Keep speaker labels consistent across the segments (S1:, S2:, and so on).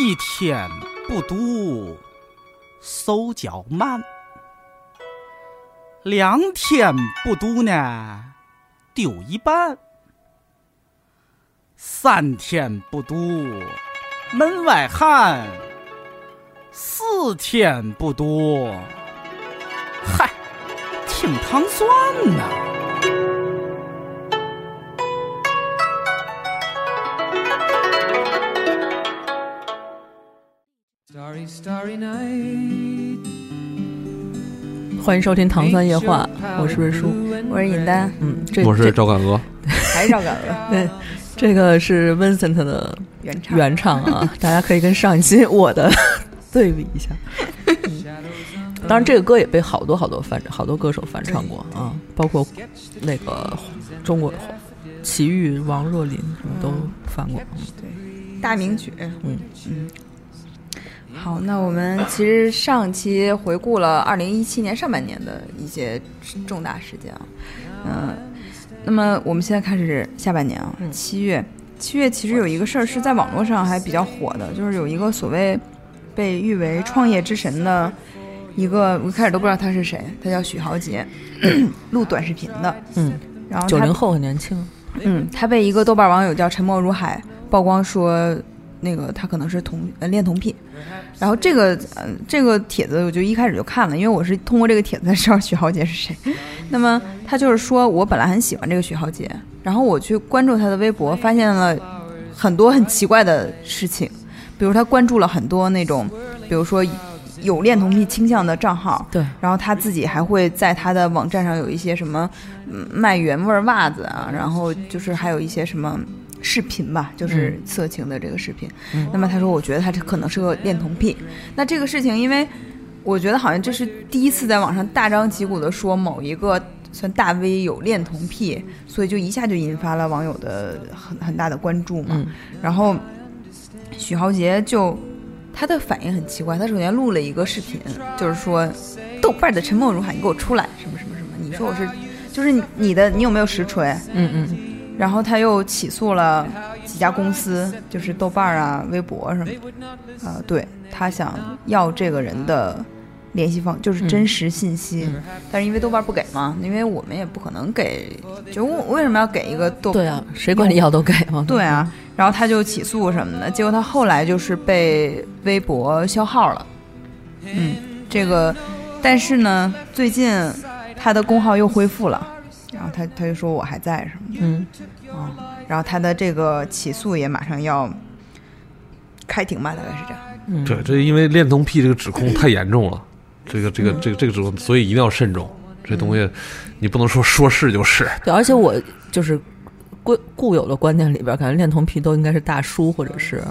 S1: 一天不读，手脚慢；两天不读呢，丢一半；三天不读，门外汉；四天不读，嗨，挺糖蒜呐、
S2: Starry, starry night.
S3: 欢迎收听《唐三夜话》，我是瑞叔。
S4: 哎我是尹丹，
S3: 嗯，这
S5: 我是
S3: 这
S5: 赵干鹅，
S4: 还是绕感了
S3: 对这个是 Vincent 的
S4: 原唱。
S3: 原唱 啊，大家可以跟上一期我的 对比一下。
S4: 嗯
S3: 当然，这个歌也被好多好多翻好多歌手翻唱过啊，包括那个中国呃齐豫、王若琳什么都翻过。
S4: 大名曲。
S3: 嗯
S4: 嗯。好，那我们其实上期回顾了二零一七年上半年的一些重大事件啊，嗯、那么我们现在开始下半年啊，
S3: 嗯
S4: 七月，七月其实有一个事儿是在网络上还比较火的，就是有一个所谓被誉为创业之神的一个，我开始都不知道他是谁，他叫许豪杰， 录短视频的，
S3: 嗯，
S4: 然后
S3: 九
S4: 他
S3: 零后很年轻，
S4: 嗯，他被一个豆瓣网友叫沉默如海曝光说，那个他可能是同呃恋童癖。然后这个呃这个帖子我就一开始就看了，因为我是通过这个帖子才知道许豪杰是谁。那么他就是说我本来很喜欢这个许豪杰，然后我去关注他的微博，发现了很多很奇怪的事情，比如他关注了很多那种，比如说有恋童癖倾向的账号，
S3: 对，
S4: 然后他自己还会在他的网站上有一些什么嗯卖原味儿袜子啊，然后就是还有一些什么视频吧，就是色情的这个视频。那么他说，我觉得他这可能是个恋童癖。那这个事情，因为我觉得好像这是第一次在网上大张旗鼓的说某一个。算大 V 有恋童癖，所以就一下就引发了网友的很很大的关注嘛。
S3: 嗯
S4: 然后许豪杰就他的反应很奇怪，他首先录了一个视频，就是说豆瓣的沉默如海，你给我出来，什么什么什么，你说我是，就是你你的你有没有实锤？
S3: 嗯嗯，
S4: 然后他又起诉了几家公司，就是豆瓣啊、微博什么的，呃，对他想要这个人的联系方，就是真实信息，但是因为豆瓣不给嘛，因为我们也不可能给，就我为什么要给一个豆
S3: 对啊，谁管你要都给嘛。
S4: 对啊，然后他就起诉什么的，结果他后来就是被微博消号了。嗯，这个，但是呢，最近他的公号又恢复了，然后他他就说我还在什么
S3: 嗯，
S4: 的啊、然后他的这个起诉也马上要开庭吧，大概是这样。
S3: 嗯
S5: 对，这因为恋童癖这个指控太严重了，这个这个这个这个指控，所以一定要慎重。这东西你不能说说是就是，
S3: 对，而且我就是固固有的观念里边儿，感觉恋童癖都应该是大叔或者是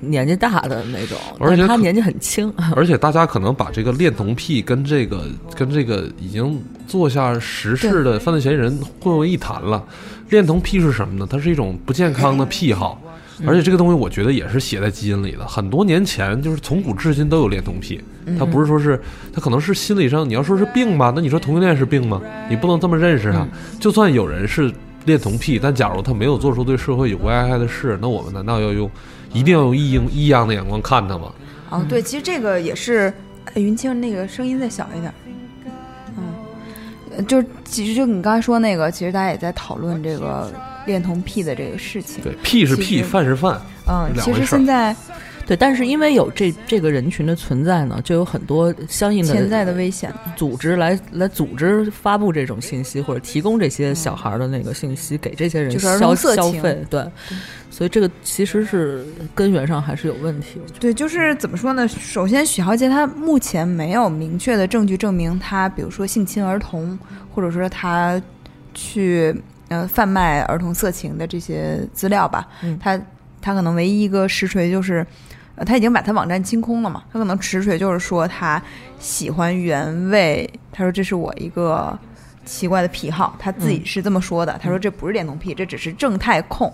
S3: 年纪大的那种，
S5: 而
S3: 但
S5: 且
S3: 他
S5: 可
S3: 年纪很轻，啊
S5: 而且大家可能把这个恋童癖跟这个跟这个已经做下实事的犯罪嫌疑人混为一谈了。恋童癖是什么呢？它是一种不健康的癖好，而且这个东西我觉得也是写在基因里的。很多年前，就是从古至今都有恋童癖，
S4: 嗯
S3: 嗯
S5: 它不是说是它可能是心理上，你要说是病吧，那你说同性恋是病吗？你不能这么认识它。就算有人是恋童癖，但假如他没有做出对社会有危害的事，那我们难道要用一定要用异样异样的眼光看他吗？
S4: 哦，对，其实这个也是呃云清那个声音再小一点儿，嗯，呃就是其实就你刚才说那个，其实大家也在讨论这个恋童癖的这个事情，
S5: 对，屁是
S4: 其
S5: 屁，
S4: 实
S5: 饭是饭。
S4: 嗯，
S5: 两
S4: 其
S5: 回
S4: 实
S5: 事儿
S4: 现在
S3: 对，但是因为有这这个人群的存在呢，就有很多相应
S4: 潜
S3: 的
S4: 在的危险，
S3: 组织来来组织发布这种信息，或者提供这些小孩儿的那个信息给这些人
S4: 就是儿
S3: 消
S4: 童色
S3: 消
S4: 情嗯
S3: 费，对，所以这个其实是根源上还是有问题。
S4: 对，
S3: 嗯
S4: 就是怎么说呢？首先，许豪杰他目前没有明确的证据证明他，比如说性侵儿童，或者说他去呃贩卖儿童色情的这些资料吧。
S3: 嗯
S4: 他他可能唯一一个实锤就是，呃，他已经把他网站清空了嘛。他可能实锤就是说他喜欢原味，他说这是我一个奇怪的癖好，他自己
S3: 嗯
S4: 是这么说的。他说这不是恋童癖，这只是正太控。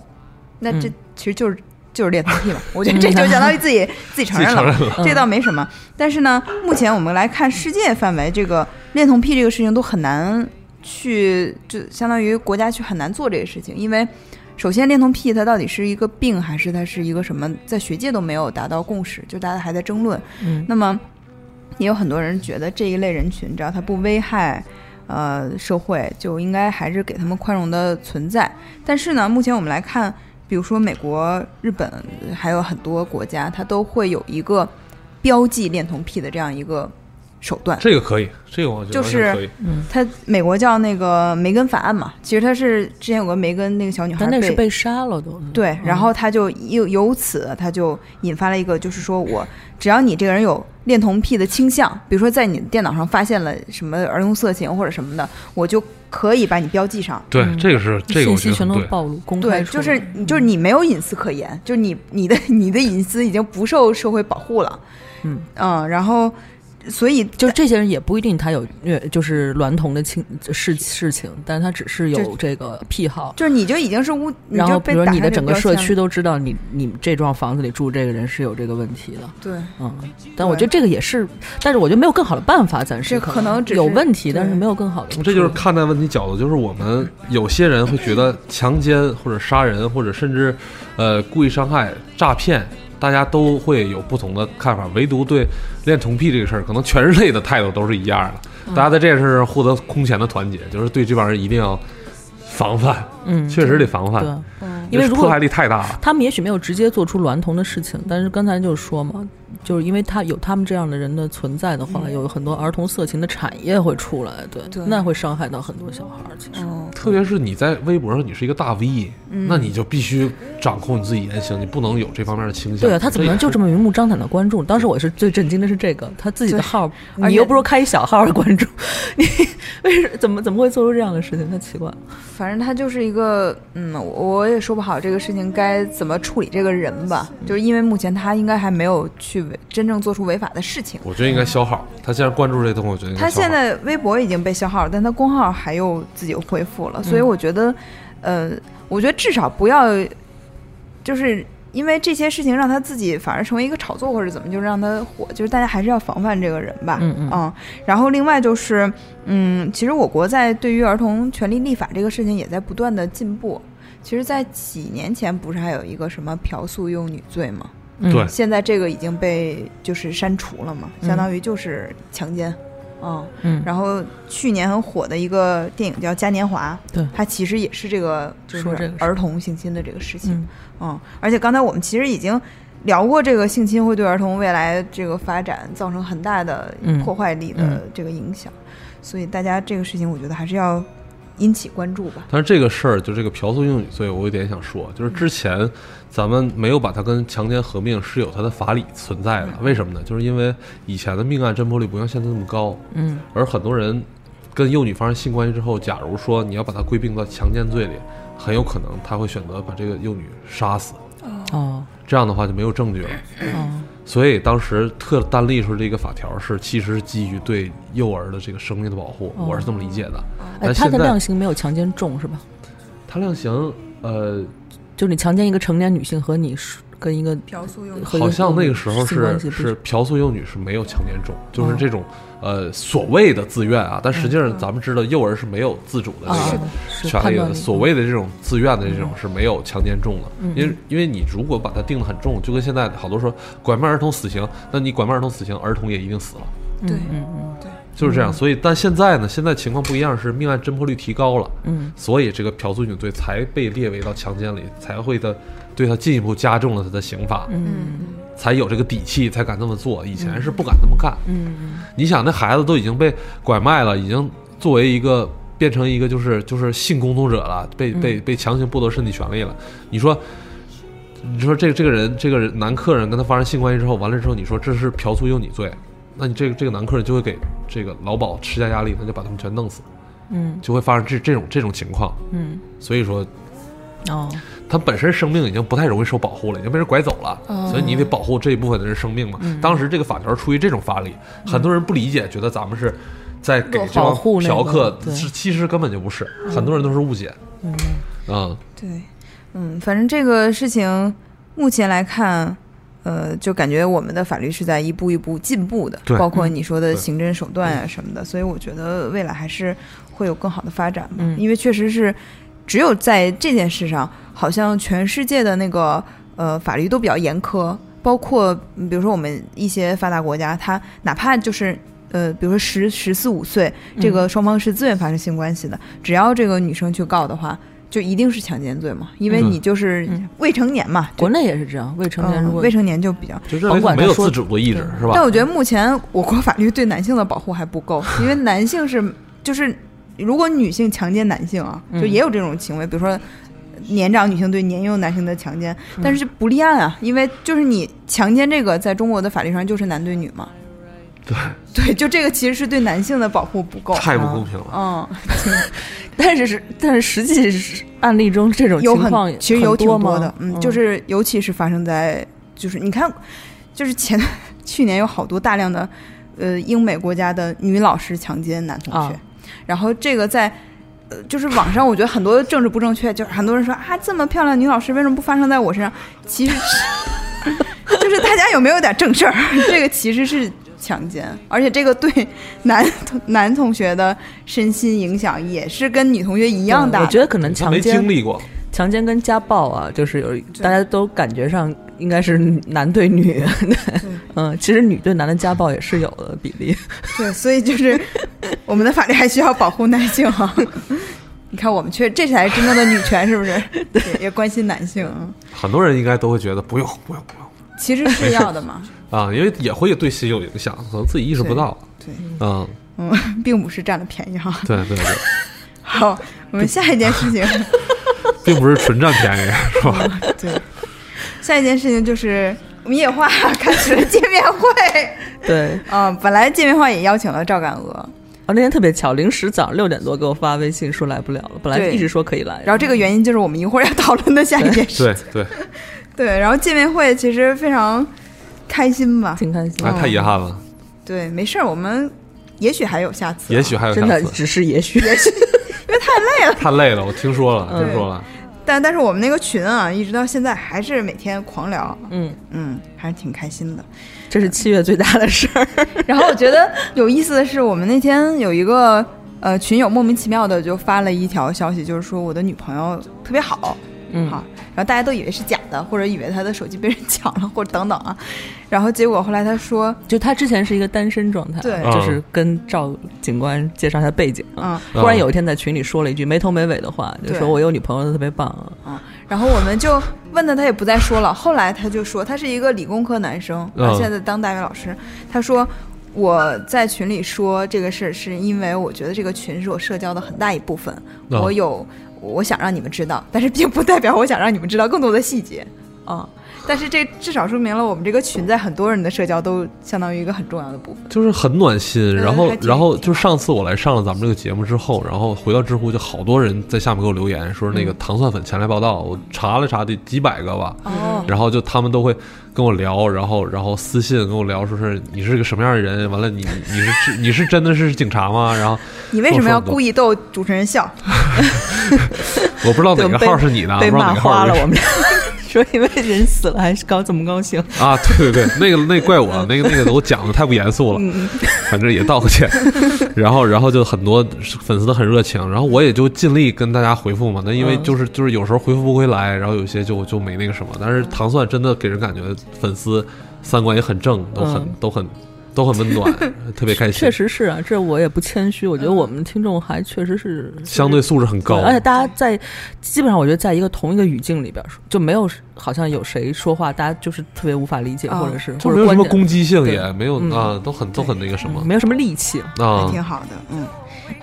S4: 那这
S3: 嗯
S4: 其实就是就是恋童癖嘛。我觉得这就相 当于自己自己承认了，
S5: 自己承
S4: 这倒没什么。但是呢，目前我们来看世界范围，这个恋童癖这个事情都很难去，就相当于国家去很难做这个事情，因为首先，恋童癖它到底是一个病还是它是一个什么，在学界都没有达到共识，就大家还在争论。
S3: 嗯
S4: 那么，也有很多人觉得这一类人群，只要他不危害呃社会，就应该还是给他们宽容的存在。但是呢，目前我们来看，比如说美国、日本，还有很多国家，它都会有一个标记恋童癖的这样一个手段。
S5: 这个可以，这个我觉得
S4: 就是
S5: 完全可以。
S4: 它美国叫那个梅根法案嘛，其实它是之前有个梅根那个小女孩
S3: 但那是被嗯杀了都。
S4: 对，然后他就由由此他就引发了一个，就是说我只要你这个人有恋童癖的倾向，比如说在你的电脑上发现了什么儿童色情或者什么的，我就可以把你标记上。
S5: 对，
S3: 嗯
S5: 这个是这个，
S3: 信
S5: 我觉
S3: 息
S5: 得
S3: 全
S5: 很
S3: 都
S5: 对。
S3: 暴露公
S4: 对
S3: 开，出
S4: 就
S3: 来，
S4: 是你就是你没有隐私可言，就是你你的你的隐私已经不受社会保护了。
S3: 嗯
S4: 然后所以
S3: 就这些人也不一定他有虐，就是娈童的情事事情，但他只是有
S4: 就
S3: 这个癖好。
S4: 就是你就已经是污，你
S3: 然后，
S4: 就
S3: 比
S4: 被
S3: 如
S4: 打
S3: 你的
S4: 上这
S3: 整个
S4: 标
S3: 社
S4: 签
S3: 区
S4: 了
S3: 都知道你你这幢房子里住这个人是有这个问题的，
S4: 对。
S3: 嗯，但我觉得这个也是，但是我觉得没有更好的办法，暂时
S4: 这可能只是
S3: 有问题，但是
S4: 对
S3: 没有更好的处理，
S5: 这就是看待问题角度，就是我们有些人会觉得强奸或者杀人或者甚至，呃，故意伤害、诈骗，大家都会有不同的看法，唯独对恋童癖这个事儿，可能全人类的态度都是一样
S3: 嗯
S5: 的。大家在这件事上获得空前的团结，就是对这帮人一定要防范，
S3: 嗯，
S5: 确实得防
S3: 对
S5: 范，，
S4: 嗯
S3: 因为如
S5: 迫
S3: 果
S5: 害力太大了。
S3: 他们也许没有直接做出娈童的事情，但是刚才就说嘛，就是因为他有他们这样的人的存在的话，有很多儿童色情的产业会出来，对，
S4: 对
S3: 那会伤害到很多小孩儿。其实，
S4: 嗯，
S5: 特别是你在微博上你是一个大 V，、那
S3: 嗯
S5: 你就必须掌控你自己言行，你不能有这方面的倾向。
S3: 对啊，他怎么能就这
S5: 么？
S3: 么明目张胆的关注？当时我也是最震惊的是这个，他自己的
S4: 对
S3: 号，
S4: 而
S3: 你
S4: 且
S3: 又不是开一小号的关注， 你为什怎么怎么会做出这样的事情？太奇怪了。
S4: 反正他就是一个，嗯，我我也说不好这个事情该怎么处理这个人吧，就是因为目前他应该还没有去违真正做出违法的事情。
S5: 我觉得应该消耗。他既然关注这东西，我觉得应该
S4: 他
S5: 消耗
S4: 现在微博已经被消耗了，但他公号还又自己又恢复了，所以我觉得，呃，我觉得至少不要，就是因为这些事情让他自己反而成为一个炒作或者怎么，就让他火，就是大家还是要防范这个人吧。
S3: 嗯嗯
S4: 然后另外就是，嗯，其实我国在对于儿童权利立法这个事情也在不断的进步。其实，在几年前不是还有一个什么嫖宿幼女罪吗？
S3: 嗯
S5: 对
S4: 现在这个已经被就是删除了嘛，相当于就是强奸，嗯，
S3: 嗯
S4: 然后去年很火的一个电影叫《嘉年华》，
S3: 对
S4: 它其实也是这个就
S3: 说这
S4: 是
S3: 个事
S4: 儿童性侵的这个事情，
S3: 嗯，
S4: 嗯，而且刚才我们其实已经聊过，这个性侵会对儿童未来这个发展造成很大的
S3: 嗯
S4: 破坏力的这个影响，所以大家这个事情，我觉得还是要引起关注吧。
S5: 但是这个事儿，就这个嫖宿英语罪，我有点想说，就是之前咱们没有把它跟强奸合并，是有它的法理存在
S3: 嗯
S5: 的。为什么呢？就是因为以前的命案侦破率不像现在那么高，
S3: 嗯，
S5: 而很多人跟幼女发生性关系之后，假如说你要把它归并到强奸罪里，很有可能他会选择把这个幼女杀死，
S3: 哦
S5: 这样的话就没有证据了。
S3: 哦，
S5: 所以当时特单立出这个法条是，其实是基于对幼儿的这个生命的保护，
S3: 哦
S5: 我是这么理解的。
S3: 哎，
S5: 但
S3: 他
S5: 现
S3: 的
S5: 在
S3: 量刑没有强奸重是吧？
S5: 他量刑，呃，
S3: 就你强奸一个成年女性和你是跟一个
S4: 嫖宿用
S3: 和一
S5: 好像那个时候
S3: 性关
S5: 是
S3: 系不哦
S5: 是嫖宿幼女是没有强奸重，就是这种呃所谓的自愿啊，但实际上咱们知道幼儿是没有自主的
S3: 啊
S5: 这
S3: 是
S5: 个
S3: 嗯是
S5: 权
S3: 判
S5: 利
S3: 断
S5: 的，
S3: 力
S5: 所谓的这种自愿的这种是没有强奸重的
S3: 嗯，
S5: 因为因为你如果把它定的很重，就跟现在好多说拐卖儿童死刑，那你拐卖儿童死刑，儿童也一定死了。
S4: 对
S3: 嗯嗯
S5: 就是这样，所以但现在呢，现在情况不一样，是命案侦破率提高了，
S3: 嗯，
S5: 所以这个嫖宿女罪才被列为到强奸里，才会的对她进一步加重了她的刑罚，
S4: 嗯，
S5: 才有这个底气，才敢这么做。以前是不敢这么干。嗯，你想那孩子都已经被拐卖了，已经作为一个变成一个就是就是性工作者了，被被被强行剥夺身体权利了。你说，你说这这个人这个人男客人跟他发生性关系之后，完了之后，你说这是嫖宿幼女罪，那你这个这个男客人就会给这个劳保施加压力，那就把他们全弄死，
S3: 嗯
S5: 就会发生这这种这种情况。
S3: 嗯
S5: 所以说，
S3: 哦，
S5: 他本身生命已经不太容易受保护了，已经被人拐走了，
S3: 嗯
S5: 所以你得保护这一部分的人生命嘛。当时这个法条出于这种法理，很多人不理解，觉得咱们是在给这
S3: 保
S5: 帮
S3: 护那个
S5: 嫖客，
S3: 对
S5: 是其实根本就不是，很多人都是误解。嗯，
S4: 对，嗯，反正这个事情目前来看，呃，就感觉我们的法律是在一步一步进步的，
S5: 对嗯
S4: 包括你说的
S5: 对
S4: 刑侦手段啊什么的，所以我觉得未来还是会有更好的发展嘛，
S3: 嗯
S4: 因为确实是。只有在这件事上，好像全世界的那个呃法律都比较严苛，包括嗯比如说我们一些发达国家，它哪怕就是。呃，比如说十十四五岁，这个双方是自愿发生性关系的，只要这个女生去告的话，就一定是强奸罪嘛，因为
S5: 嗯
S4: 你就是
S3: 嗯
S4: 未成年嘛，就
S3: 国内也是这样，未 成年
S4: 嗯
S3: 如果
S4: 未成年就比较。
S5: 就认为
S3: 甭
S5: 他
S3: 管
S5: 没
S3: 他
S5: 有
S3: 说
S5: 自主的意志是吧？
S4: 但我觉得目前我国法律对男性的保护还不够，
S3: 嗯
S4: 因为男性是就是如果女性强奸男性啊，
S3: 嗯
S4: 就也有这种行为，比如说年长女性对年幼男性的强奸，
S3: 嗯
S4: 但是就不立案啊，因为就是你强奸这个在中国的法律上就是男对女嘛。对对，就这个其实是对男性的保护不够。
S5: 太不公平
S3: 啊
S5: 了。
S4: 嗯，
S3: 但是是但是实际是案例中这种
S4: 有
S3: 情
S4: 很
S3: 况
S4: 其实有挺
S3: 很
S4: 多
S3: 吗
S4: 的，嗯，就是尤其是发生在就是你看，就是前 去年有好多大量的呃英美国家的女老师强奸男同学，
S3: 啊
S4: 然后这个在。呃，就是网上，我觉得很多政治不正确，就是很多人说啊，这么漂亮的女老师为什么不发生在我身上？其实是， 就是大家有没有点正事儿？ 这个其实是强奸，而且这个对男同男同学的身心影响也是跟女同学一
S3: 一
S4: 样大的。
S3: 我觉得可能
S5: 他
S3: 强
S5: 没
S3: 奸
S5: 经历过，
S3: 强奸跟家暴啊，就是有大家都感觉上应该是男对女， 嗯，其实女对男的家暴也是有的比 例。
S4: 对，所以就是 我们的法律还需要保护男性啊。你看，我们确这才是真正的女权，是不是？ 对，也关心男性啊，
S5: 很多人应该都会觉得不用不用不用
S4: 其实是要的 嘛。
S5: 啊，因为也会对心有影响，可能自己意识不到。
S4: 对，
S5: 嗯，
S4: 嗯，并不是占了便宜哈、啊
S5: 对对对，
S4: 好，我们下一件事情，
S5: 并不是纯占便宜，是吧？
S4: 对，下一件事情就是我们野化开始了见面会
S3: 对，
S4: 啊、本来见面会也邀请了赵敢鹅，
S3: 啊，那天特别巧，临时早上六点多给我发微信说来不了了，本来
S4: 对
S3: 一直说可以来，
S4: 然后这个原因就是我们一会儿要讨论的下一件事。
S5: 对对，
S4: 对，然后见面会其实非常开心吧？
S3: 挺开心
S5: 哎，
S3: 的，
S5: 太遗憾了，
S3: 嗯
S4: 对，没事儿，我们也许还有下次啊、
S5: 也许还有
S3: 真
S5: 下
S3: 的
S5: 次。
S3: 只是也许，
S5: 太累了，我听说了，听说了。
S4: 但但是我们那个群啊，一直到现在还是每天狂聊，
S3: 嗯，
S4: 嗯，还是挺开心的。
S3: 这是七月最大的事儿，
S4: 然后我觉得有意思的是，我们那天有一个呃群友莫名其妙的就发了一条消息，就是说我的女朋友特别好，
S3: 嗯
S4: 好，然后大家都以为是假的，或者以为她的手机被人抢了，或者等等啊，然后结果后来她说，
S3: 就他之前是一个单身状态，啊
S4: 对
S3: 就是跟赵警官介绍一下背景，啊
S4: 嗯，
S5: 嗯
S3: 忽然有一天在群里说了一句没头没尾的话，就
S4: 对
S3: 说我有女朋友，特别棒啊，
S4: 然后我们就问他，他也不再说了。后来他就说，他是一个理工科男生，
S5: 嗯
S4: 他现在当大学老师。他说我在群里说这个事，是因为我觉得这个群是我社交的很大一部分，
S5: 嗯
S4: 我有我想让你们知道，但是并不代表我想让你们知道更多的细节
S3: 哦
S4: 啊。但是这至少说明了我们这个群在很多人的社交都相当于一个很重要的部分。
S5: 就是很暖心，
S4: 嗯
S5: 然后
S4: 还，挺
S5: 然后就是上次我来上了咱们这个节目之后，然后回到知乎，就好多人在下面给我留言，说那个糖蒜粉前来报道，我查了查，得几百个吧，
S4: 哦，
S5: 然后就他们都会跟我聊，然后然后私信跟我聊，说是你是个什么样的人，完了你你是你是真的是警察吗？然后
S4: 你为什么要故意逗主持人笑？
S5: 我不知道哪个
S3: 对被
S5: 号是你的啊，不
S3: 被
S5: 知道哪
S3: 骂
S5: 个
S3: 花
S5: 号
S3: 了，
S5: 是
S3: 我们俩 说因为人死了还是高这么高兴，
S5: 啊，对对对，那个那个怪我，啊那个那个我讲的太不严肃了，
S3: 嗯
S5: 反正也道个歉。然后然后就很多粉丝都很热情，然后我也就尽力跟大家回复嘛。那因为
S3: 嗯
S5: 就是就是有时候回复不回来，然后有些就就没那个什么。但是糖蒜真的给人感觉粉丝三观也很正，都很、
S3: 嗯
S5: 都很都很温暖， 特别开心。
S3: 确，实是啊，这我也不谦虚，我觉得我们听众还确实是
S5: 相对素质很高。
S3: 而且大家在基本上，我觉得在一个同一个语境里边儿说，就没有好像有谁说话，大家就是特别无法理解，
S4: 啊
S3: 或者是
S5: 就
S3: 或者
S5: 没有什
S3: 观
S5: 么
S3: 点
S5: 攻击性，
S3: 对
S5: 也没有、
S3: 嗯
S5: 啊，都很都很那个什么
S3: 嗯没有哎什么力气。
S5: 啊
S4: 也，挺好的，嗯。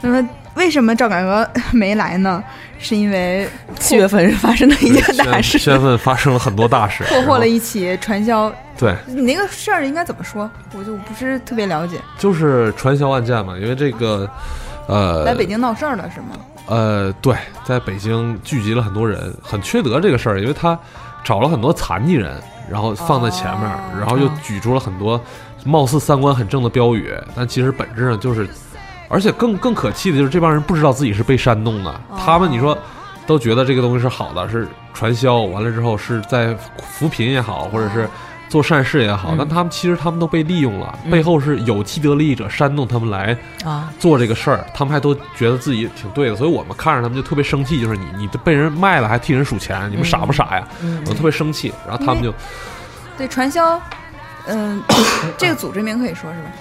S4: 那么为什么赵敢鹅没来呢？是因为
S3: 七月份发生的一件大
S5: 身
S3: 事，
S5: 身份发生了很多 大事，
S4: 呃破获了
S5: 然后
S4: 一起传销。
S5: 对。
S4: 你那个事儿应该怎么说？我就不是特别了解。
S5: 就是传销案件嘛，因为这个，呃，
S4: 来北京闹事儿了是吗？
S5: 呃，对，在北京聚集了很多人，很缺德这个事儿，因为他找了很多残疾人，然后放在前面儿，
S4: 哦
S5: 然后又举出了很多貌似三观很正的标语，但其实本质上就是，而且更更可气的就是这帮人不知道自己是被煽动的，
S3: 哦
S5: 他们你说都觉得这个东西是好的，是传销，完了之后是在扶贫也好，或者是。做善事也好，
S3: 嗯
S5: 但他们其实他们都被利用了，
S3: 嗯
S5: 背后是有既得利益者煽动他们来
S3: 啊，
S5: 做这个事儿，他们还都觉得自己挺对的，所以我们看着他们就特别生气，就是你你都被人卖了还替人数钱，你们傻不傻呀？
S3: 嗯
S5: 我特别生气，然后他们就
S4: 对传销，嗯、 这个组织名可以说是吧？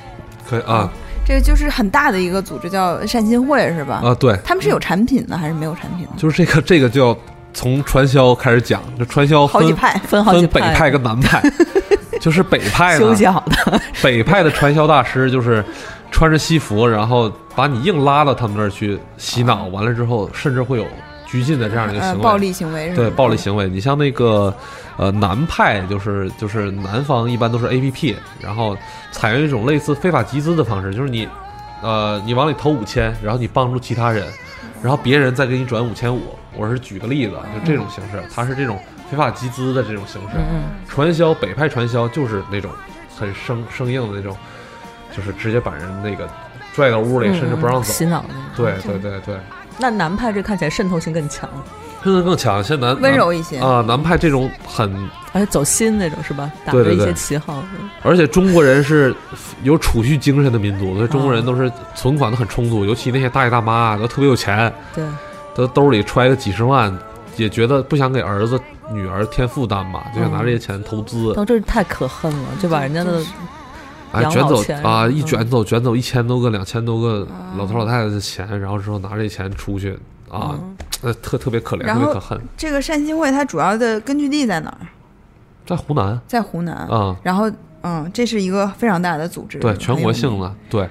S5: 可以啊
S4: 这个就是很大的一个组织，叫善心会是吧？
S5: 啊对，
S4: 他们是有产品的还是没有产品的？
S5: 就是这个这个就要从传销开始讲，这传销
S4: 好几
S5: 分
S4: 派，
S3: 分好几
S5: 分北派跟南 派，就是北派呢
S3: 修，脚的，
S5: 北派的传销大师就是穿着西服，然后把你硬拉到他们那儿去洗脑，完了之后甚至会有拘禁的这样的一个
S4: 啊呃，
S5: 行为，
S4: 暴力行为是吧？
S5: 对暴力行为。你像那个呃南派，就是就是南方一般都是 A P P，然后采用一种类似非法集资的方式，就是你呃你往里投五千，然后你帮助其他人，然后别人再给你转五千五。我是举个例子，啊就这种形式，它是这种非法集资的这种形式。
S3: 嗯
S5: 传销北派传销就是那种很生生硬的那种，就是直接把人那个拽到屋里，
S3: 嗯，
S5: 甚至不
S3: 嗯
S5: 让走。
S3: 洗脑那种。
S5: 对对对对，
S3: 那南派这看起来渗透性更强，
S5: 甚至更强。现在南
S4: 温柔一些。
S5: 啊，南派这种很，
S3: 而且走心那种是吧？打
S5: 对
S3: 着
S5: 对
S3: 一
S5: 对
S3: 些旗号，
S5: 而且中国人是有储蓄精神的民族，所以中国人都是存款都很充足，尤其那些大爷大妈啊都特别有钱，
S3: 对，
S5: 都兜里揣个几十万，也觉得不想给儿子女儿添负担嘛，就想拿这些钱投资，
S3: 到这太可恨了，就把人家的嗯
S5: 哎，
S3: 养
S5: 卷
S3: 老
S5: 走
S3: 钱
S5: 啊，一
S3: 嗯
S5: 卷走卷走一千多个、两千多个老头老太太的钱，然后之后拿这钱出去啊，
S3: 嗯
S5: 那特特别可怜，
S4: 然
S5: 特别
S4: 后
S5: 可恨，
S4: 这个善心会它主要的根据地在哪儿？
S5: 在湖南
S4: 在湖南。
S5: 啊，
S4: 然后，嗯，这是一个非常大的组织，
S5: 对，全国
S4: 很有名
S5: 性的，对，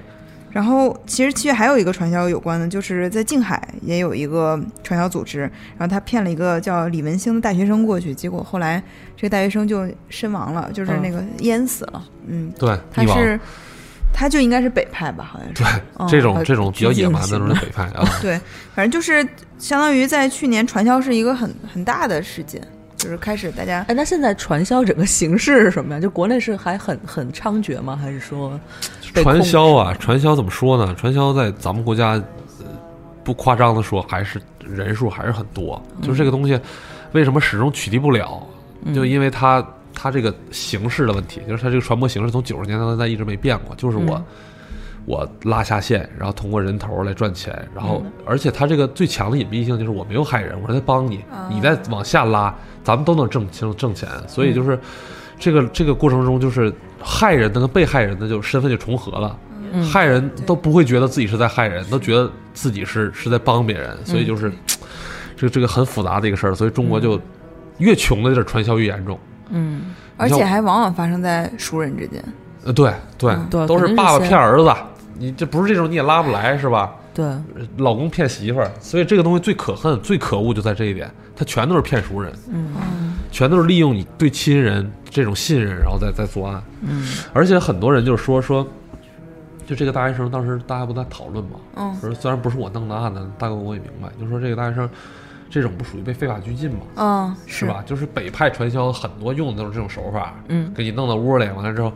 S4: 然后，其实其实还有一个传销有关的，就是在静海也有一个传销组织，然后他骗了一个叫李文星的大学生过去，结果后来这个大学生就身亡
S5: 嗯
S4: 了，就是那个淹死了。嗯，
S5: 对，
S4: 他
S5: 一网
S4: 是，他就应该是北派吧，好像是。
S5: 对
S4: 嗯
S5: 这种
S4: 呃
S5: 这种比较野蛮的那种北派啊，
S4: 对，反正就是相当于在去年传销是一个很很大的事件，就是开始大家
S3: 哎，那现在传销整个形式是什么呀？就国内是还很很猖獗吗？还是说被控
S5: 传销啊，传销怎么说呢？传销在咱们国家，呃不夸张的说，还是人数还是很多。
S3: 嗯
S5: 就是这个东西，为什么始终取缔不了？就因为它它这个形式的问题，就是它这个传播形式从九十年代到现在一直没变过，就是我。
S3: 嗯
S5: 我拉下线，然后通过人头来赚钱，然后、
S3: 嗯
S5: 而且它这个最强的隐蔽性就是我没有害人，我是在帮你，
S3: 啊
S5: 你再往下拉，咱们都能挣挣挣钱，所以就是这个这个过程中就是害人的跟被害人的就身份就重合了，
S3: 嗯
S5: 害人都不会觉得自己是在害人，都觉得自己是是在帮别
S3: 嗯
S5: 人，所以就是、这这个很复杂的一个事儿，所以中国就越穷的地儿传销越严重。
S3: 嗯
S4: 而
S5: 你
S4: 且
S5: 像
S4: 还往往发生在熟人之间。
S5: 呃，对对
S4: 嗯
S3: 对
S5: 都
S3: 肯
S5: 是
S3: 定是
S5: 爸爸
S3: 先
S5: 骗儿子，你这不是这种你也拉不来是吧？
S3: 对
S5: 老公骗媳妇儿，所以这个东西最可恨、最可恶就在这一点，他全都是骗熟人，
S4: 嗯，
S5: 全都是利用你对亲人这种信任，然后再再作案。
S3: 嗯
S5: 而且很多人就是说说，就这个大学生当时大家不在讨论嘛，
S4: 嗯
S5: 说虽然不是我弄的案子，大概我也明白，就说这个大学生这种不属于被非法拘禁嘛，
S4: 嗯，
S5: 是？吧？就是北派传销很多用的都是这种手法，
S3: 嗯
S5: 给你弄到屋里，完了之后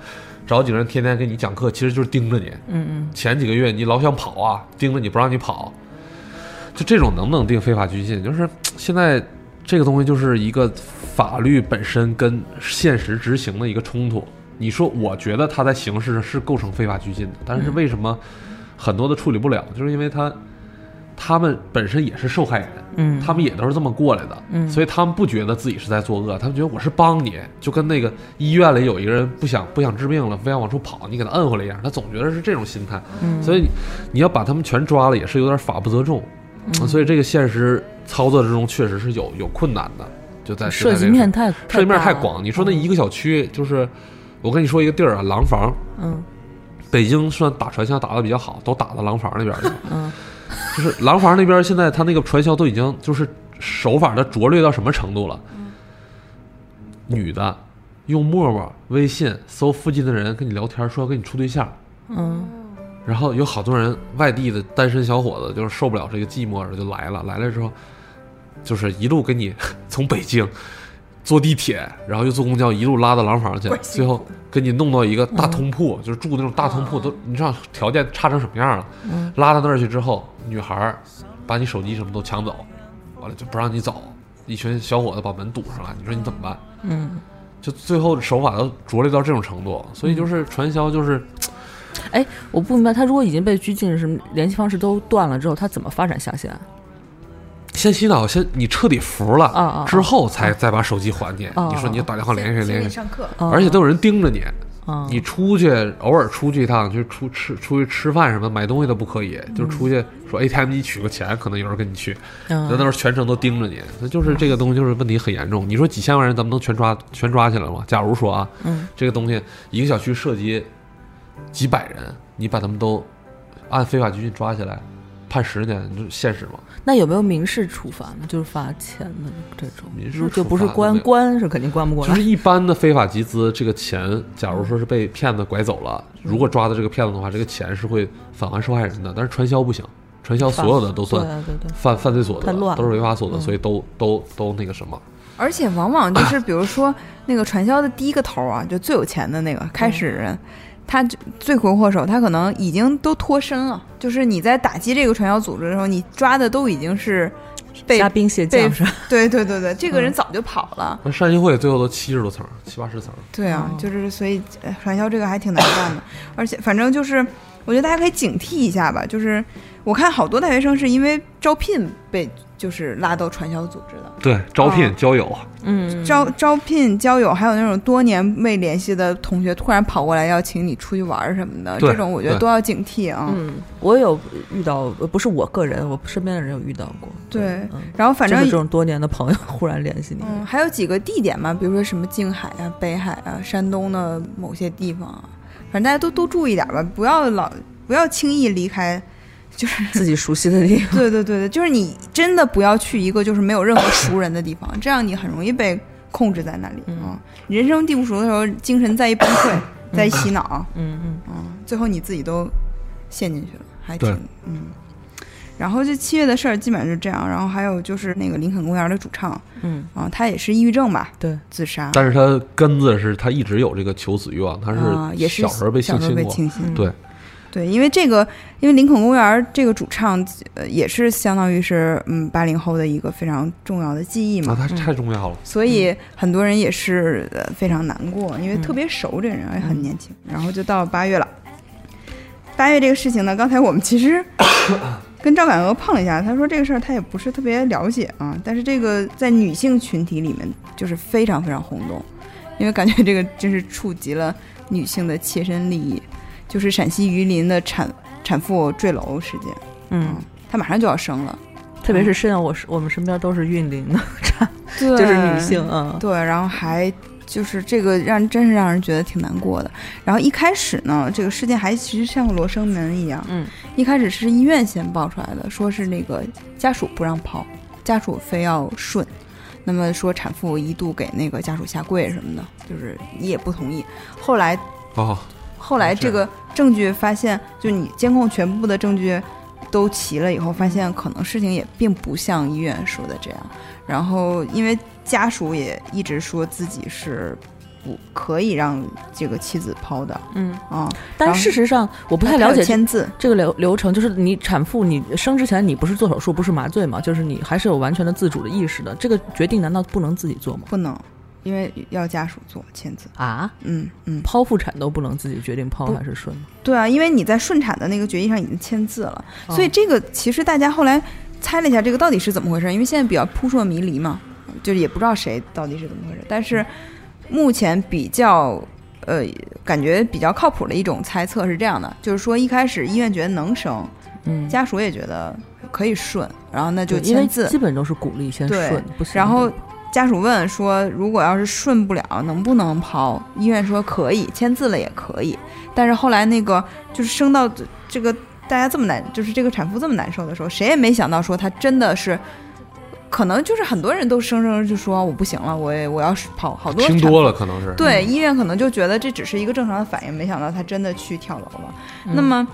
S5: 找几个人天天给你讲课，其实就是盯着你。
S3: 嗯
S5: 前几个月你老想跑啊，盯着你不让你跑，就这种能不能定非法拘禁？就是现在这个东西就是一个法律本身跟现实执行的一个冲突。你说，我觉得它在形式上是构成非法拘禁的，但
S3: 嗯
S5: 是为什么很多的处理不了？就是因为他他们本身也是受害人，
S3: 嗯
S5: 他们也都是这么过来的，
S3: 嗯
S5: 所以他们不觉得自己是在作恶，他们觉得我是帮你，就跟那个医院里有一个人不想不想治病了，非要往出跑，你给他摁回来一样，他总觉得是这种心态，
S3: 嗯
S5: 所以你你要把他们全抓了，也是有点法不责众，
S3: 嗯
S5: 所以这个现实操作之中确实是有有困难的，就在
S3: 嗯，
S5: 就在
S3: 涉
S5: 这
S3: 及
S5: 个
S3: 面太
S5: 涉及面太
S3: 大了
S5: 广，你说那一个小区就是，我跟你说一个地儿啊，廊坊，
S3: 嗯
S5: 北京算打传销打的比较好，都打到廊坊那边去了。
S3: 嗯
S5: 就是廊坊那边现在他那个传销都已经就是手法的拙劣到什么程度了？女的用陌陌、微信搜附近的人跟你聊天，说要跟你处对象，
S3: 嗯
S5: 然后有好多人外地的单身小伙子就是受不了这个寂寞，然后就来了。来了之后，就是一路给你 从北京坐地铁，然后又坐公交，一路拉到廊坊去，最后给你弄到一个大通铺，就是住那种大通铺，都你知道条件差成什么样了。拉到那儿去之后，女孩儿把你手机什么都抢走，完了就不让你走，一群小伙子把门堵上了，你说你怎么办？
S3: 嗯，
S5: 就最后手法都拙劣到这种程度，所以就是传销就是
S3: 我不明白，他如果已经被拘禁，什么联系方式都断了之后，他怎么发展下线？
S5: 先洗脑，先你彻底服了
S3: 啊啊啊
S5: 之后才再把手机还你。
S3: 啊
S5: 你说你打电话联系谁联系谁，
S4: 上课，
S3: 啊
S5: 而且都有人盯着你。
S3: 啊
S5: 你出去偶尔出去一趟，就是出吃出去吃饭什么买东西都不可以，
S3: 嗯
S5: 就是出去说哎 ATM 机取个钱，可能有人跟你去，那那时
S3: 嗯
S5: 候全程都盯着你，那就是这个东西就是问题很严重。你说几千万人咱们能全抓全抓起来吗？假如说啊，
S3: 嗯
S5: 这个东西一个小区涉及几百人，你把他们都按非法拘禁抓起来，判十年，你这现实吗？
S3: 那有没有民事处罚呢？就是罚钱的这种，
S5: 民事
S3: 就
S5: 处
S3: 不是
S5: 罚都
S3: 关
S5: 没有
S3: 关是肯定关不过
S5: 就
S3: 来
S5: 是一般的非法集资，这个钱，假如说是被骗子拐走了，如果抓到这个骗子的话，这个钱是会返还受害人的。但是传销不行，传销所有的都
S3: 对
S5: 算
S3: 啊对对，
S5: 犯犯罪所
S3: 太
S5: 得
S3: 乱，了
S5: 都是违法所得，
S3: 嗯
S5: 所以都都都那个什么。
S4: 而且往往就是，比如说那个传销的第一个头啊，就最有钱的那个开始人，他就罪魁祸首，他可能已经都脱身了。就是你在打击这个传销组织的时候，你抓的都已经是被
S3: 虾兵蟹
S4: 被
S3: 将是吧？
S4: 对对对对，这个
S3: 嗯
S4: 人早就跑了。
S5: 那善心会最后都七十多层，七八十层。
S4: 对啊，
S3: 哦
S4: 就是所以呃传销这个还挺难 干的，而且反正就是，我觉得大家可以警惕一下吧。就是我看好多大学生是因为招聘被就是拉到传销组织的。
S5: 对，招
S4: 啊
S5: 聘、交友，啊
S3: 嗯，
S4: 招招聘交友，还有那种多年未联系的同学突然跑过来要请你出去玩儿什么的，
S5: 对
S4: 这种我觉得
S5: 对
S4: 都要警惕啊。
S3: 嗯，我有遇到，呃不是我个人，我身边的人有遇到过。
S4: 对
S3: 嗯，
S4: 然后反正
S3: 就是这种多年的朋友忽然联系你，
S4: 嗯，还有几个地点嘛，比如说什么静海啊、北海啊、山东的某些地方啊，反正大家都都注意点儿吧，不要老不要轻易离开。 就是
S3: 自己熟悉的地方
S4: 对对对对，就是你真的不要去一个就是没有任何熟人的地方，这样你很容易被控制在那里
S3: 嗯
S4: 啊。你人生地不熟的时候，精神再一崩 溃，再一洗脑，
S3: 嗯嗯，
S4: 嗯，最后你自己都陷进去了，还
S5: 对
S4: 挺嗯。然后这七月的事儿基本上就这样，然后还有就是那个林肯公园的主唱，
S3: 嗯，
S4: 啊，他也是抑郁症吧，
S3: 对，
S4: 自杀，
S5: 但是他根子是他一直有这个求子欲望，他
S4: 啊，也是
S5: 小时候被性
S4: 小时
S5: 侵
S4: 候被
S5: 过。
S4: 性侵，
S3: 嗯
S5: 对，
S4: 对，因为这个，因为林肯公园这个主唱，呃，也是相当于是嗯八零后的一个非常重要的记忆
S5: 那
S4: 嘛，
S5: 啊他太重要了。
S4: 所以很多人也是呃非常难过，因为
S3: 嗯
S4: 特别熟这个人，也很年轻。然后就到八月了，八月这个事情呢，刚才我们其实跟赵敢鹅碰了一下，他说这个事儿他也不是特别了解啊，但是这个在女性群体里面就是非常非常轰动，因为感觉这个真是触及了女性的切身利益，就是陕西榆林的产产妇坠楼事件，
S3: 嗯，
S4: 她马上就要生了，
S3: 特别是身上我是我们身边都是孕龄的，
S4: 就
S3: 就是女性啊，
S4: 对，然后还就是这个让真是让人觉得挺难过的。然后一开始呢，这个事件还其实像个罗生门一样，
S3: 嗯，
S4: 一开始是医院先爆出来的，说是那个家属不让剖，家属非要顺。那么说，产妇一度给那个家属下跪什么的，就是也不同意。后来，
S5: 哦，
S4: 后来这个证据发现，就你监控全部的证据都齐了以后，发现可能事情也并不像医院说的这样。然后，因为家属也一直说自己是不可以让这个妻子抛的
S3: 嗯，
S4: 啊，
S3: 但
S4: 然后
S3: 事实上我不太
S4: 他有
S3: 了解这
S4: 签字，
S3: 这个流流程，就是你产妇你生之前你不是做手术，不是麻醉嘛，就是你还是有完全的自主的意识的，这个决定难道不能自己做吗？
S4: 不能，因为要家属做签字。
S3: 啊，
S4: 嗯嗯，
S3: 剖腹产都不能自己决定剖
S4: 不
S3: 还是顺吗？
S4: 对啊，因为你在顺产的那个决议上已经签字了，所以
S3: 哦
S4: 这个其实大家后来猜了一下，这个到底是怎么回事？因为现在比较扑朔迷离嘛，就是也不知道谁到底是怎么回事。但
S3: 嗯
S4: 是目前比较呃，感觉比较靠谱的一种猜测是这样的，就是说一开始医院觉得能生，
S3: 嗯，
S4: 家属也觉得可以顺，然后那就
S3: 对因为
S4: 签字
S3: 基。本都是鼓励先
S4: 对
S3: 顺，不行
S4: 然
S5: 嗯
S4: 后
S3: 就
S4: 家属问说，如果要是顺不了，能不能剖？医院说呃可以，签字了也可以。但是后来那个就是生到这个大家这么难，就是这个产妇这么难受的时候，谁也没想到说她真的是。可能就是很多人都生生就说我不行了，我也我要是跑好多
S5: 听
S4: 产
S5: 多了可能是。
S4: 对，医院可能就觉得这只是一个正常的反应，没想到他真的去跳楼了。
S3: 嗯
S4: 那么，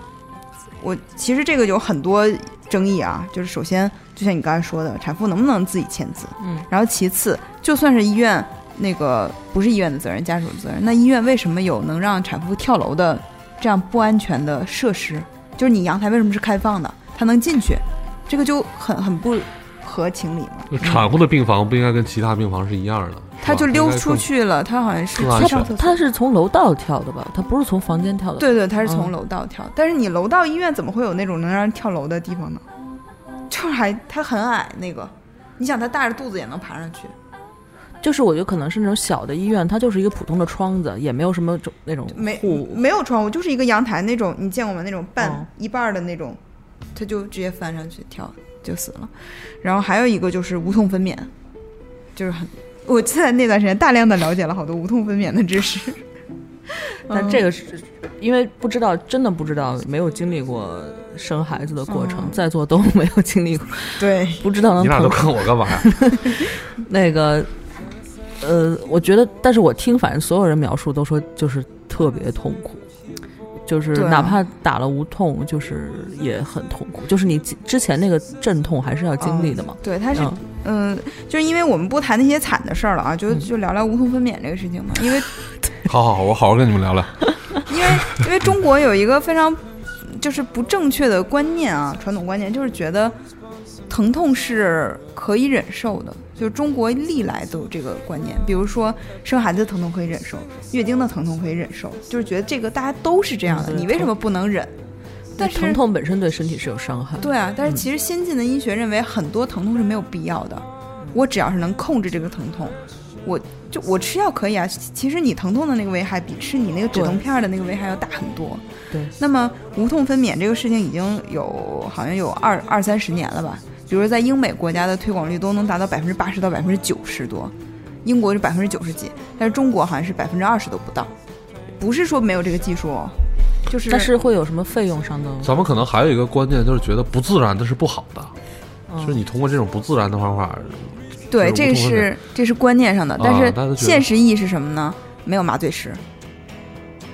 S4: 我其实这个有很多争议啊，就是首先，就像你刚才说的，产妇能不能自己签字？
S3: 嗯，
S4: 然后其次，就算是医院那个不是医院的责任，家属的责任，那医院为什么有能让产妇跳楼的这样不安全的设施？就是你阳台为什么是开放的，她能进去，这个就很很不合情理嘛。
S5: 产妇的病房不应该跟其他病房是一样的，
S4: 他就溜出去了，他好像是
S5: 更安
S4: 去
S5: 全
S4: 上厕所。
S3: 他是从楼道跳的吧？他不是从房间跳的。，
S4: 对对，他是
S3: 嗯
S4: 从楼道跳，但是你楼道医院怎么会有那种能让人跳楼的地方呢？就是还他很矮那个，你想他大着肚子也能爬上去，
S3: 就是我觉得可能是那种小的医院，它就是一个普通的窗子，也没有什么种那种
S4: 没
S3: 护。
S4: 没有窗户，就是一个阳台那种，你见过吗？那种半、
S3: 哦
S4: 一半儿的那种，他就直接翻上去跳就死了。然后还有一个就是无痛分娩，就是很，我现在那段时间大量的了解了好多无痛分娩的知 识。
S3: 但这个是因为不知道，真的不知道，没有经历过生孩子的过程，
S4: 嗯
S3: 在座都没有经历过，
S4: 对，
S3: 不知道能
S5: 你俩都
S3: 疼
S5: 看我干嘛呀？
S3: 那个，呃，我觉得，但是我听反正所有人描述都说就是特别痛苦，就是
S4: 对啊
S3: 哪怕打了无痛，就是也很痛苦，就是你之之前那个阵痛还是要经历的嘛。
S4: 对，他是
S3: 嗯，
S4: 嗯，就是因为我们不谈那些惨的事儿了啊，就
S3: 嗯
S4: 就聊聊无痛分娩这个事情嘛。因为
S5: 好好好，我好好跟你们聊聊。
S4: 因为因为中国有一个非常就是不正确的观念啊，传统观念就是觉得疼痛是可以忍受的，就中国历来都有这个观念。比如说生孩子的疼痛可以忍受，月经的疼痛可以忍受，就是觉得这个大家都是这样的，
S3: 嗯对
S4: 你为什么不能忍？但是
S3: 疼痛本身对身体是有伤害的。
S4: 对啊，但是其实先进的医学认为很多疼痛是没有必要的，我只要是能控制这个疼痛，我就我吃药可以啊。其其实你疼痛的那个危害比吃你那个止
S3: 对
S4: 疼片儿的那个危害要大很多。
S3: 对，
S4: 那么无痛分娩这个事情已经有好像有二二三十年了吧？比如在英美国家的推广率都能达到百分之八十到百分之九十多，英国是百分之九十几，但是中国好像是百分之二十都不到。不是说没有这个技术哦，就是
S3: 但是会有什么费用上的？
S5: 咱们可能还有一个观念，就是觉得不自然的是不好的，
S3: 嗯
S5: 就是你通过这种不自然的方法，
S4: 对，
S5: 就是
S4: 这个
S5: 无痛分
S4: 是这是观念上的，
S5: 啊
S4: 但
S5: 大家
S4: 是
S5: 都觉得
S4: 现实意义是什么呢？没有麻醉师，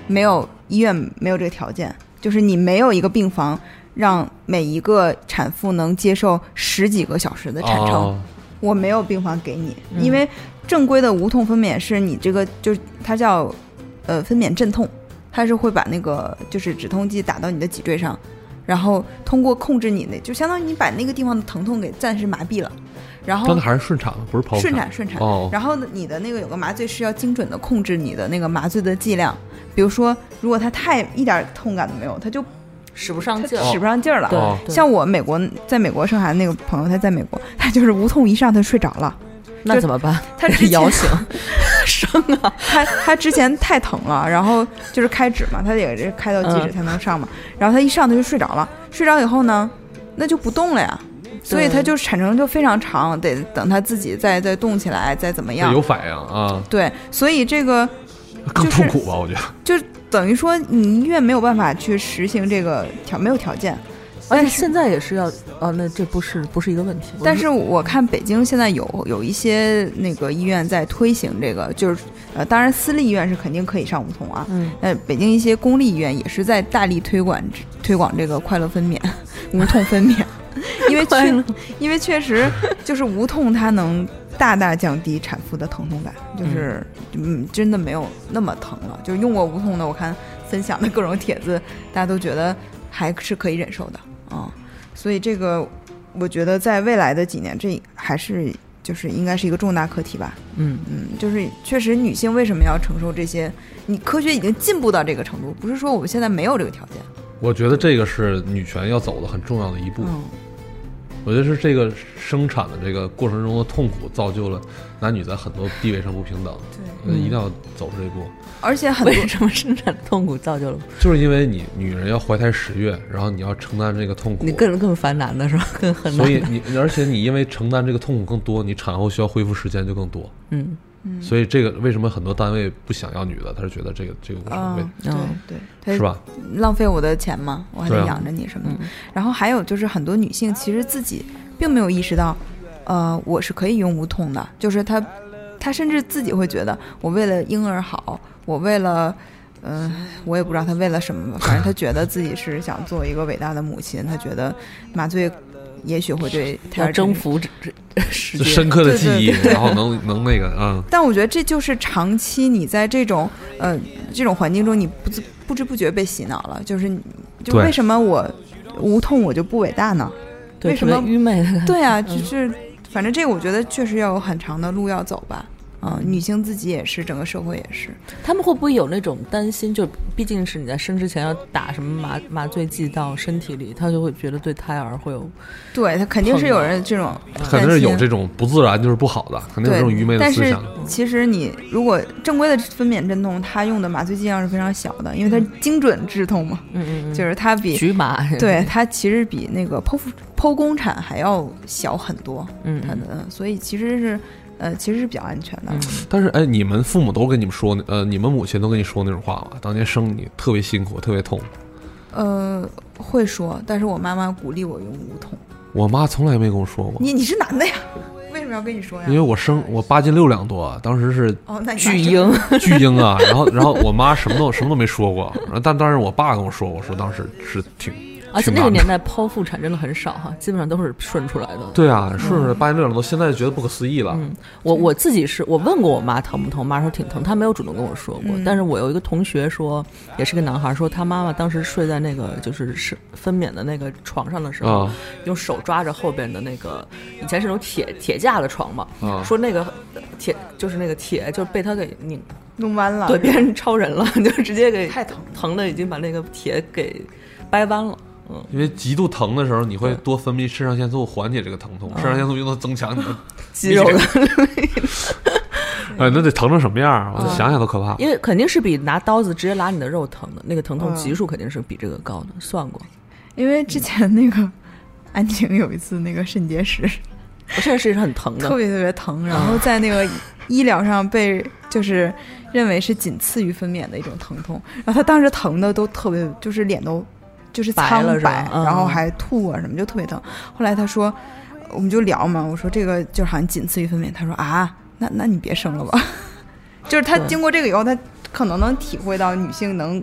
S4: 没有医院，没有这个条件，就是你没有一个病房让每一个产妇能接受十几个小时的产哦程。
S5: 啊
S4: 我没有病房给你，
S3: 嗯
S4: 因为正规的无痛分娩是你这个就是它叫呃分娩镇痛，它是会把那个就是止痛剂打到你的脊椎上，然后通过控制你那就相当于你把那个地方的疼痛给暂时麻痹了，然后
S5: 真的还是顺产吗？不是剖腹
S4: 顺产顺产。
S5: 哦，
S4: 然后呢，你的那个有个麻醉师要精准的控制你的那个麻醉的剂量，比如说，如果他太一点痛感都没有，他就
S3: 使不上
S4: 他
S3: 劲儿。
S4: 使不上劲儿了。
S3: 对
S5: 哦，
S3: 对
S4: 像我美国在美国生孩子那个朋友，他在美国，他就是无痛一上他就睡着了，
S3: 那怎么 办？
S4: 他 之前
S3: 摇醒 生啊！
S4: 他他之前太疼了，然后就是开指嘛，他也是开到几指
S3: 嗯
S4: 才能上嘛，然后他一上他就睡着了，睡着以后呢，那就不动了呀，所以
S3: 对
S4: 他就产程就非常长，得等他自己再再动起来，再怎么
S5: 这
S4: 样
S5: 有。反应啊，
S4: 对，所以这个
S5: 更
S4: 就是
S5: 痛苦吧？我觉得
S4: 等于说你医院没有办法去实行这个条没有条件，
S3: 而
S4: 但
S3: 且
S4: 是
S3: 现在也是要啊，那这不是不是一个问题。
S4: 但是我看北京现在有有一些那个医院在推行这个，就是呃，当然私立医院是肯定可以上无痛啊，
S3: 嗯，
S4: 呃，北京一些公立医院也是在大力推广推广这个快乐分娩、 无痛分娩， 因为
S3: 快乐
S4: 确因为确实就是无痛，它能大大降低产妇的疼痛感，就是嗯真的没有那么疼了。就是用过无痛的，我看分享的各种帖子，大家都觉得还是可以忍受的啊、所以这个我觉得在未来的几年，这还是就是应该是一个重大课题吧。
S3: 嗯，
S4: 嗯，就是确实女性为什么要承受这些？你科学已经进步到这个程度，不是说我们现在没有这个条件。
S5: 我觉得这个是女权要走的很重要的一步。
S4: 嗯，
S5: 我觉得是这个生产的这个过程中的痛苦，造就了男女在很多地位上不平等。
S4: 对，
S3: 嗯
S5: 呃一定要走出这一步，
S4: 而且很 多
S3: 为什么生产的痛苦造就了
S5: 就是因为你女人要怀胎十月，然后你要承担这个痛苦
S3: 你，更更烦难的是吧？ 更很难
S5: 所以
S3: 的。
S5: 你而且你因为承担这个痛苦更多，你产后需要恢复时间就更多。
S3: 嗯，
S5: 所以这个为什么很多单位不想要女的？他是觉得这个这个无所谓
S4: 嗯，，对
S3: 嗯
S4: 对，它
S5: 是吧？
S4: 浪费我的钱嘛，我还得
S5: 对啊
S4: 养着你什么的。
S3: 嗯
S4: 然后还有就是很多女性其实自己并没有意识到，呃，我是可以用无痛的，就是她，她甚至自己会觉得我为了婴儿好，我为了。嗯、我也不知道她为了什么 吧，反正她觉得自己是想做一个伟大的母亲，她觉得麻醉也许会对胎
S3: 要
S4: 儿
S3: 征
S4: 真
S3: 服这这 这世
S5: 就
S3: 界
S5: 深。刻的记忆，
S4: 对对对
S5: 然后能能那个啊，
S4: 但我觉得这就是长期你在这种呃这种环境中，你不自不知不觉被洗脑了。就是你就
S5: 对
S4: 为什么我无痛我就不伟大呢？
S3: 对，
S4: 为
S3: 特
S4: 什
S3: 别
S4: 么
S3: 愚昧的感觉？
S4: 对啊，就是反正这个我觉得确实要有很长的路要走吧。嗯、女性自己也是，整个社会也是。
S3: 他们会不会有那种担心？就毕竟是你在生之前要打什么麻麻醉剂到身体里，他就会觉得对胎儿会有
S4: 对他肯定是有人这种
S5: 肯定是有
S4: 担心
S5: 这种不自然就是不好的，肯定有这种愚昧的
S4: 但
S5: 思
S4: 是
S5: 想。
S4: 其实你如果正规的分娩镇痛，它用的麻醉剂量是非常小的，因为它是精准止痛嘛，
S3: 嗯嗯
S4: 就是它比
S3: 局麻。
S4: 对它其实比那个剖腹剖宫产还要小很多，
S3: 嗯，
S4: 它
S3: 嗯
S4: 的所以其实是呃其实是比较安全的。
S3: 嗯
S5: 但是哎，你们父母都跟你们说那，呃，你们母亲都跟你说那种话吗？当年生你特别辛苦，特别痛。嗯
S4: 呃，会说，但是我妈妈鼓励我用无痛。
S5: 我妈从来没跟我说过，
S4: 你你是男的呀？为什么要跟你说呀
S5: 因？为我生我八斤六两多，啊当时是
S4: 哦，那你妈
S3: 巨
S4: 真
S3: 婴，
S5: 巨婴啊， 然后然后我妈什么都什么都没说过，然后但但是我爸跟我说，我说当时是挺，
S3: 而且
S5: 挺
S3: 啊那个
S5: 难的
S3: 年代剖腹产真的很少哈，基本上都是顺出来的。
S5: 对啊，顺着八斤六两多，现在觉得不可思议了。
S3: 嗯，我我自己是我问过我妈疼不疼，我妈说挺疼，她没有主动跟我说过。
S4: 嗯
S3: 但是我有一个同学说，也是个男孩，说他妈妈当时睡在那个就是是分娩的那个床上的时候，
S5: 啊
S3: 用手抓着后边的那个以前是那种铁铁架的床嘛，
S5: 啊！
S3: 说那个呃铁就是那个铁就是被他给拧，
S4: 弄弯了。
S3: 对，变成超人了， 就直接给
S4: 啊太疼了。
S3: 疼的已经把那个铁给掰弯了。嗯，
S5: 因为极度疼的时候，你会多分泌肾上腺素缓解这个疼痛，
S3: 嗯
S5: 肾上腺素用到增强 你的，
S3: 肌肉的，
S5: 哎，那得疼成什么样儿？我想想都可怕。
S3: 嗯因为肯定是比拿刀子直接拉你的肉疼的，那个疼痛级数肯定是比这个高的，算过。
S4: 因为之前那个安晴有一次那个肾结石，
S3: 我这件事是很疼
S4: 特
S3: 的，
S4: 别特别疼，然后在那个医疗上被就是认为是仅次于分娩的一种疼痛，然后她当时疼的都特别，就是脸都就是
S3: 白
S4: 苍
S3: 了是吧嗯
S4: 然后还吐啊什么，就特别疼。后来她说，我们就聊嘛，我说这个就好像仅次于分娩，她说啊，那那你别生了吧， 就是她
S3: 对
S4: 经过这个以后，她可能能体会到女性能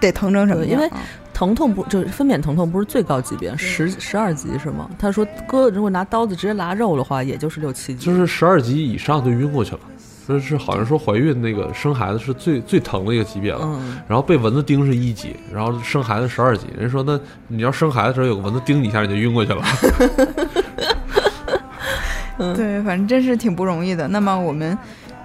S4: 得疼成什么
S3: 对因
S4: 样
S3: 为
S4: 啊。
S3: 疼痛不就是分娩疼痛不是最高级别十十二级是吗？他说哥，如果拿刀子直接拉肉的话，也就是六七级。
S5: 就是十二级以上就晕过去了，说是好像说怀孕那个生孩子是最最疼的一个级别了。
S3: 嗯，
S5: 然后被蚊子叮是一级，然后生孩子十二级。人说那你要生孩子的时候有个蚊子叮你一下，你就晕过去了。
S4: 对，反正真是挺不容易的。那么我们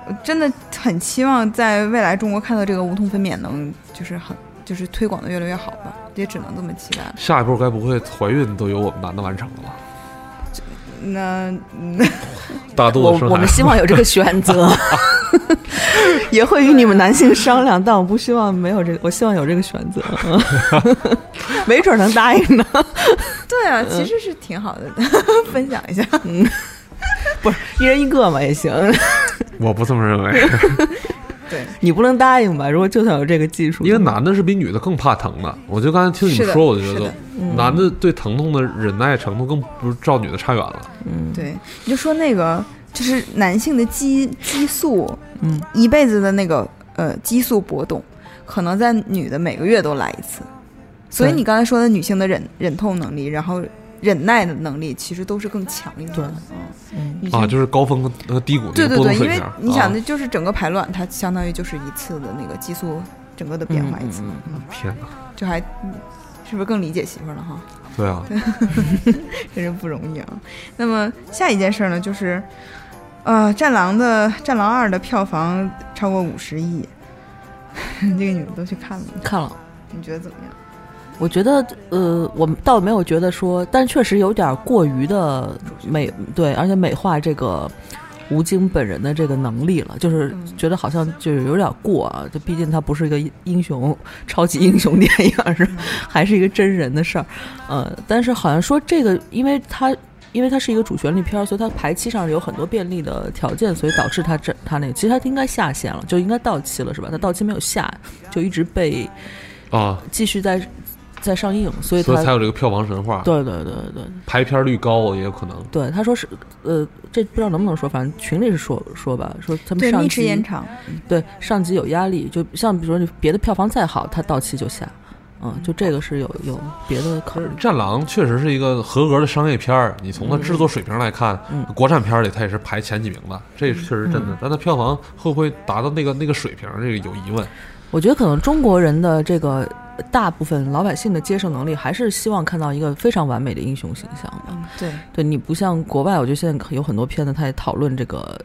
S4: 呃真的很期望在未来中国看到这个无痛分娩能就是很就是推广的越来越好吧，也只能这么期待了。
S5: 下一步该不会怀孕都由我们男的完成了吧？
S4: 那嗯
S5: 大
S3: 我
S5: 肚子生
S3: 我
S5: 孩
S3: 们
S5: 子
S3: 希，望有这个选择， 也会与你们男性商量，但我不希望没有这个，我希望有这个选 择，嗯没准能答应呢。
S4: 对
S3: 呃
S4: 啊，其实是挺好的， 分享一下。
S3: 嗯一人一个嘛也行，
S5: 我不这么认 为，
S4: 对，
S3: 你不能答应吧？如果就算有这个技术，
S5: 因为男的是比女的更怕疼的。我就刚才听你
S4: 是
S5: 们
S4: 的
S5: 说，我就觉
S4: 是
S5: 得
S4: 的嗯
S5: 男的对疼痛的忍耐程度更不是照女的差远了。
S3: 嗯，
S4: 对，你就说那个就是男性的激激素，
S3: 嗯，
S4: 一辈子的那个呃激素波动，可能在女的每个月都来一次，所以
S3: 对
S4: 你刚才说的女性的忍忍痛能力，然后忍耐的能力，其实都是更强一点
S3: 对
S4: 的。
S3: 嗯
S4: 嗯，
S5: 啊，就是高峰和和低谷那
S4: 对
S5: 个
S4: 对
S5: 波动
S4: 对，
S5: 水
S4: 因
S5: 平
S4: 为
S5: 啊。
S4: 你想，的就是整个排卵，它相当于就是一次的那个激素整个的变化一次，
S3: 嗯
S5: 天哪，
S4: 就还嗯是不是更理解媳妇儿了哈？
S5: 对啊，
S4: 真是不容易啊。那么下一件事儿呢，就是呃，《战狼》的《战狼二》的票房超过五十亿， 这个你们都去看了吗？
S3: 看了。
S4: 你觉得怎么样？
S3: 我觉得，呃，我们倒没有觉得说，但确实有点过于的美，对，而且美化这个吴京本人的这个能力了，就是
S4: 嗯
S3: 觉得好像就有点过啊，就毕竟他不是一个英雄超级英雄电影，是还是一个真人的事儿，呃，但是好像说这个，因为他。因为它是一个主旋律片儿，所以它排期上有很多便利的条件，所以导致它这它那个，其实它应该下线了，就应该到期了，是吧？它到期没有下，就一直被
S5: 啊，
S3: 继续在在上映，所以
S5: 所
S3: 他
S5: 以才有这个票房神话，
S3: 对对对对
S5: 排片率高也有可能。
S3: 对，他说是呃，这不知道能不能说，反正群里是说说吧，说他们
S4: 对，
S3: 上
S4: 密室延
S3: 级
S4: 长，
S3: 对上级有压力，就像比如说你别的票房再好，它到期就下，嗯，就这个是有有别的考
S5: 可是
S3: 虑，
S5: 《战狼》确实是一个合格的商业片儿，你从它
S3: 嗯
S5: 制作水平来看，
S3: 嗯
S5: 国产片儿里它也是排前几名的，这确实真的。但它票房会不会达到那个那个水平，这个有疑问。
S3: 我觉得可能中国人的这个。大部分老百姓的接受能力还是希望看到一个非常完美的英雄形象吧。
S4: 嗯，对，
S3: 对你不像国外，我觉得现在有很多片子，他也讨论这个。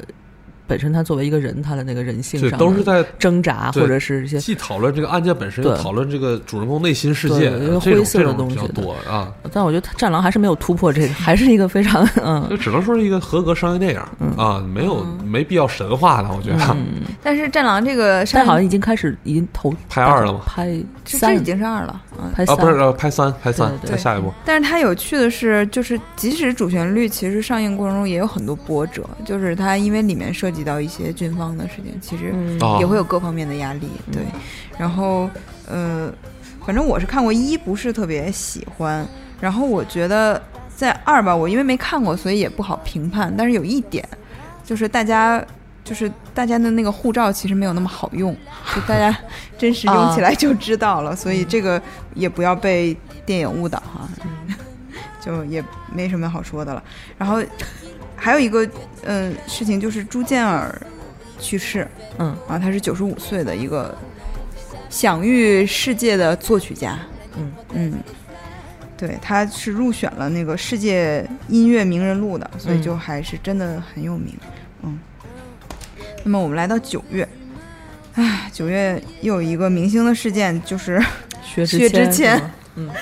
S3: 本身他作为一个人，他的那个人性
S5: 对，
S3: 上
S5: 都是
S3: 的
S5: 在
S3: 挣扎，
S5: 对
S3: 或者是一些
S5: 既讨论这个案件本身，又
S3: 对
S5: 讨论这个主人公内心世界，
S3: 对有一个
S5: 这
S3: 灰
S5: 种
S3: 色
S5: 这
S3: 的
S5: 种
S3: 东
S5: 比
S3: 西
S5: 较
S3: 对
S5: 多啊。
S3: 但我觉得《战狼》还是没有突破这个，还是一个非常
S5: 就
S3: 嗯
S5: 只能说是一个合格商业电影、啊，没有、没必要神话的，我觉
S3: 嗯
S5: 得、啊
S4: 但是《战狼》这个
S3: 但
S4: 山
S3: 好像已经开始已经投
S5: 拍二了吗
S3: 拍
S4: 这这
S3: 三
S4: 已经是二了，嗯。
S3: 拍
S5: 啊，
S3: 三
S5: 不是、呃、拍三，拍三，
S3: 对
S5: 拍下一部。
S4: 但是它有趣的是，就是即使主旋律，其实上映过程中也有很多波折，就是它因为里面涉及到一些军方的事情，其实
S3: 嗯
S5: 啊
S4: 也会有各方面的压力。对，然后呃，反正我是看过一，不是特别喜欢。然后我觉得在二吧，我因为没看过，所以也不好评判。但是有一点，就是大家。就是大家的那个护照其实没有那么好用，就大家真实用起来就知道了，所以这个也不要被电影误导哈， 就也没什么好说的了。然后还有一个嗯、事情就是朱建尔去世，
S3: 嗯
S4: 啊，他是九十五岁的一个享誉世界的作曲家，
S3: 嗯
S4: 嗯，对，他是入选了那个世界音乐名人录的，所以就还是真的很有名，嗯。那么我们来到九月，唉，九月又有一个明星的事件，就是
S3: 薛
S4: 薛之
S3: 之
S4: 谦
S3: 谦是吗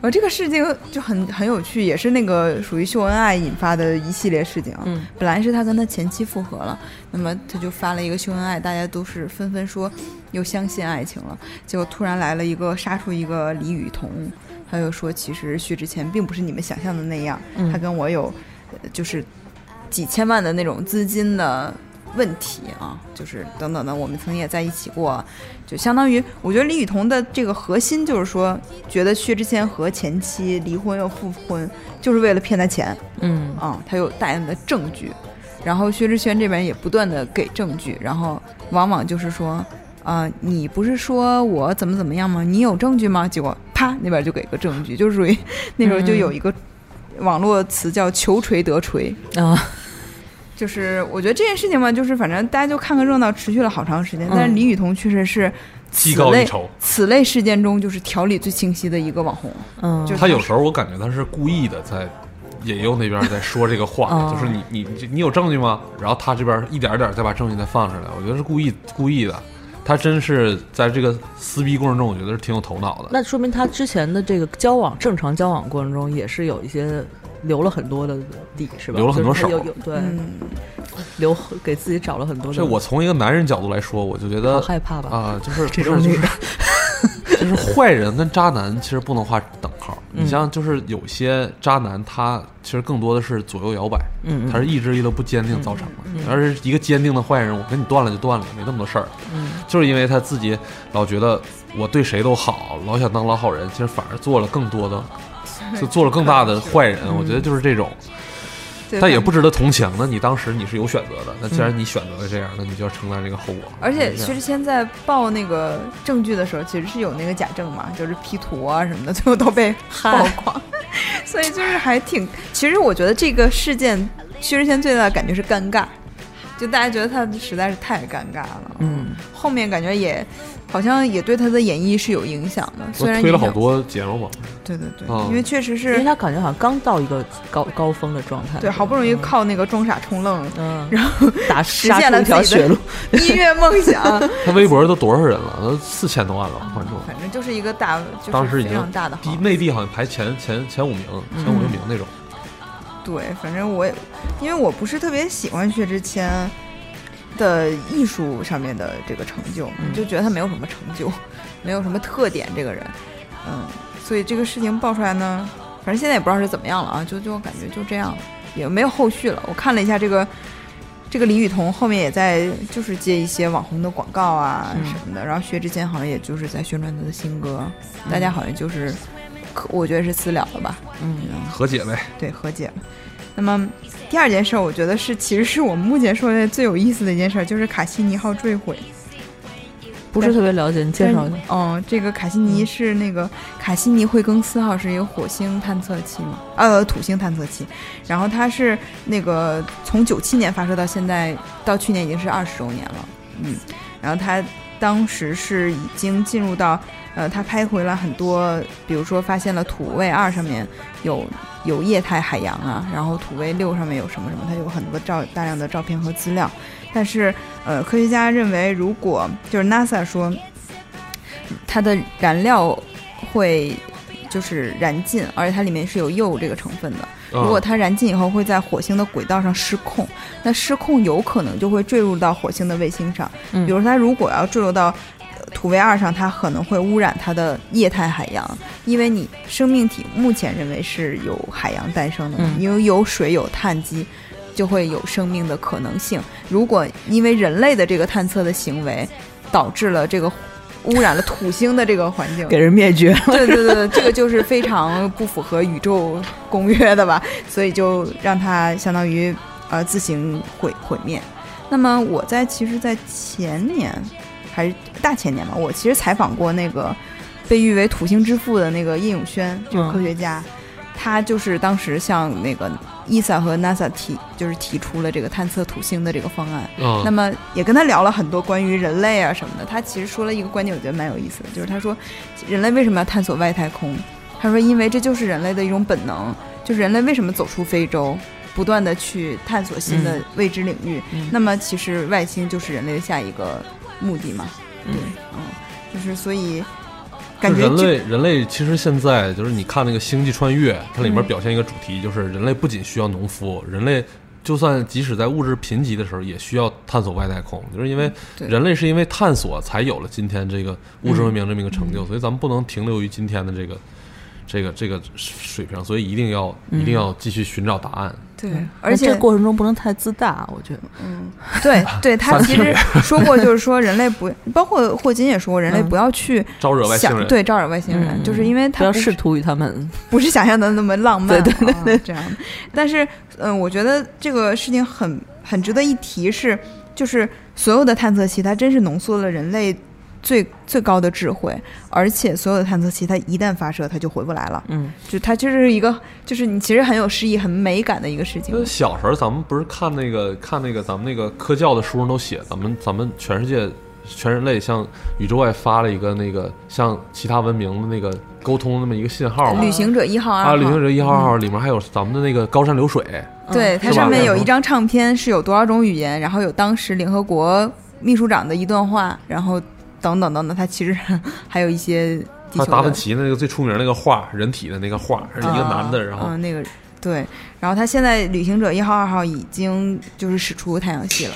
S4: 我呃这个事情就很很有趣，也是那个属于秀恩爱引发的一系列事情啊。
S3: 嗯
S4: 本来是他跟他前妻复合了，那么他就发了一个秀恩爱，大家都是纷纷说又相信爱情了。结果突然来了一个杀出一个李雨桐，他又说其实薛之谦并不是你们想象的那样，
S3: 嗯
S4: 他跟我有呃就是几千万的那种资金的问题啊，就是等等的，我们曾经也在一起过，就相当于我觉得李雨桐的这个核心就是说，觉得薛之谦和前妻离婚又复婚，就是为了骗他钱。
S3: 嗯
S4: 啊、他有大量的证据，然后薛之谦这边也不断的给证据，然后往往就是说，啊、你不是说我怎么怎么样吗？你有证据吗？结果啪那边就给个证据，就属于那时候就有一个网络词叫“求锤得锤
S3: 啊”，
S4: 就是我觉得这件事情嘛，就是反正大家就看个热闹，持续了好长时间。但是
S3: 嗯
S4: 李雨桐确实是
S5: 技
S4: 此
S5: 高一
S4: 类
S5: 筹。
S4: 此类事件中就是条理最清晰的一个网红。
S3: 嗯，
S4: 就
S5: 他有时候我感觉他是故意的在引诱那边在说这个话，
S3: 哦
S5: 就是你你你你有证据吗？然后他这边一点儿点儿再把证据再放出来，我觉得是故意故意的。他真是在这个撕逼过程中，我觉得是挺有头脑的。
S3: 那说明他之前的这个交往正常交往过程中也是有一些留了很多的底是吧？
S5: 留了很多手
S3: 就是他有有对、
S4: 嗯，
S3: 留给自己找了很多的。
S5: 这我从一个男人角度来说，我就觉
S3: 好
S5: 得
S3: 害怕吧？
S5: 啊，就是
S3: 这
S5: 不
S3: 种
S5: 是
S3: 女
S5: 就是 就是坏人跟渣男其实不能画等号。
S3: 嗯
S5: 你像就是有些渣男，他其实更多的是左右摇摆，
S3: 嗯
S5: 他是意志力都不坚定造成
S4: 嗯
S5: 的。而是一个坚定的坏人，我跟你断了就断了，没那么多事儿。
S3: 嗯
S5: 就是因为他自己老觉得我对谁都好，老想当老好人，其实反而做了更多的， 就做了更大的坏人。我觉得就是这种，
S4: 嗯对嗯
S5: 但也不值得同情。那你当时你是有选择的，那既然你选择了这样，那你就要承担这个后果。
S4: 而且
S5: 就
S4: 薛
S5: 是这样
S4: 之谦在报那个证据的时候，其实是有那个假证嘛，就是 P 图啊什么的，最后都被曝光， 所以就是还挺……其实我觉得这个事件，薛之谦最大的感觉是尴尬，就大家觉得他实在是太尴尬了。，
S3: 嗯，
S4: 后面感觉也好像也对他的演绎是有影响的，虽然
S5: 我推了
S4: 影响
S5: 好，多节目嘛，
S4: 对对对，
S5: 嗯
S4: 因为确实
S3: 因为
S4: 是
S3: 他感觉好像刚到一个高高峰的状态，
S4: 对，好不容易靠那个装傻充愣。
S3: 嗯，
S4: 然后
S3: 打
S4: 实
S3: 杀
S4: 现
S3: 出
S4: 了
S3: 一条
S4: 自己的
S3: 血 路，
S4: 音乐梦 想，
S5: 他微博都多少人了？都四千多万了吧，关注。
S4: 反正就是一个大，就
S5: 当
S4: 是
S5: 时已
S4: 非
S5: 经
S4: 常大的
S5: 第
S4: 号。
S5: 内地好像排前前前五名，
S4: 嗯
S5: 前五六名那种。
S4: 对，反正我也，因为我不是特别喜欢薛之谦的艺术上面的这个成就，
S3: 嗯
S4: 就觉得他没有什么成就， 没有什么特点，这个人，嗯，所以这个事情爆出来呢，反正现在也不知道是怎么样了啊，就就感觉就这样了，也没有后续了。我看了一下这个。这个李雨桐后面也在，就是接一些网红的广告啊
S3: 嗯
S4: 什么的，然后薛之谦好像也就是在宣传他的新歌，大家好像就是，可我觉得是私了了吧，
S3: 嗯
S5: 和解呗，
S4: 对和解了。那么第二件事，我觉得是其实是我们目前说的最有意思的一件事，就是卡西尼号坠毁。
S3: 不是特别了解，你介绍一下。
S4: 嗯，这个卡西尼是那个卡西尼惠更斯号是一个火星探测器嘛，呃，土星探测器。然后它是那个从九七年发射到现在，到去年已经是二十周年了。嗯，然后它当时是已经进入到，呃，它拍回了很多，比如说发现了土卫二上面有有液态海洋啊，然后土卫六上面有什么什么，它有很多照大量的照片和资料。但是呃，科学家认为，如果就是 NASA 说它的燃料会就是燃尽，而且它里面是有铀这个成分的。如果
S5: 啊
S4: 它燃尽以后会在火星的轨道上失控，那失控有可能就会坠入到火星的卫星上。
S3: 嗯
S4: 比如它如果要坠落到呃土卫二上，它可能会污染它的液态海洋，因为你生命体目前认为是有海洋诞生的嘛，
S3: 嗯
S4: 因为有水有碳基。就会有生命的可能性。如果因为人类的这个探测的行为，导致了这个污染了土星的这个环境，
S3: 给人灭 绝。
S4: 对对对，对这个就是非常不符合宇宙公约的吧，所以就让它相当于呃自行毁毁灭。那么我在其实，在前年还是大前年吧，我其实采访过那个被誉为土星之父的那个叶永轩，就是
S3: 嗯
S4: 科学家，他就是当时向那个 ESA 和 NASA 提，就是提出了这个探测土星的这个方案。
S3: 嗯
S4: 那
S5: 啊
S4: 么也跟他聊了很多关于人类啊什么的。他其实说了一个观点，我觉得蛮有意思的，就是他说人类为什么要探索外太空？他说因为这就是人类的一种本能，就是人类为什么走出非洲，不断的去探索新的未知领域。
S3: 嗯
S4: 那么其实外星就是人类的下一个目的嘛？对，嗯，就是所以感觉
S5: 人
S4: 这
S5: 类人类其实现在就是你看那个《星际穿越》，它里面
S4: 嗯
S5: 表现一个主题，就是人类不仅需要农夫，人类就算即使在物质贫瘠的时候，也需要探索外太空，就是因为
S4: 嗯对嗯
S5: 人类是因为探索才有了今天这个物质文明这么一个成就，所以咱们不能停留于今天的这个。这个这个水平，所以一定要
S4: 嗯
S5: 一定要继续寻找答案。
S4: 对
S3: 对，
S4: 而
S3: 嗯那
S4: 且
S3: 这过程中不能太自大，我觉得。
S4: 嗯，对对， 他
S5: 三
S4: 其实说过，就是说人类不，包括霍金也说过，人类
S3: 嗯
S4: 不要去
S5: 招惹外星
S4: 想
S5: 人，
S4: 对招惹外星人，
S3: 嗯
S4: 就是因为
S3: 不
S4: 他
S3: 要
S4: 不
S3: 试图与他们，
S4: 不是想象的那么浪漫，
S3: 对
S4: 对对、这样。但是，嗯，我觉得这个事情很很值得一提是，就是所有的探测器，它真是浓缩了人类最最高的智慧，而且所有的探测器，它一旦发射，它就回不来了。
S3: 嗯，
S4: 就它就是一个，就是你其实很有诗意、很美感的一个事情
S5: 因。为小时候咱们不是看那个看那个咱们那个科教的书上都写，咱们咱们全世界全人类向宇宙外发了一个那个向其他文明的那个沟通那么一个信
S3: 呃
S5: 号嘛
S4: 旅。行者一号、嗯二
S5: 啊，
S4: 号，
S5: 旅行者一号号里面还有咱们的那个高山流水，
S3: 嗯
S4: 对，它
S5: 是吧
S4: 上面有一张唱片，是有多少种语言，然后有当时联合国秘书长的一段话，然后等等等等，它其实 还有一些地
S5: 还
S4: 球
S5: 有达
S4: 的嗯
S5: 芬。奇那个最出名那个画，人体的那个画，是一个男的，然后
S4: 嗯，那个对，然后他现在旅行者一号、二号已经就是驶出太阳系了，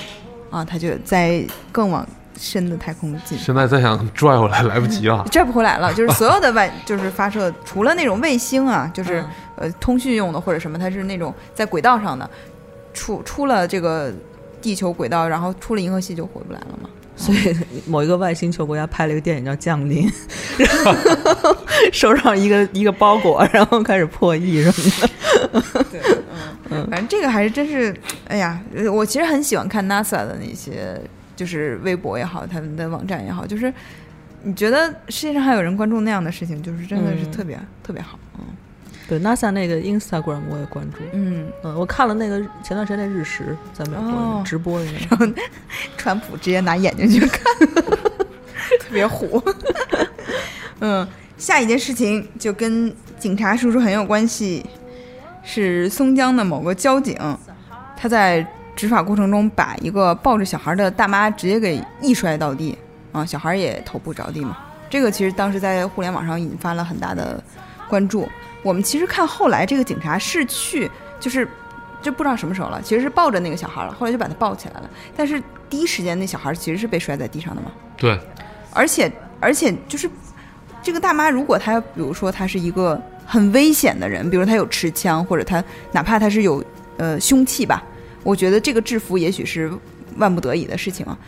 S4: 啊，他就在更往深的太空进，
S5: 现在再想拽回来来不及了。
S4: 拽不回来了。就是所有的 外，就是发射，除了那种卫星啊，就是、
S3: 嗯
S4: 呃通讯用的或者什么，它是那种在轨道上的，出出了这个地球轨道，然后出了银河系就回不来了嘛。
S3: 所以某一个外星球国家拍了一个电影叫《降临》， 然后手上一个一个包裹，然后开始破译什么的。
S4: 对，嗯，反正这个还是真是，哎呀，呃我其实很喜欢看 NASA 的那些，就是微博也好，他们的网站也好，就是你觉得世界上还有人关注那样的事情，就是真的是
S3: 嗯
S4: 特别、特别好。
S3: 对 NASA 那个 Instagram 我也关注，
S4: 嗯，
S3: 嗯，我看了那个前段时间那日食在美国、
S4: 哦
S3: 直播的那 个，
S4: 川普直接拿眼睛去看，特别虎。嗯，下一件事情就跟警察叔叔很有关系，是松江的某个交警，他在执法过程中把一个抱着小孩的大妈直接给一摔到地，啊，小孩也头部着地嘛。这个其实当时在互联网上引发了很大的关注。我们其实看后来这个警察是去，就是这不知道什么时候了，其实是抱着那个小孩了，后来就把他抱起来了。但是第一时间那小孩其实是被摔在地上的嘛，
S5: 对，
S4: 而且而且就是这个大妈，如果她比如说她是一个很危险的人，比如她有持枪，或者她哪怕她是有呃凶器吧，我觉得这个制服也许是万不得已的事情啊。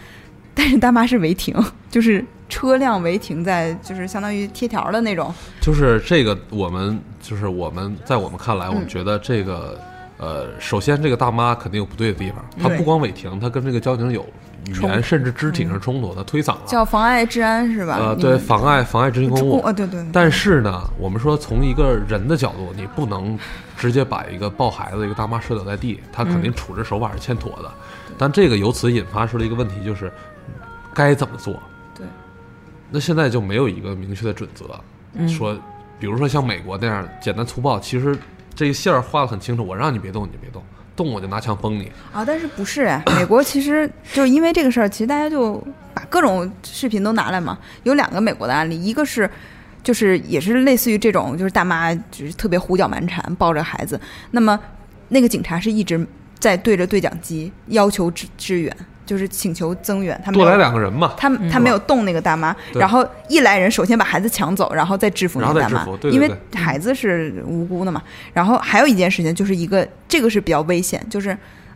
S4: 但是大妈是违停，就是车辆违停在就是相当于贴条的那种，
S5: 就是这个，我们就是我们在我们看来，我们
S4: 嗯
S5: 觉得这个，呃，首先这个大妈肯定有不对的地方，
S4: 嗯
S5: 她
S4: 对嗯
S5: 不光违停，她跟这个交警有语
S3: 冲突
S5: 言甚至肢体上冲突，她推搿了，
S4: 叫妨碍治安是吧？
S5: 呃，对，妨碍妨碍执行公务。
S4: 啊，对对，对
S5: 但是呢，我们说从一个人的角度，你不能直接把一个抱孩子、一个大妈摔倒在地，她肯定处置手
S4: 嗯
S5: 法是欠妥的。但这个由此引发出了一个问题，就是该怎么做？
S4: 对，
S5: 那现在就没有一个明确的准则，
S4: 嗯
S3: 嗯
S5: 说，比如说像美国那样简单粗暴，其实这个线儿画的很清楚，我让你别动你就别动，动我就拿枪崩你。
S4: 啊，但是不是哎？美国其实就是因为这个事儿，其实大家就把各种视频都拿来嘛。有两个美国的案例，一个是就是也是类似于这种，就是大妈就是特别胡搅蛮缠，抱着孩子。那么那个警察是一直在对着对讲机要求支支援，就是请求增援。他没
S5: 多来
S4: 有
S5: 两个人嘛，
S4: 他他没有动那个大妈，
S5: 嗯对
S4: 然后一来人首先把孩子抢走，然后再制服那个大
S5: 然
S4: 妈
S5: 后再制服，对对嗯
S4: 因为
S5: 对
S4: 孩子是无辜的嘛。然后还有一件事情，就是一个这个是比较危险，就是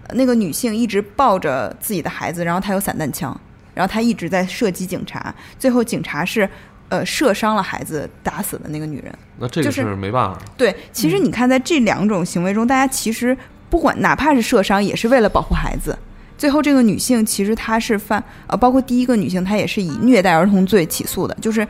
S4: 呃那个女性一直抱着自己的孩子，然后她有散弹枪，然后她一直在射击警察，最后警察是呃射伤了孩子，打死的那个女人。
S5: 那这个
S4: 就是
S5: 是没办法。
S4: 对，其
S3: 嗯
S4: 实你看，在这两种行为中，大家其实不管哪怕是射伤，也是为了保护孩子。最后，这个女性其实她是犯呃，包括第一个女性，她也是以虐待儿童罪起诉的，就是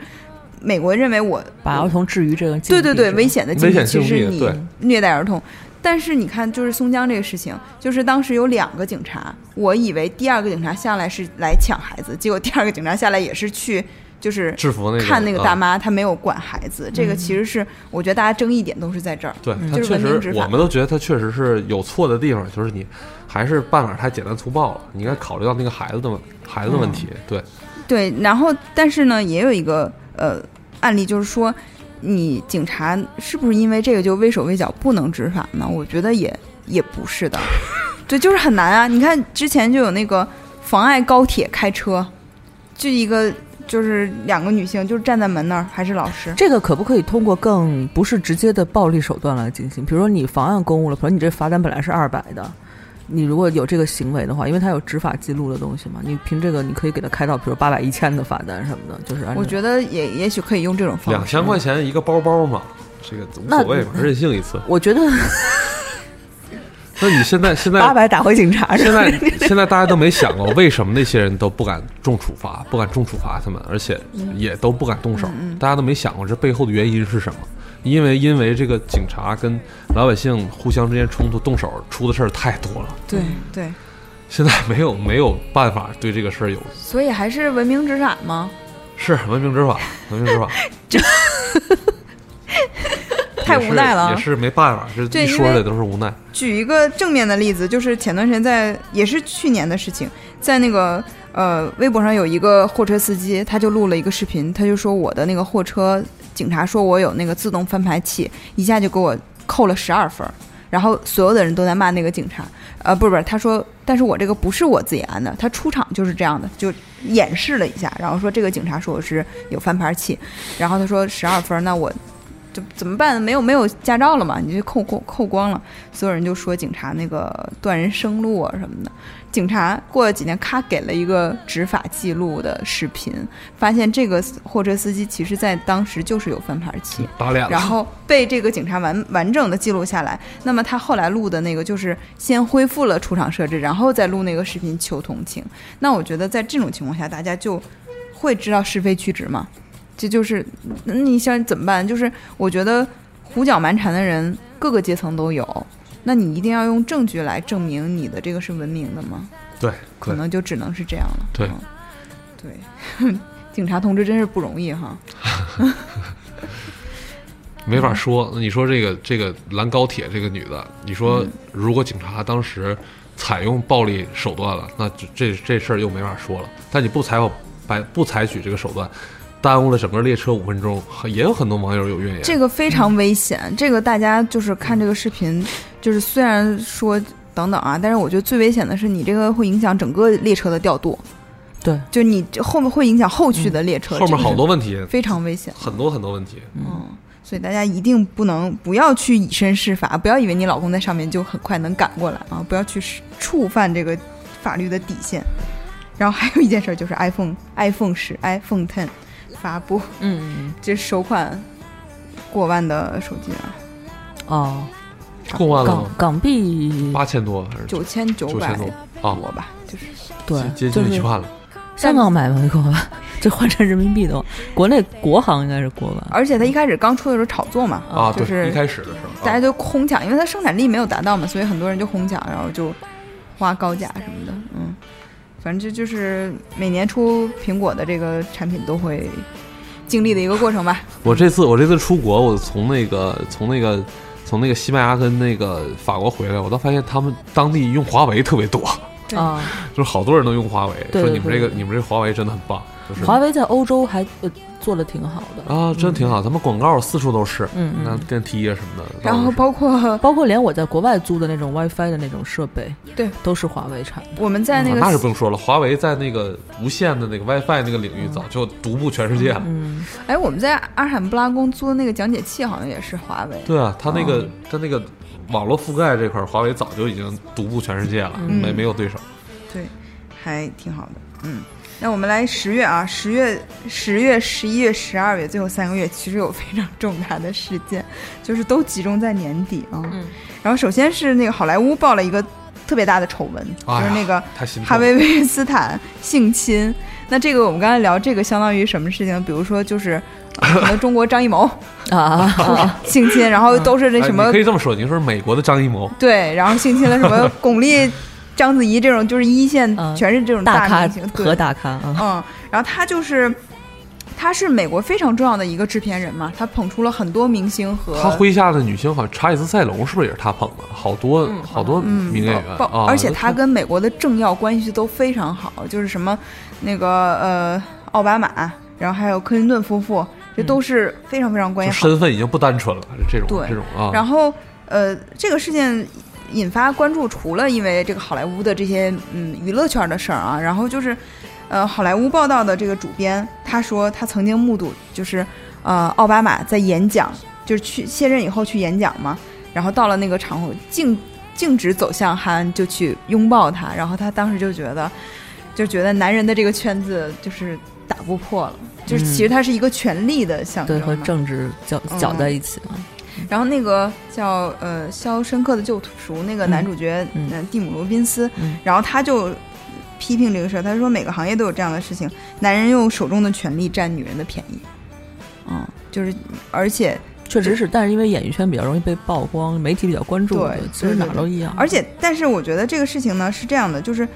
S4: 美国认为我
S3: 把儿童置于这个
S4: 对对对危
S3: 危
S4: 险的
S5: 危
S4: 境地
S5: 险
S4: 其实
S5: 境
S4: 是
S5: 地
S4: 你
S5: 对
S4: 虐待儿童。但是你看，就是松江这个事情，就是当时有两个警察，我以为第二个警察下来是来抢孩子，结果第二个警察下来也是去就是
S5: 制服那个
S4: 看那个大
S5: 啊
S4: 妈，她没有管孩子。这个
S3: 嗯
S4: 其实是我觉得大家争议点都是在这儿。
S5: 对他
S4: 就是
S5: 嗯确
S4: 文明执
S5: 实，
S4: 法
S5: 我们都觉得他确实是有错的地方，就是你还是办法太简单粗暴了，你应该考虑到那个孩子的问孩子的问题。
S4: 嗯
S5: 对，
S4: 对，然后但是呢，也有一个呃案例，就是说，你警察是不是因为这个就畏手畏脚不能执法呢？我觉得也也不是的，对，就是很难啊。你看之前就有那个妨碍高铁开车，就一个就是两个女性就站在门那儿，还是老师，
S3: 这个可不可以通过更不是直接的暴力手段来进行？比如说你妨碍公务了，比如你这罚单本来是二百的，你如果有这个行为的话，因为它有执法记录的东西嘛，你凭这个你可以给他开到比如八百、一千的罚单什么的，就是按照
S4: 我觉得也也许可以用这种方
S5: 嗯两
S4: 式。
S5: 千块钱一个包包嘛，这个无所谓嘛，任性一次。
S3: 我觉得
S5: 那你现在现在
S3: 八百打回警察
S5: 现
S3: 是吧
S5: 在现在大家都没想过，为什么那些人都不敢重处罚，不敢重处罚他们，而且
S4: 嗯
S5: 也都不敢动手。大家都没想过这背后的原因是什么？因为因为这个警察跟老百姓互相之间冲突、动手出的事儿太多了，
S4: 对对，
S5: 现在没有没有办法对这个事儿有
S4: 所以还是文明执法吗？
S5: 是文明执法，文明 执法
S4: 太无奈了啊
S5: 也是，也是没办法，这
S4: 对
S5: 一
S4: 因
S5: 说
S4: 为
S5: 的都是无奈。
S4: 举一个正面的例子，就是前段时间在也是去年的事情，在那个呃微博上有一个货车司机，他就录了一个视频，他就说我的那个货车警察说我有那个自动翻牌器，一下就给我扣了十二分儿。然后所有的人都在骂那个警察，呃，不是不是，他说，但是我这个不是我自己安的，他出场就是这样的，就演示了一下，然后说这个警察说我是有翻牌器，然后他说十二分儿，那我就怎么办？没有没有驾照了嘛，你就扣光扣光了。所有人就说警察那个断人生路啊什么的。警察过了几年，咔给了一个执法记录的视频，发现这个货车司机其实在当时就是有翻牌器，
S5: 打脸
S4: 然
S5: 了，
S4: 后被这个警察完完整的记录下来。那么他后来录的那个就是先恢复了出厂设置，然后再录那个视频求同情。那我觉得在这种情况下，大家就会知道是非曲直嘛。这就是嗯你想怎么办？就是我觉得胡搅蛮缠的人各个阶层都有。那你一定要用证据来证明你的这个是文明的吗？
S5: 对，
S4: 可能就只能是这样了。
S5: 对
S4: 嗯对， 警察同志真是不容易哈。
S5: 没
S4: 嗯
S5: 法说。你说这个这个拦高铁这个女的，你说
S4: 嗯
S5: 如果警察当时采用暴力手段了，那这这这事儿又没法说了。但你不采取白不采取这个手段，耽误了整个列车五分钟，很也有很多网友有怨言。
S4: 这个非常危险，
S5: 嗯
S4: 这个大家就是看这个视频，就是虽然说等等啊，但是我觉得最危险的是你这个会影响整个列车的调度，
S3: 对，
S4: 就你这后面会影响后续的列车，
S5: 嗯后
S4: 这
S5: 面
S4: 个
S5: 好多问题，
S4: 非常危险。
S5: 很多很多问题。
S4: 嗯，所以大家一定不能不要去以身试法，不要以为你老公在上面就很快能赶过来啊！不要去试触犯这个法律的底线。然后还有一件事儿就是 iPhone iPhone 十 iPhone Ten 发布，
S3: 嗯
S4: 这首款过万的手机啊，
S3: 哦，
S5: 过万了
S3: 港
S5: 吗？
S3: 港币
S5: 八千多还是
S4: 九千九
S5: 九
S4: 百
S5: 千多啊？
S4: 多吧，就是
S3: 对
S5: 接接
S3: 就
S5: 近一
S3: 是
S5: 万了。
S3: 香港买回国吧，这换成人民币的话，国内国行应该是国吧？
S4: 而且它一开始刚出的时候炒作嘛，
S5: 啊，
S4: 就
S5: 对，
S4: 是
S5: 一开始的时候，
S4: 大家
S5: 啊
S4: 就哄抢，因为它生产力没有达到嘛，所以很多人就哄抢，然后就花高价什么的，嗯，反正这就是每年出苹果的这个产品都会
S5: 啊
S4: 经历的一个过程吧。
S5: 我这次我这次出国，我从那个从那个从那个西班牙跟那个法国回来，我倒发现他们当地用华为特别多，
S4: 对
S3: 啊，
S5: 就是好多人都用华为，
S3: 对
S5: 说
S3: 对
S5: 你们
S3: 对
S5: 这个
S3: 对
S5: 你们这华为真的很棒，就是
S3: 华为在欧洲还呃做的挺好的，
S5: 啊，真挺好，他们广告四处都是，
S3: 嗯嗯
S5: 那电梯啊什么的，
S4: 然
S5: 到
S4: 后
S5: 处是
S4: 包括
S3: 包括连我在国外租的那种 WiFi 的那种设备，
S4: 对，
S3: 都是华为产的。
S4: 我们在那
S5: 啊
S4: 个
S5: 那是不用说了，华为在那个无线的那个 WiFi 那个领域早就独步全世界了。
S3: 嗯，
S4: 哎，我们在阿罕布拉宫租的那个讲解器好像也是华为，
S5: 对啊，它那个它那个网络覆盖这块儿，华为早就已经独步全世界了，
S3: 嗯
S5: 没没有对手。
S4: 对，还挺好的。嗯，那我们来十月啊，十月、十月、十一月、十二月，最后三个月其实有非常重大的事件，就是都集中在年底啊。
S3: 嗯
S4: 然后首先是那个好莱坞爆了一个特别大的丑闻，
S5: 哎
S4: 就
S5: 呀
S4: 是那个
S5: 太心
S4: 哈
S5: 痛
S4: 维
S5: 了。
S4: ·威斯坦性侵。那这个我们刚才聊这个相当于什么事情？比如说 就是呃可能中国张艺谋
S3: 啊，
S4: 性侵，然后都是那
S5: 哎
S4: 什么
S5: 你可以这么说，你说美国的张艺谋，
S4: 对，然后性侵了什么巩俐、章子怡这种，就是一线
S3: 嗯
S4: 全是这种
S3: 大咖
S4: 明星。
S3: 和
S4: 对，
S3: 大咖啊，
S4: 嗯，然后他就是，他是美国非常重要的一个制片人嘛，他捧出了很多明星和
S5: 他麾下的女星好像查理斯塞隆是不是也是他捧的？好多
S3: 嗯
S5: 好多
S4: 嗯，
S5: 名演员
S4: 包
S5: 啊，
S4: 而且他
S5: 跟
S4: 跟美国的政要关系都非常好，就是什么那个呃奥巴马，然后还有克林顿夫妇，这都是非常非常关系好的。
S5: 身份已经不单纯了，这种
S4: 对
S5: 这种啊，
S4: 然后呃，这个事件引发关注，除了因为这个好莱坞的这些嗯娱乐圈的事儿啊，然后就是呃好莱坞报道的这个主编他说他曾经目睹就是呃奥巴马在演讲，就是去卸任以后去演讲嘛，然后到了那个场合径径直走向哈恩就去拥抱他，然后他当时就觉得就觉得男人的这个圈子就是打不破了。就是其实它是一个权力的象征
S3: 嗯对，
S4: 嘛、
S3: 和政治搅
S4: 嗯
S3: 搅在一起啊。
S4: 然后那个叫呃《肖申克的救赎》那个男主角，
S3: 嗯嗯
S4: 呃蒂姆·罗宾斯，
S3: 嗯
S4: 然后他就批评这个事儿，他说每个行业都有这样的事情，男人用手中的权力占女人的便宜，嗯，就是而且
S3: 确实是，但是因为演艺圈比较容易被曝光，媒体比较关注，
S4: 对
S3: 其实
S4: 对
S3: 哪
S4: 对
S3: 都一样。
S4: 而且，但是我觉得这个事情呢是这样的，就是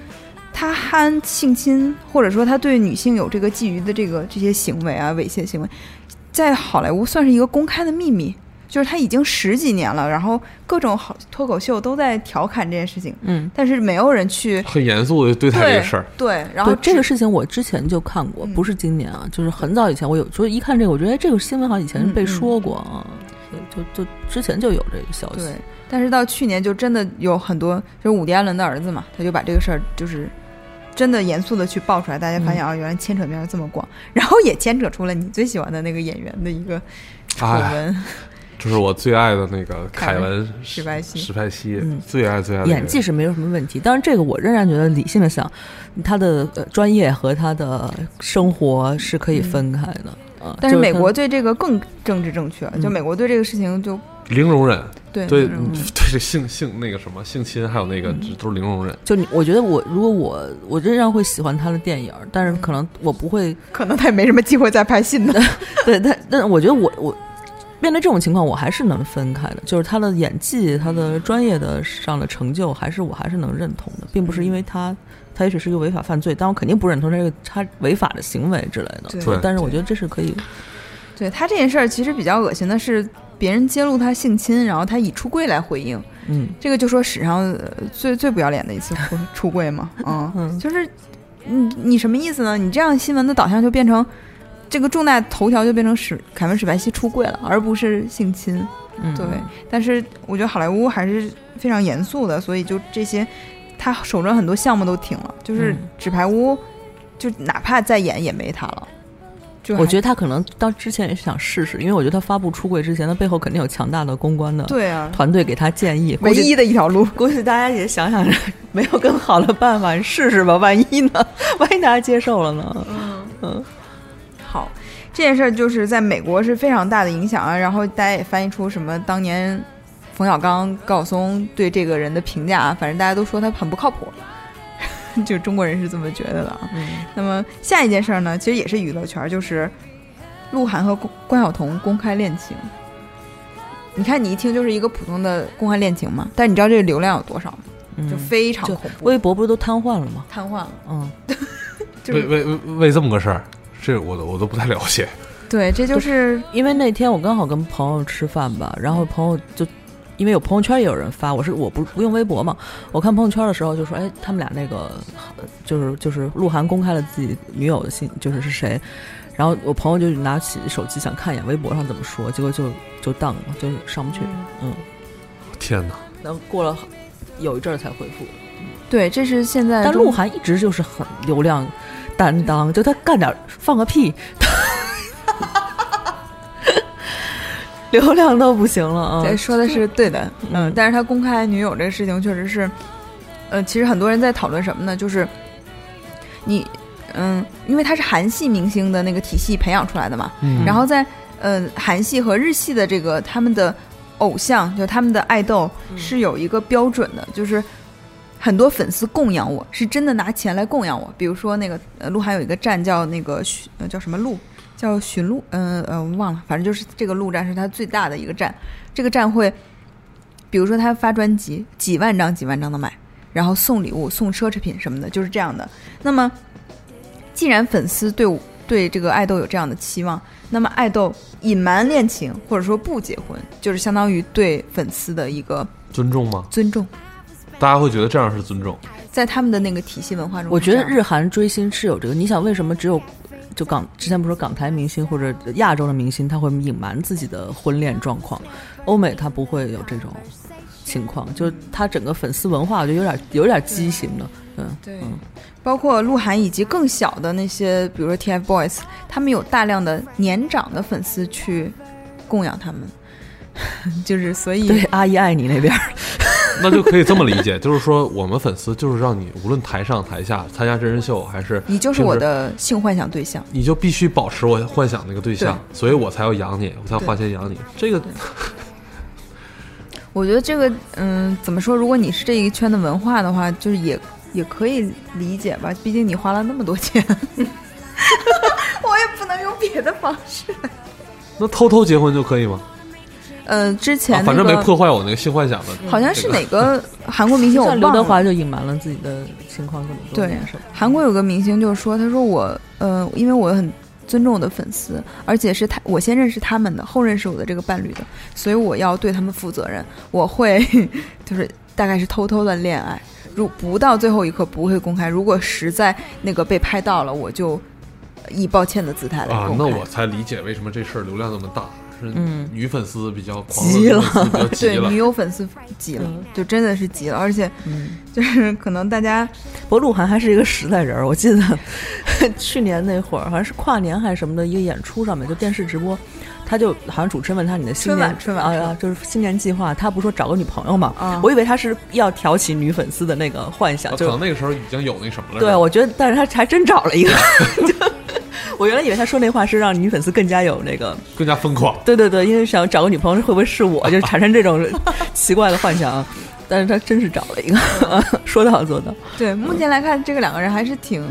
S4: 他憨性侵，或者说他对女性有这个觊觎的这个这些行为啊，猥亵行为，在好莱坞算是一个公开的秘密，就是他已经十几年了，然后各种好脱口秀都在调侃这件事情，
S3: 嗯，
S4: 但是没有人去
S5: 很严肃的对待这
S4: 对
S5: 个事儿。
S4: 对，然后
S3: 对这个
S4: 只
S3: 事情我之前就看过，
S4: 嗯
S3: 不是今年啊，就是很早以前我有，就是一看这个，我觉得哎这个新闻好像以前被
S4: 嗯嗯
S3: 说过啊，就就就之前就有这个消息。
S4: 对，但是到去年就真的有很多，就是伍迪·艾伦的儿子嘛，他就把这个事儿就是真的严肃的去爆出来，大家发现啊，原来牵扯面儿这么广，然后也牵扯出了你最喜欢的那个演员的一个丑
S5: 哎
S4: 闻，
S5: 这是我最爱的那个凯文
S4: 史派西
S5: 史派西
S3: 嗯
S5: 最爱最爱的
S3: 演技
S5: 人
S3: 是没有什么问题，但是这个我仍然觉得理性的想，他的呃专业和他的生活是可以分开的。啊
S4: 嗯但是
S3: 就
S4: 美
S3: 他
S4: 国对这个更政治正确，
S3: 嗯
S4: 就美国对这个事情就
S5: 零容忍，
S4: 对
S5: 对
S4: 那种
S5: 嗯对这性性那个什么性侵，还有那个
S4: 嗯
S5: 这都是零容忍。
S3: 就你，我觉得我如果我我仍然会喜欢他的电影，但是可能我不会
S4: 可能他也没什么机会再拍新的，
S3: 对，但但我觉得我我面对这种情况，我还是能分开的，就是他的演技，他的专业的上的成就，还是我还是能认同的，并不是因
S4: 嗯
S3: 为他他也许是一个违法犯罪，但我肯定不认同这个他违法的行为之类的。
S4: 对
S3: 所以但是我
S4: 对
S3: 觉得这是可以，
S4: 对他这件事儿其实比较恶心的是别人揭露他性侵，然后他以出柜来回应。
S3: 嗯，
S4: 这个就说史上呃最最不要脸的一次出出柜嘛，嗯，
S3: 嗯
S4: 就是你你什么意思呢？你这样新闻的导向就变成这个重大头条就变成史凯文史派西出柜了，而不是性侵。
S3: 嗯
S4: 对，但是我觉得好莱坞还是非常严肃的，所以就这些他手中很多项目都停了，就是
S3: 嗯
S4: 纸牌屋，就哪怕再演也没他了。就
S3: 我觉
S4: 得
S3: 得他可能到之前也是想试试，因为我觉得他发布出柜之前，他背后肯定有强大的公关的
S4: 对啊，
S3: 团队给他建议。
S4: 唯
S3: 估计
S4: 一的一条路。
S3: 估计大家也想想，没有更好的办法，试试吧。万一呢？ 万一大家接受了呢？
S4: 嗯
S3: 嗯
S4: 好，这件事儿就是在美国是非常大的影响啊。然后大家也翻译出什么当年冯小刚、高晓松对这个人的评价啊，反正大家都说他很不靠谱， 就中国人是这么觉得的啊。
S3: 嗯
S4: 那么下一件事儿呢，其实也是娱乐圈儿，就是鹿晗和关关晓彤公开恋情。你看，你一听就是一个普通的公开恋情嘛，但你知道这个流量有多少吗？就
S3: 嗯，
S4: 非常
S3: 就
S4: 恐怖，
S3: 微博不是都瘫痪了吗？
S4: 瘫痪了。
S3: 嗯，
S4: 就
S5: 为
S4: 是
S5: 为为为这么个事儿，这我都我都不太了解。
S4: 对，这就是
S3: 因为那天我刚好跟朋友吃饭吧，然后朋友就因为有朋友圈也有人发，我是我不不用微博嘛，我看朋友圈的时候就说，哎，他们俩那个就是就是鹿晗公开了自己女友的信，就是是谁，然后我朋友就拿起手机想看一眼微博上怎么说，结果就就 down 了，就是上不去，嗯，
S5: 天哪！
S3: 然后过了有一阵儿才恢复，
S4: 对，这是现在
S3: 但
S4: 中
S3: 鹿晗一直就是很流量担当，就他干点儿放个屁， 流量都不行了啊
S4: 对，！说的是对的，嗯，但是他公开女友这个事情确实是，呃，其实很多人在讨论什么呢？就是你，嗯，因为他是韩系明星的那个体系培养出来的嘛，
S5: 嗯
S4: 然后在呃韩系和日系的这个他们的偶像，就他们的爱豆是有一个标准的，就是。很多粉丝供养我，是真的拿钱来供养我。比如说那个呃，鹿晗有一个站叫那个寻呃叫什么路，叫寻路，嗯呃我忘了，反正就是这个路站是他最大的一个站。这个站会，比如说他发专辑，几万张几万张的买，然后送礼物、送奢侈品什么的，就是这样的。那么，既然粉丝对我对这个爱豆有这样的期望，那么爱豆隐瞒恋情或者说不结婚，就是相当于对粉丝的一个
S5: 尊重吗？
S4: 尊重，
S5: 大家会觉得这样是尊重，
S4: 在他们的那个体系文化中
S3: 我
S4: 是这
S3: 觉
S4: 样
S3: 得
S4: 的，
S3: 日韩追星是有这个，你想为什么只有就港之前不是说港台明星或者亚洲的明星他会隐瞒自己的婚恋状况，欧美他不会有这种情况，就是他整个粉丝文化我觉得有点有点畸形了，嗯，
S4: 对，包括鹿晗以及更小的那些，比如说 TFBOYS，他们有大量的年长的粉丝去供养他们， 就是所以
S3: 对，阿姨爱你那边儿，
S5: 那就可以这么理解，就是说我们粉丝就是让你无论台上台下参加真人秀还是
S4: 你就是我
S5: 甚至
S4: 的性幻想对象。
S5: 你就必须保持我幻想那个对象，所以我才要养你，我才要花钱养你。这个
S4: 我觉得这个，嗯，怎么说？如果你是这一圈的文化的话，就是也也可以理解吧，毕竟你花了那么多钱， 我也不能用别的方式。
S5: 那偷偷结婚就可以吗？
S4: 呃，之
S5: 啊
S4: 前、那
S5: 反
S4: 个
S5: 正没破坏我那个性幻想的。
S4: 好像是
S5: 这个
S4: 哪个韩国明星，我
S3: 像
S4: 忘
S3: 刘德
S4: 了
S3: 华就隐瞒了自己的情况这么多
S4: 对
S3: 年，是吧？
S4: 韩国有个明星就说，他说我呃，因为我很尊重我的粉丝，而且是他我先认识他们的，后认识我的这个伴侣的，所以我要对他们负责任。我会 就是大概是偷偷的恋爱，如不到最后一刻不会公开。如果实在那个被拍到了，我就以抱歉的姿态来
S5: 啊
S4: 公，开。
S5: 那我才理解为什么这事儿流量那么大，是
S3: 嗯
S5: 女粉丝比较狂
S3: 急
S5: 热，女粉丝 比较急
S4: 对女
S5: 了。
S4: 友粉丝急了，就真的是急了，而且
S3: 嗯，
S4: 就是可能大家
S3: 不过鹿晗还是一个实在人儿，我记得 去年那会儿好像是跨年还是什么的一个演出上面，就电视直播，他就好像主持人问他你的新
S4: 春晚
S3: 年
S4: 春晚
S3: 啊啊，就是新年计划，他不说找个女朋友嘛？
S4: 啊
S3: 我以为他是要挑起女粉丝的那个幻想，
S5: 啊可
S3: 就
S5: 能那个时候已经有那什么
S3: 对
S5: 了。是吧
S3: 我觉得，但是他还真找了 一个。就我原来以为他说那话是让女粉丝更加有那个，
S5: 更加疯狂。
S3: 对对对，因为想找个女朋友会不会是我，就是产生这 种奇怪的幻想。啊但是他真是找了一个， 说到做到。
S4: 对，目前来看，这个两个人还是挺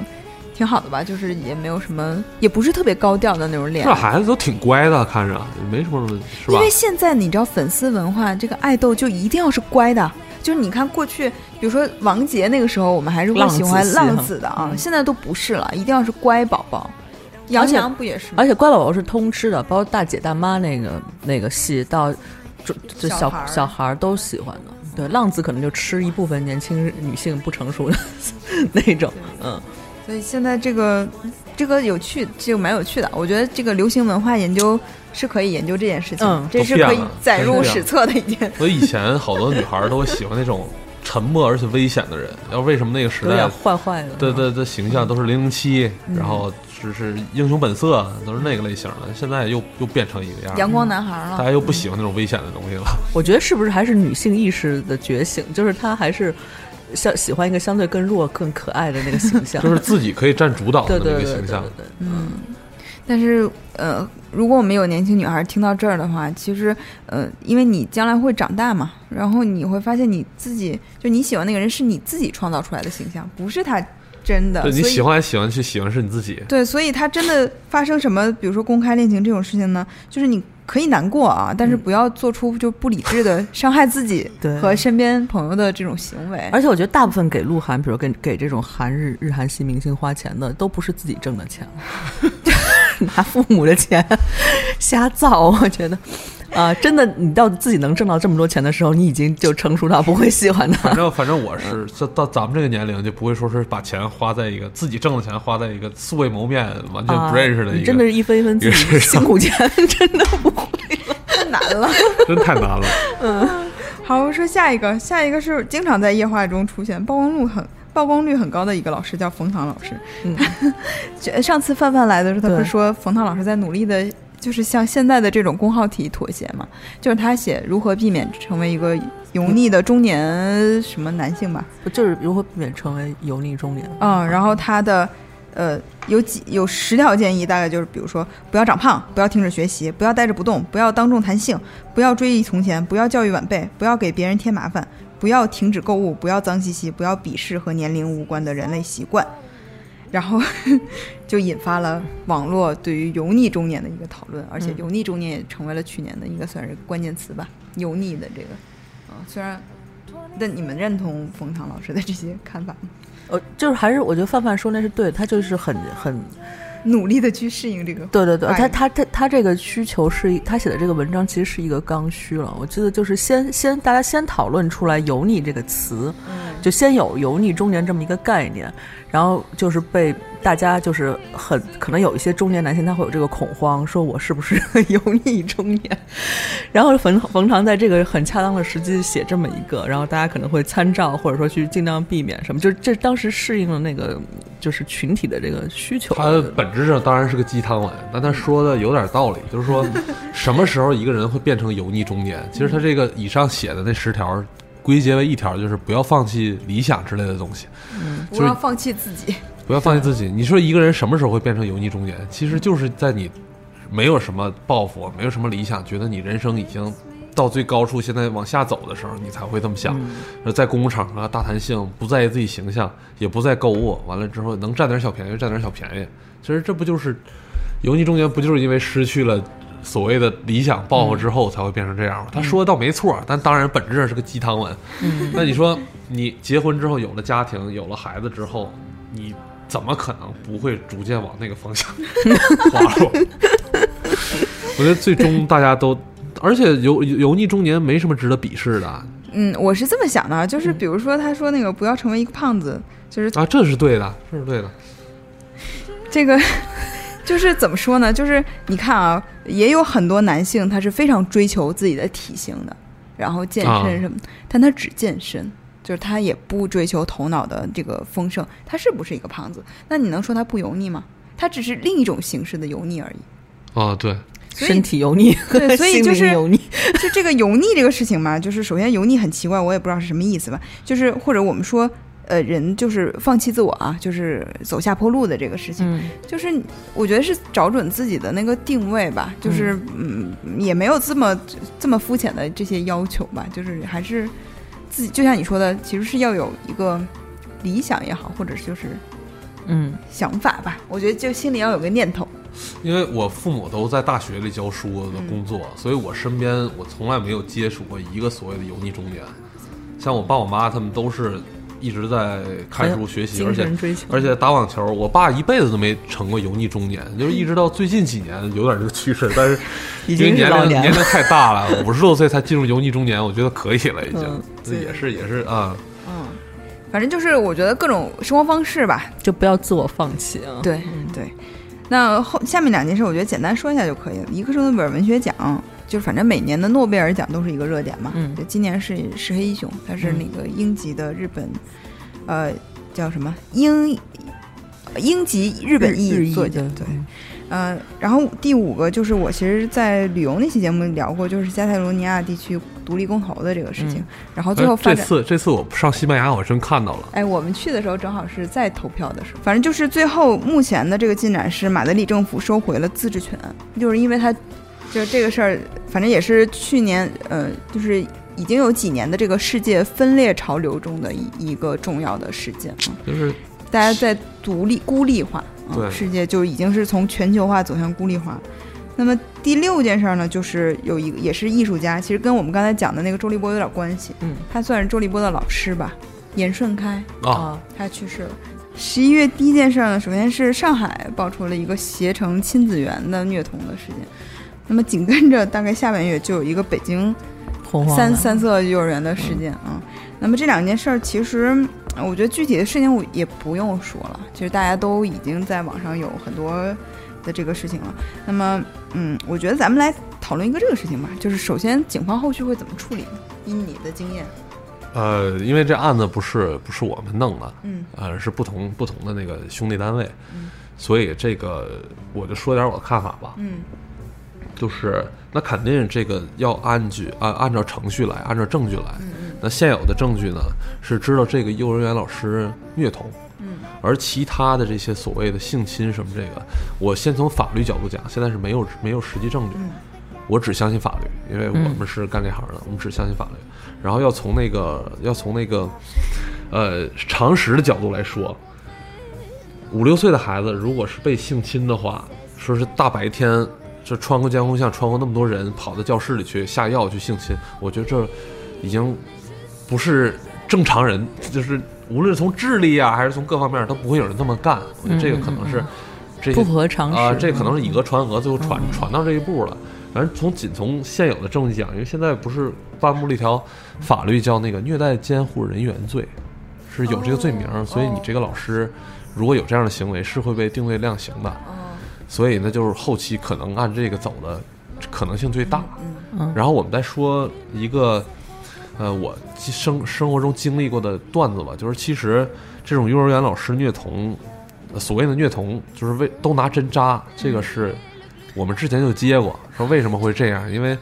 S4: 挺好的吧，就是也没有什么，也不是特别高调的那种恋
S5: 这
S4: 爱。
S5: 孩子都挺乖的，看着没什么，是
S4: 因
S5: 吧
S4: 为？现在你知道粉丝文化，这个爱豆就一定要是乖的，就是你看过去，比如说王杰那个时候，我们还是会喜欢
S3: 浪子系
S4: 浪子的啊，
S3: 嗯
S4: 现在都不是了，一定要是乖宝宝。杨
S3: 且
S4: 洋不也是吗？
S5: 哎
S3: 而且乖宝宝是通吃的，包括大姐大妈那个那个戏到，就就
S4: 小
S3: 小
S4: 孩儿
S3: 小孩儿都喜欢的。对，浪子可能就吃一部分年轻女性不成熟的 那种，嗯，
S4: 所以现在这个这个有趣，这个蛮有趣的。我觉得这个流行文化研究是可以研究这件事情，
S3: 嗯
S4: 这是
S5: 都变
S4: 可以
S5: 了
S4: 载入
S5: 真是这
S4: 史
S5: 样
S4: 册的一件。
S5: 所以以前好多女孩儿都喜欢那种沉默而且危险的人。要为什么那个时
S3: 有点
S5: 代，
S3: 坏坏的。
S5: 对对对，形象都是零零七，然
S4: 嗯
S5: 后是是英雄本色，都是那个类型的。现在又又变成一个样儿，
S4: 阳光嗯男孩了
S5: 大，家又不喜欢那种危险的东西了。
S3: 我觉得是不是还是女性意识的觉醒？就是她还是像喜欢一个相对更弱、更可爱的那个形 象，
S5: 就是自己可以占主导
S3: 对
S5: 的
S3: 对
S5: 那
S3: 对
S5: 个
S3: 对对
S5: 形象。
S3: 对。
S4: 但是呃，如果我们有年轻女孩听到这儿的话，其实呃，因为你将来会长大嘛，然后你会发现你自己就你喜欢那个人是你自己创造出来的形象，不是他真的。
S5: 对你
S4: 所以
S5: 喜欢来喜欢去，喜欢是你 自己。
S4: 对，所以他真的发生什么，比如说公开恋情这种事情呢，就是你可以难过啊，但是不要做出就不理智的伤害自 己
S3: 对
S4: 和身边朋友的这种行为。
S3: 而且我觉得大部分给鹿晗，比如给给这种韩日日韩系明星花钱的，都不是自己挣 的钱，拿父母的钱瞎造。我觉得，啊，真的，你到自己能挣到这么多钱的时候，你已经就成熟到不会喜欢它
S5: 反。正反正我是这到咱们这个年
S3: 嗯
S5: 龄就不会说是把钱花在一个自己挣的钱花在一个素未谋面完全
S3: 啊
S5: 不认识的一
S3: 你
S5: 个，
S3: 真的是一分一分自
S5: 一
S3: 己
S5: 个市
S3: 辛
S5: 场
S3: 苦钱，真的不会 了。
S4: 太难了。
S5: 真太难了。
S4: 好，我说下一个，下一个是经常在夜话中出现，曝光率很曝光率很高的一个老师叫冯唐老师。
S3: 嗯
S4: 就呃上次范范来的时候，他不
S3: 对
S4: 是说冯唐老师在努力的，就是向现在的这种公号体妥协嘛？就是他写如何避免成为一个油腻的中年什么男性吧？
S3: 就是如何避免成为油腻中年？
S4: 嗯，然后他的呃有几有十条建议，大概就是比如说不要长胖，不要停止学习，不要呆着不动，不要当众谈性，不要追忆从前，不要教育晚辈，不要给别人添麻烦，不要停止购物，不要脏兮兮，不要鄙视和年龄无关的人类习惯。然后 就引发了网络对于油腻中年的一个讨论，而且
S3: 嗯
S4: 油腻中年也成为了去年的一个算是关键词吧，油腻的这个，啊、虽然，但你们认同冯唐老师的这些看法吗？
S3: 呃，就是还是我觉得范范说那是对的，他就是很很
S4: 努力的去适应这个。
S3: 对对对，
S4: 哎
S3: 他他他他这个需求是一他写的这个文章其实是一个刚需了。我记得就是先先大家先讨论出来“油腻”这个词，
S4: 嗯
S3: 就先有“油腻中年”这么一个概念，然后就是被大家就是很可能有一些中年男性他会有这个恐慌，说我是不是 油腻中年？然后冯冯唐在这个很恰当的时机写这么一个，然后大家可能会参照或者说去尽量避免什么，就是这当时适应了那个就是群体的这个需求。
S5: 他本质上当然是个鸡汤文，但他说的有点道理，就 是说什么时候一个人会变成油腻中年？其实他这个以上写的那十条，归结为一条就是不要放弃理想之类的东西，
S4: 不要放弃自己，
S5: 不要放弃自己。你说一个人什么时候会变成油腻中年？其实就是在你没有什么抱负，没有什么理想，觉得你人生已经。到最高处，现在往下走的时候，你才会这么想。呃在公共场合大谈性，不在意自己形象，也不再购物，完了之后能占点小便宜就占点小便宜。其实这不就是油腻中年不就是因为失去了所谓的理想抱负之后才会变成这样吗？他说的倒没错，但当然本质上是个鸡汤文。那你说你结婚之后有了家庭，有了孩子之后，你怎么可能不会逐渐往那个方向 滑落？ 我觉得最终大家都，而且油油腻中年没什么值得鄙视的啊，
S4: 嗯，我是这么想的啊，就是比如说他说那个不要成为一个胖子，就是
S5: 啊这是对的，这是对的。
S4: 这个， 就是怎么说呢？就是你看啊，也有很多男性他是非常追求自己的体型的，然后健身什么的，但他只健身，就是他也不追求头脑的这个丰盛。他是不是一个胖子？那你能说他不油腻吗？他只是另一种形式的油腻而已。
S5: 啊，对，
S4: 所以
S3: 身体油腻，
S4: 对所以
S3: 心
S4: 就
S3: 灵
S4: 是
S3: 油腻。
S4: 就这个油腻这个事情嘛，就是首先油腻很奇怪，我也不知道是什么意思吧。就是或者我们说，呃，人就是放弃自我啊，就是走下坡路的这个事情，
S3: 嗯
S4: 就是我觉得是找准自己的那个定位吧。就是嗯也没有这么这么肤浅的这些要求吧。就是还是自己，就像你说的，其实是要有一个理想也好，或者就是
S3: 嗯，
S4: 想法吧。我觉得就心里要有个念头。
S5: 因为我父母都在大学里教书的工作，所以我身边我从来没有接触过一个所谓的油腻中年。像我爸我妈他们都是一直在看书学习，而
S3: 哎精
S5: 且
S3: 神追求，
S5: 而且打网球，我爸一辈子都没成过油腻中年，就是一直到最近几年有点这个趋势，但是
S3: 已
S5: 因
S3: 经
S5: 为
S3: 是
S5: 年
S3: 老
S5: 龄
S3: 年
S5: 年
S3: 了。
S5: 龄太大了，五十多岁才进入油腻中年，我觉得可以了，已经
S3: 嗯。
S5: 这也是也是啊，
S4: 嗯，反正就是我觉得各种生活方式吧，
S3: 就不要自我放弃啊！
S4: 对对，那后下面两件事，我觉得简单说一下就可以了。一个是诺贝尔文学奖，就是反正每年的诺贝尔奖都是一个热点嘛。
S3: 嗯
S4: 就今年是石黑一雄，他是
S3: 嗯
S4: 那个英籍的日本，呃，叫什么英英籍日本
S3: 日
S4: 裔
S3: 裔
S4: 作家，
S3: 的
S4: 对。呃，然后第五个就是我其实，在旅游那期节目聊过，就是加泰罗尼亚地区独立公投的这个事情，
S3: 嗯
S4: 然后最后
S5: 哎
S4: 发
S5: 这
S4: 展
S5: 次这次我上西班牙，我真看到了。
S4: 哎，我们去的时候正好是在投票的时候，反正就是最后目前的这个进展是马德里政府收回了自治权，就是因为他，就是这个事儿，反正也是去年呃，就是已经有几年的这个世界分裂潮流中的一一个重要的事件啊，
S5: 就是
S4: 大家在独立孤立化，啊
S5: 对
S4: 世界就已经是从全球化走向孤立化。那么第六件事儿呢，就是有一个也是艺术家，其实跟我们刚才讲的那个周立波有点关系，
S3: 嗯，
S4: 他算是周立波的老师吧，严顺开。
S5: 啊，
S4: 他去世了。十一月第一件事儿呢，首先是上海爆出了一个携程亲子园的虐童的事件，那么紧跟着大概下半月就有一个北京
S3: 洪荒
S4: 三
S3: 的
S4: 三色幼儿园的事件啊。那么这两件事儿，其实呃我觉得具体的事情我也不用说了，其实大家都已经在网上有很多的这个事情了。那么，嗯，我觉得咱们来讨论一个这个事情吧，就是首先警方后续会怎么处理？以你的经验，
S5: 呃，因为这案子不是不是我们弄的，
S4: 嗯
S5: 呃，是不同不同的那个兄弟单位，
S4: 嗯
S5: 所以这个我就说点我的看法吧，
S4: 嗯
S5: 就是那肯定这个要按据按按照程序来，按照证据来。
S4: 嗯
S5: 那现有的证据呢，是知道这个幼儿园老师虐童，
S4: 嗯
S5: 而其他的这些所谓的性侵什么这个，我先从法律角度讲，现在是没有没有实际证据，
S4: 嗯
S5: 我只相信法律，因为
S3: 嗯
S5: 我们是干这行的，我们只相信法律。然后要从那个要从那个呃常识的角度来说，五六岁的孩子如果是被性侵的话，说是大白天这穿过监控像，穿过那么多人，跑到教室里去下药去性侵，我觉得这已经不是正常人，就是无论从智力啊还是从各方面，都不会有人这么干。我觉得这个可能是这些
S3: 嗯不合常识嗯
S5: 啊，这可能是以讹传讹，最后传传到这一步了。反正从仅从现有的证据讲，因为现在不是颁布了一条法律叫那个虐待监护人员罪，是有这个罪名，所以
S3: 哦
S5: 你这个老师如果有这样的行为，是会被定罪量刑的。
S4: 哦
S5: 所以呢，就是后期可能按这个走的可能性最大。
S3: 嗯
S5: 然后我们再说一个，呃，我生生活中经历过的段子吧，就是其实这种幼儿园老师虐童，呃所谓的虐童，就是为都拿针扎，这个是我们之前就接过，说为什么会这样，因为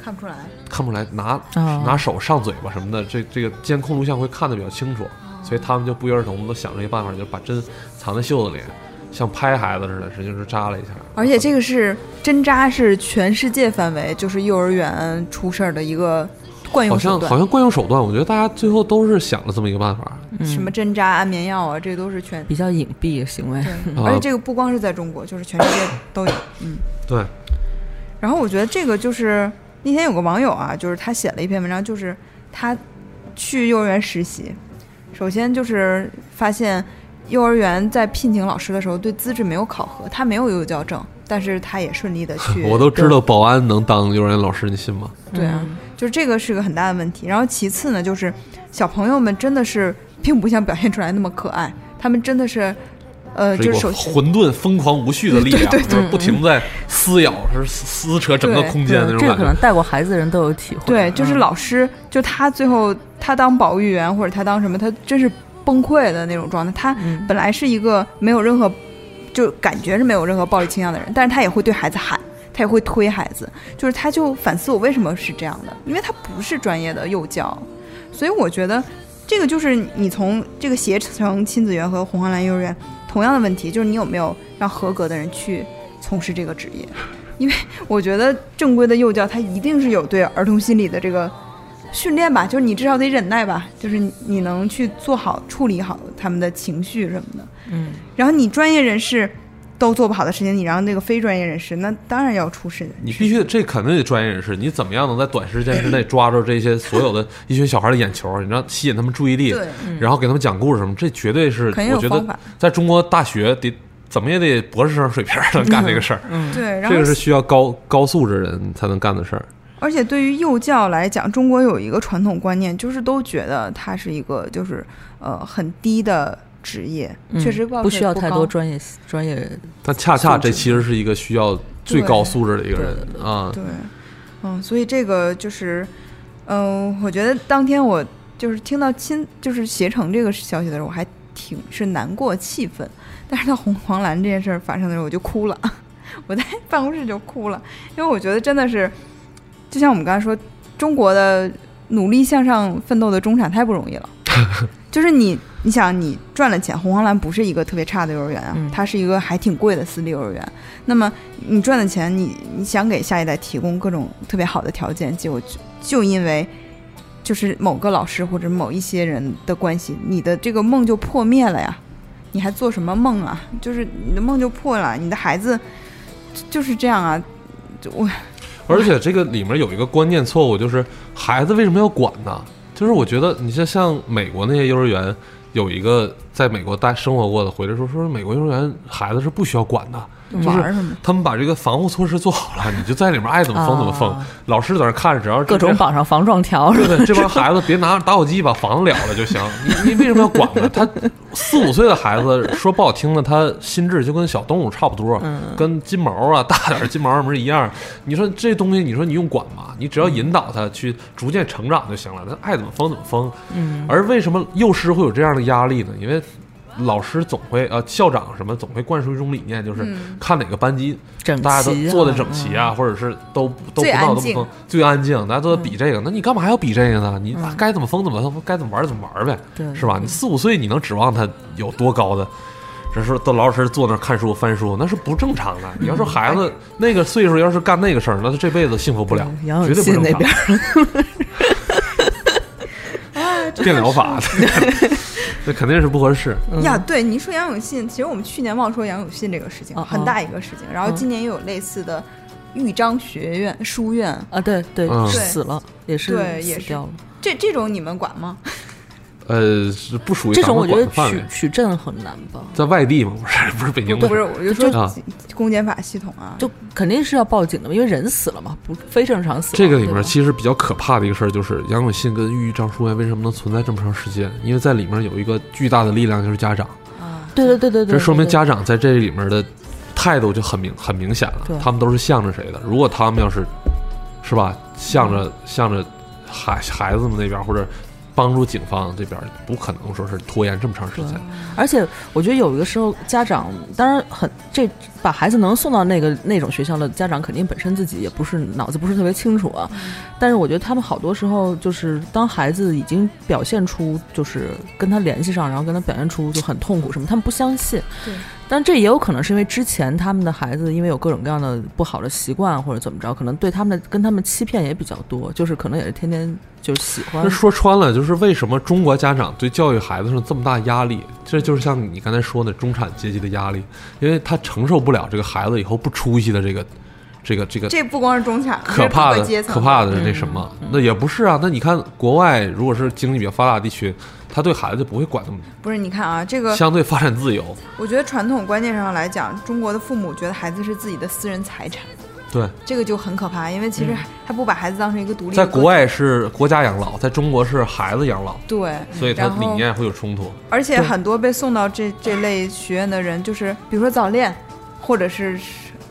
S4: 看不出来，
S5: 看不出来拿、
S4: 嗯
S3: 哦
S5: 拿手上嘴巴什么的，这这个监控录像会看得比较清楚，所以他们就不约而同都想了一个办法，就是把针藏在袖子里，像拍孩子似的，直接就是扎了一下。
S4: 而且这个是针扎，是全世界范围就是幼儿园出事儿的一个惯
S5: 好
S4: 用哎手
S5: 像
S4: 段
S5: 好。像惯用手段，我觉得大家最后都是想了这么一个办法，
S3: 嗯
S4: 什么针扎、安眠药啊，这都是全
S3: 比较隐蔽的行为
S4: 对，
S5: 啊
S4: 嗯而且这个不光是在中国，就是全世界都有。
S5: 对。
S4: 然后我觉得这个就是那天有个网友啊，就是他写了一篇文章，就是他去幼儿园实习，首先就是发现幼儿园在聘请老师的时候对资质没有考核，他没有幼教证，但是他也顺利的去，
S5: 我都知道保安能当幼儿园老师，你信吗？
S4: 对啊，就是这个是个很大的问题。然后其次呢，就是小朋友们真的是并不像表现出来那么可爱，他们真的是，呃，
S5: 一
S4: 就
S5: 股
S4: 是首先。
S5: 混沌、疯狂、无序的力量，就是
S4: 嗯
S5: 不停在撕咬、是撕扯整个空间那
S3: 对
S5: 种
S3: 这个
S5: 感
S3: 可
S5: 觉
S3: 能。带过孩子的人都有体会。
S4: 对，就是
S3: 嗯
S4: 老师，就他最后他当保育员或者他当什么，他真是崩溃的那种状态。他
S3: 嗯
S4: 本来是一个没有任何，就感觉是没有任何暴力倾向的人，但是他也会对孩子喊，他也会推孩子，就是他就反思我为什么是这样的，因为他不是专业的幼教，所以我觉得这个就是你从这个携程亲子园和红黄蓝幼儿园同样的问题，就是你有没有让合格的人去从事这个职业。因为我觉得正规的幼教，它一定是有对儿童心理的这个训练吧，就是你至少得忍耐吧，就是你你能去做好处理好他们的情绪什么的。
S3: 嗯，
S4: 然后你专业人士都做不好的事情，你让那个非专业人士，那当然要出事。
S5: 你必须这肯定得专业人士，你怎么样能在短时间之内抓住这些所有的一群小孩的眼球，你让吸引他们注意力，
S4: 对，
S5: 然后给他们讲故事什么，这绝对是
S4: 肯定
S5: 我
S4: 有
S5: 觉
S4: 方
S5: 得
S4: 法。
S5: 在中国大学得怎么也得博士生水平才能干这个事儿，
S4: 对，嗯然
S5: 这
S4: 后
S5: 个是需要高高素质人才能干的事儿。
S4: 而且对于幼教来讲，中国有一个传统观念，就是都觉得它是一个就是呃很低的职业，
S3: 嗯
S4: 确实报
S3: 不
S4: 酬
S3: 需要
S4: 也
S3: 太
S4: 高
S3: 多专业专业
S5: 但恰恰这其实是一个需要最高素质的一个人
S3: 对
S5: 啊，
S4: 对，嗯，所以这个就是，嗯、我觉得当天我就是听到亲就是携程这个消息的时候，我还挺是难过气愤，但是到红黄蓝这件事儿发生的时候，我就哭了， 我在办公室就哭了，因为我觉得真的是，就像我们刚才说，中国的努力向上奋斗的中产太不容易了。就是你，你想你赚了钱，红黄蓝不是一个特别差的幼儿园啊，
S3: 嗯
S4: 它是一个还挺贵的私立幼儿园。那么你赚的钱，你你想给下一代提供各种特别好的条件，结果就就因为就是某个老师或者某一些人的关系，你的这个梦就破灭了呀！你还做什么梦啊？就是你的梦就破了，你的孩子就就是这样啊！就我
S5: 而且这个里面有一个关键错误，就是孩子为什么要管呢？就是我觉得你像像美国那些幼儿园有一个在美国待生活过的回来说，说美国幼儿园孩子是不需要管的，
S4: 玩儿什么？
S5: 他们把这个防护措施做好了，你就在里面爱怎么封怎么封
S3: 啊，
S5: 老师在那儿看着，只要
S3: 各种
S5: 绑。
S3: 绑上防撞条，
S5: 对 对，这帮孩子别拿打火机把房子燎了就行。你你为什么要管呢？他四五岁的孩子，说不好听的，他心智就跟小动物差不多，跟金毛啊、大点儿金毛什么是一样。你说这东西，你说你用管吗？你只要引导他去逐渐成长就行了，他爱怎么疯怎么疯。嗯。而为什么幼师会有这样的压力呢？因为。老师总会呃，校长什么总会灌输一种理念，就是
S4: 嗯
S5: 看哪个班级
S3: 整齐啊嗯
S5: 大家都坐的整齐啊，或者是都都不
S4: 最安
S5: 闹都不
S4: 静
S5: 疯，最安静，大家都在比这个，那你干嘛要比这个呢？你
S3: 嗯
S5: 啊该怎么疯怎么疯，该怎么玩怎么玩呗，
S3: 对
S5: 是吧？你四五岁你能指望他有多高的？这是都老老实实坐那儿看书翻书，那是不正常的。你
S3: 嗯
S5: 要说孩
S3: 哎
S5: 子那个岁数要是干那个事儿，那他这辈子幸福不了，
S3: 嗯杨永
S5: 绝对
S3: 信
S5: 不
S3: 那
S5: 正
S3: 边
S5: 常。
S3: 啊
S5: 变 疗法，那肯定是不合适。
S3: 嗯
S4: 呀，对，你说杨永信，其实我们去年忘说杨永信这个事情，
S3: 哦哦哦
S4: 很大一个事情。然后今年又有类似的豫章学院书院，
S3: 啊，对对
S5: 嗯，
S3: 死了也是
S4: 对也
S3: 死
S4: 是
S3: 掉了。
S4: 这这种你们管吗？
S5: 呃，是不属于
S3: 这
S5: 咱
S3: 种我
S5: 们
S3: 觉得
S5: 管的范围
S3: 取。取证很难吧？
S5: 在外地嘛，不是不是北京
S4: 不
S5: 的，
S4: 不是，我就说
S5: 啊
S4: 公检法系统啊，
S3: 就肯定是要报警的嘛，因为人死了嘛，不非正常死亡。
S5: 这个里
S3: 对吧
S5: 面其实比较可怕的一个事儿就是杨永信跟郁郁张书院为什么能存在这么长时间？因为在里面有一个巨大的力量就是家长，
S4: 啊
S3: 对对对对对，
S5: 这说明
S3: 对
S5: 家长在这里面的态度就很明很明显了
S3: 对。
S5: 他们都是向着谁的？如果他们要是是吧，向
S3: 嗯
S5: 着向着孩孩子们那边或者帮助警方这边，不可能说是拖延这么长时间
S3: 对。而且我觉得有一个时候，家长当然很这把孩子能送到那个那种学校的家长，肯定本身自己也不是脑子不是特别清楚啊。
S5: 嗯
S3: 但是我觉得他们好多时候就是当孩子已经表现出就是跟他联系上，然后跟他表现出就很痛苦什么，他们不相信。
S4: 对。
S3: 但这也有可能是因为之前他们的孩子因为有各种各样的不好的习惯或者怎么着，可能对他们的跟他们欺骗也比较多，就是可能也是天天就是喜欢
S5: 那说穿了，就是为什么中国家长对教育孩子上这么大压力？这就是像你刚才说的中产阶级的压力，因为他承受不了这个孩子以后不出息的这个、这个、这个
S4: 这不光是中产，
S5: 可
S4: 这
S5: 怕的
S4: 是各阶层嗯
S5: 可怕的那什么。那也不是啊，那你看国外，如果是经济比较发达地区，他对孩子就不会管那么多，
S4: 不是？你看啊，这个
S5: 相对发展自由。
S4: 我觉得传统观念上来讲，中国的父母觉得孩子是自己的私人财产，
S5: 对，
S4: 这个就很可怕，因为其实他不把孩子当成一个独立的
S5: 嗯在
S4: 个体。
S5: 国外是国家养老，在中国是孩子养老，
S4: 对，
S5: 所以他
S4: 嗯然后
S5: 理念会有冲突。
S4: 而且很多被送到这这类学院的人，就是比如说早恋，或者是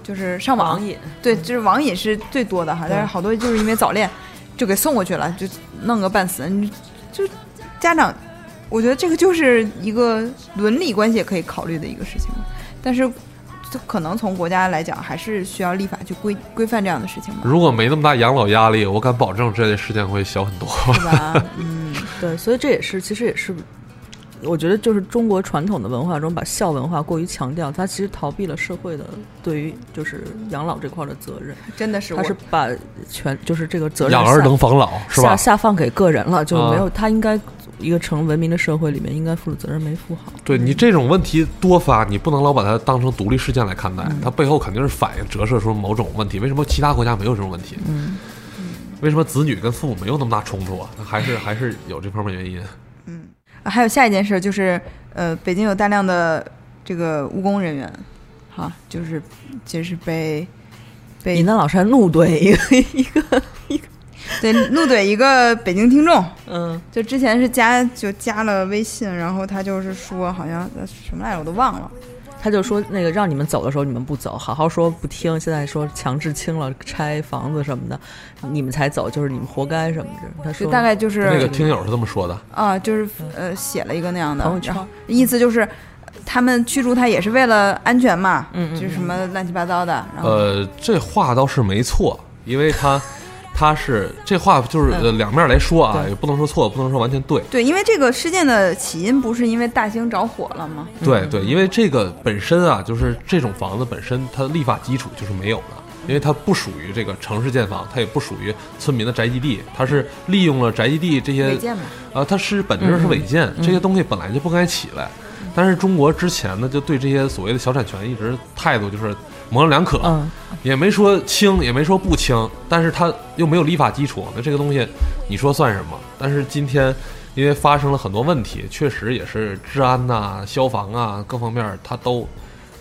S4: 就是上
S5: 啊
S4: 网，
S3: 网瘾。
S4: 对，就是网瘾是最多的哈。但是好多就是因为早恋就给送过去了，就弄个半死，你就家长，我觉得这个就是一个伦理关系也可以考虑的一个事情，但是。就可能从国家来讲，还是需要立法去规规范这样的事情 嘛，
S5: 如果没那么大养老压力，我敢保证这类事件会小很多。
S4: 是吧？嗯，
S3: 对，所以这也是，其实也是，我觉得就是中国传统的文化中把孝文化过于强调，它其实逃避了社会的对于就是养老这块儿的责任，
S4: 真的是
S3: 它
S4: 我
S3: 是把全就是这个责任
S5: 养儿
S3: 下
S5: 能防老是吧
S3: 下？下放给个人了，就
S5: 啊
S3: 没有他应该一个成文明的社会里面应该负的责任没负好。嗯
S5: 对你这种问题多发，你不能老把它当成独立事件来看待，
S3: 嗯
S5: 它背后肯定是反映折射出某种问题。为什么其他国家没有这种问题？
S3: 嗯
S5: 为什么子女跟父母没有那么大冲突啊？那还 是还是有这方面原因。
S4: 啊还有下一件事就是，呃，北京有大量的这个务工人员，哈，就是就是被被
S3: 尹丹老师还怒怼一 个，
S4: 对怒怼一个北京听众，
S3: 嗯，
S4: 就之前是加就加了微信，然后他就是说好像呃什么来着我都忘了，
S3: 他就说那个让你们走的时候你们不走，好好说不听，现在说强制清了拆房子什么的，你们才走，就是你们活该什么的。他
S4: 就
S3: 说
S4: 大概就是
S5: 那个听友是这么说的，
S4: 啊，就是呃写了一个那样的
S3: 朋友圈
S4: 然后意思就是呃他们驱逐他也是为了安全嘛，
S3: 嗯嗯
S4: 就是什么乱七八糟的，
S3: 嗯
S4: 然后、
S5: 呃，这话倒是没错，因为他他是这话就是、呃两面来说啊，
S3: 嗯对
S5: 也不能说错，不能说完全对。
S4: 对，因为这个事件的起因不是因为大兴着火了吗？
S5: 对对，因为这个本身啊，就是这种房子本身它的立法基础就是没有的，因为它不属于这个城市建房，它也不属于村民的宅基地，它是利用了宅基地这
S3: 呃
S5: 些
S4: 违建嘛，嗯
S5: 啊，它是本质是违建，这些东西本来就不该起来。但是中国之前呢，就对这些所谓的小产权一直态度就是模棱两可，
S3: 嗯，
S5: 也没说轻，也没说不轻，但是它又没有立法基础，那这个东西你说算什么？但是今天因为发生了很多问题，确实也是治安呐、消防啊各方面儿它都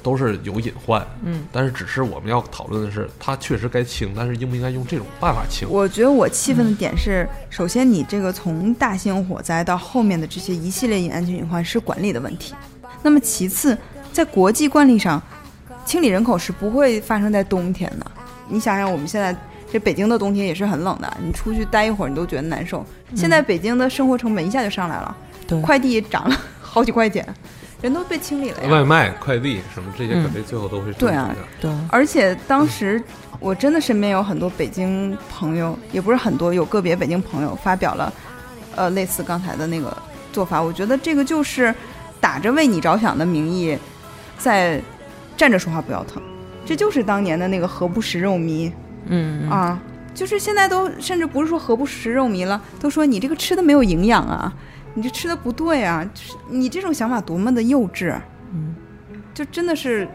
S5: 都是有隐患。
S3: 嗯，
S5: 但是只是我们要讨论的是，它确实该清，但是应不应该用这种办法清？
S4: 我觉得我气愤的点是，首先你这个从大型火灾到后面的这些一系列隐安全隐患是管理的问题，那么其次，在国际惯例上，清理人口是不会发生在冬天的。你想想，我们现在这北京的冬天也是很冷的，你出去待一会儿你都觉得难受。现在北京的生活成本一下就上来了，
S3: 对
S4: 快递涨了好几块钱，人都被清理了呀。
S5: 外卖、快递什么这些，
S3: 嗯
S5: 肯定最后都会
S4: 对啊
S5: 升级的
S3: 对，
S4: 而且当时我真的身边有很多北京朋友，也不是很多，有个别北京朋友发表了，呃，类似刚才的那个做法。我觉得这个就是打着为你着想的名义，在站着说话不腰疼，这就是当年的那个何不食肉糜
S3: 嗯，
S4: 啊。就是现在都甚至不是说何不食肉糜了，都说你这个吃的没有营养啊，你这吃的不对啊，就是你这种想法多么的幼稚。啊
S3: 嗯，
S4: 就真的是，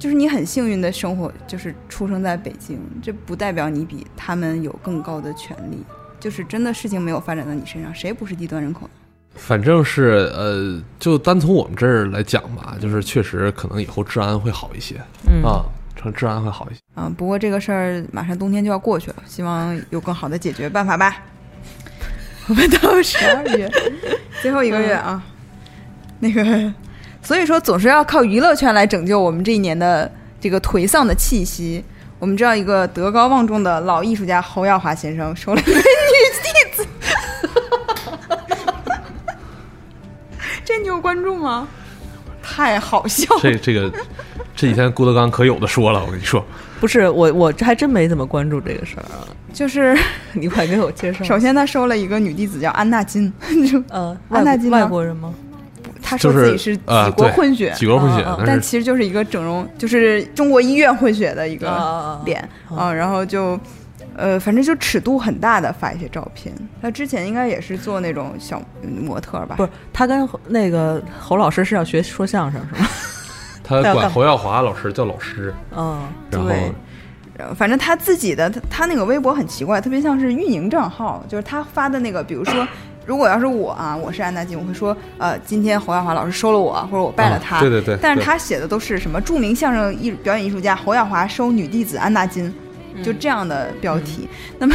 S4: 就是你很幸运的生活，就是出生在北京，这不代表你比他们有更高的权利。就是真的事情没有发展到你身上，谁不是低端人口？
S5: 反正是呃，就单从我们这儿来讲吧，就是确实可能以后治安会好一些、
S3: 嗯
S5: 啊，成治安会好一些。
S4: 嗯，不过这个事儿马上冬天就要过去了，希望有更好的解决办法吧。 我们到十二月，最后一个月啊，那个，所以说总是要靠娱乐圈来拯救我们这一年的这个颓丧的气息。我们知道一个德高望重的老艺术家侯耀华先生收了一个女弟子， 这你有关注吗？太好笑了。
S5: 这这个这几天郭德纲可有的说了，我跟你说，
S3: 不是我，我这还真没怎么关注这个事儿 啊。
S4: 就是
S3: 你快给我介绍。
S4: 首先，他收了一个女弟子叫安娜金， 就
S3: 呃，
S4: 安
S3: 外
S4: 娜
S3: 国
S4: 金
S3: 外
S4: 吗
S3: 国人吗？
S4: 他
S5: 就
S4: 说自己
S5: 是
S4: 是
S5: 呃
S4: 几国
S5: 对
S4: 混血，啊
S5: 几国混血，
S3: 嗯嗯
S4: 但其实就是一个整容，就是中国医院混血的一
S3: 啊
S4: 个
S3: 啊啊
S4: 脸
S3: 啊
S4: 啊，然后就。呃，反正就尺度很大的发一些照片。他之前应该也是做那种小嗯模特儿吧？
S3: 不是他跟那个侯老师是要学说相声是吗？
S5: 他
S3: 要
S5: 管
S3: 干
S5: 侯耀华老师叫老师，
S3: 嗯，
S5: 然后
S4: 对呃，反正他自己的他他那个微博很奇怪，特别像是运营账号，就是他发的那个，比如说，如果要是我啊，我是安娜金，我会说，呃，今天侯耀华老师收了我，或者我拜了
S5: 啊
S4: 他。
S5: 对对对
S4: 但是
S5: 对
S4: 他写的都是什么著名相声艺表演艺术家侯耀华收女弟子安娜金，就这样的标题。那么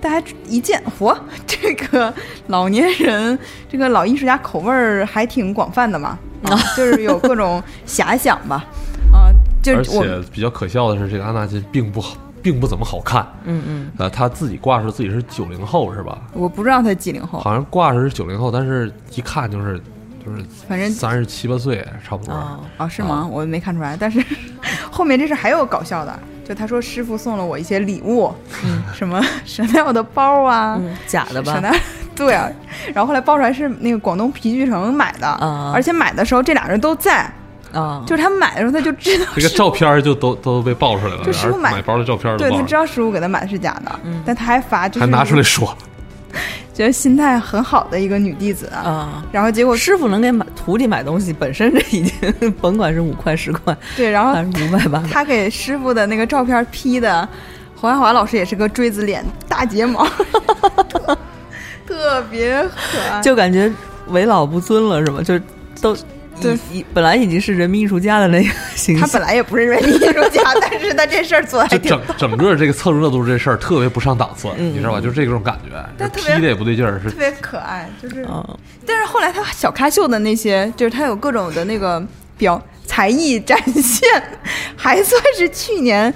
S4: 大家一见，嚯，这个老年人，这个老艺术家口味儿还挺广泛的嘛，啊，就是有各种遐想吧，啊，就
S5: 而
S4: 是我们
S5: 且比较可笑的是，这个安娜金并不好，并不怎么好看。嗯嗯，呃，他自己挂出自己是九零后是吧？
S4: 我不知道他几零后，
S5: 好像挂着是九零后，但是一看就是就是
S4: 反正
S5: 三十七八岁差不多。
S3: 哦
S4: 啊，是吗？我没看出来，但是 后面这事还有搞笑的，就他说师傅送了我一些礼物，什么 Chanel 的包啊，
S3: 嗯，假的吧？
S4: ？Chanel 对啊，然后后来爆出来是那个广东皮具城买的，
S3: 啊
S4: 而且买的时候这俩人都在，
S3: 啊，
S4: 就是他买的时候他就知道
S5: 这个
S4: 是
S5: 照片儿就都都被爆出来了，
S4: 就师
S5: 然
S4: 傅
S5: 后
S4: 买
S5: 买包的照片儿都
S4: 对
S5: 爆
S4: 他
S5: 出
S4: 知
S5: 来了，
S4: 道师傅给他买的是假的，
S3: 嗯
S4: 但他还发，就是
S5: 还拿出来说，
S4: 觉得心态很好的一个女弟子啊，
S3: 啊。
S4: 然后结果
S3: 师傅能给买徒弟买东西，本身这已经甭管是五块十块，
S4: 对，然后
S3: 还是五百八百，
S4: 他给师傅的那个照片 P 的，侯耀华老师也是个锥子脸、大睫毛，特特别可爱。
S3: 就感觉为老不尊了，是吗？就都
S4: 对
S3: 已已本来已经是人民艺术家的那个形
S4: 他
S3: 象，
S4: 本来也不是人民艺术家，但是他这事儿做的还
S5: 就
S4: 挺
S5: 整整个这个蹭热度这事儿特别不上档次，你知道吧？就是这种感觉，
S4: 嗯但
S5: 就
S4: 特别
S5: 踢的也不对劲儿，是
S4: 特别可爱，就是。
S3: 嗯
S4: 但是后来他小咖秀的那些，就是他有各种的那个表才艺展现，还算是去年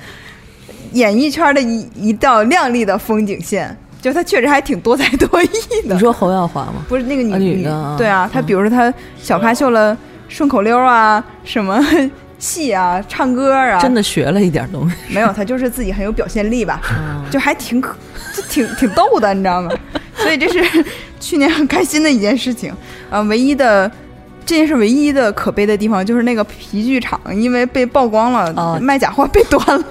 S4: 演艺圈的一一道亮丽的风景线。就他确实还挺多才多艺的。
S3: 你说侯耀华吗？
S4: 不是那个女
S3: 啊女的啊
S4: 对
S3: 嗯，
S4: 啊她比如说她小咖秀了顺口溜啊，什么戏啊，唱歌啊，
S3: 真的学了一点东西，
S4: 没有，她就是自己很有表现力吧，
S3: 嗯
S4: 就还挺可，就挺挺逗的，你知 道吗？所以这是去年很开心的一件事情，啊，唯一的。这件事唯一的可悲的地方就是那个皮具厂，因为被曝光了，
S3: 哦
S4: 卖假货被端 了。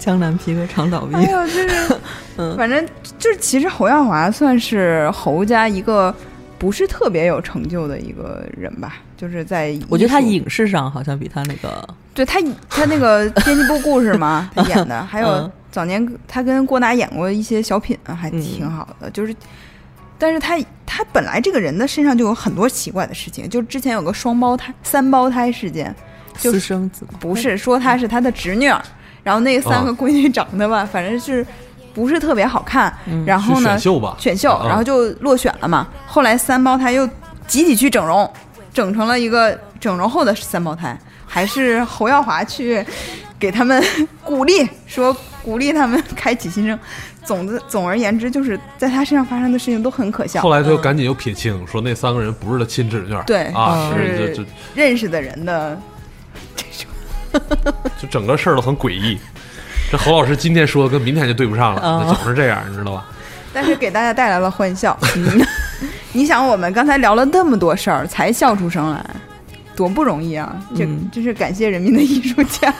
S3: 江南皮革厂倒闭
S4: 哎， 呦，就是，
S3: 嗯
S4: 反正就是，其实侯耀华算是侯家一个不是特别有成就的一个人吧，就是在
S3: 我觉得他
S4: 艺术
S3: 影视上好像比他那个
S4: 对他他那个编辑部故事嘛，他演的，还有
S3: 嗯
S4: 早年他跟郭达演过一些小品啊，还
S3: 嗯
S4: 挺好的。就是，但是他他本来这个人的身上就有很多奇怪的事情，就之前有个双胞胎、三胞胎事件，就是
S3: 私生子嘛
S4: 不是说她是他的侄女儿，然后那三个闺女长得吧，反正是不是特别好看。
S3: 嗯
S4: 然后
S5: 是
S4: 呢
S5: 选，秀吧，
S4: 选秀，
S5: 啊
S4: 然后就落选了嘛。后来三胞胎又集体去整容，整成了一个整容后的三胞胎，还是侯耀华去给他们 鼓励，说鼓励他们 开启新生。总之，总而言之，就是在他身上发生的事情都很可笑
S5: 后。来他又赶紧又撇清，说那三个人不是他亲侄女儿，
S4: 嗯对嗯
S5: 啊，
S4: 是
S5: 是这这
S4: 认识的人的，
S5: 就整个事儿都很诡异。这侯老师今天说跟明天就对不上了，
S3: 啊
S4: 嗯
S5: 那总是这样，你知道吧？
S4: 但是给大家带来了欢笑。嗯你想，我们刚才聊了那么多事儿，才笑出声来，多不容易啊！这
S3: 嗯
S4: 真是感谢人民的艺术家。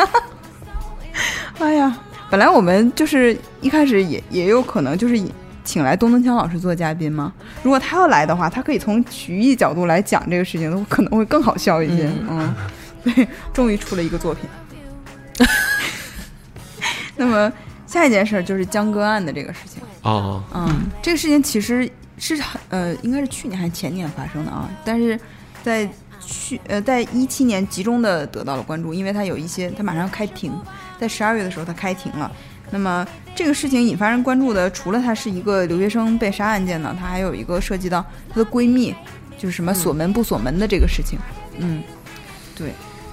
S4: 哎呀，本来我们就是一开始也也有可能就是请来东东强老师做嘉宾嘛。如果他要来的话，他可以从曲艺角度来讲这个事情，都可能会更好笑一些。嗯， 对，终于出了一个作品。那么下一件事儿就是江歌案的这个事情。
S5: 啊，
S4: 嗯，这个事情其实是很呃，应该是去年还是前年发生的啊，但是在去呃，在一七年集中的得到了关注，因为它有一些，它马上要开庭，在十二月的时候它开庭了。那么这个事情引发人关注的，除了它是一个留学生被杀案件呢，它还有一个涉及到她的闺蜜，就是什么锁门不锁门的这个事情。嗯，对。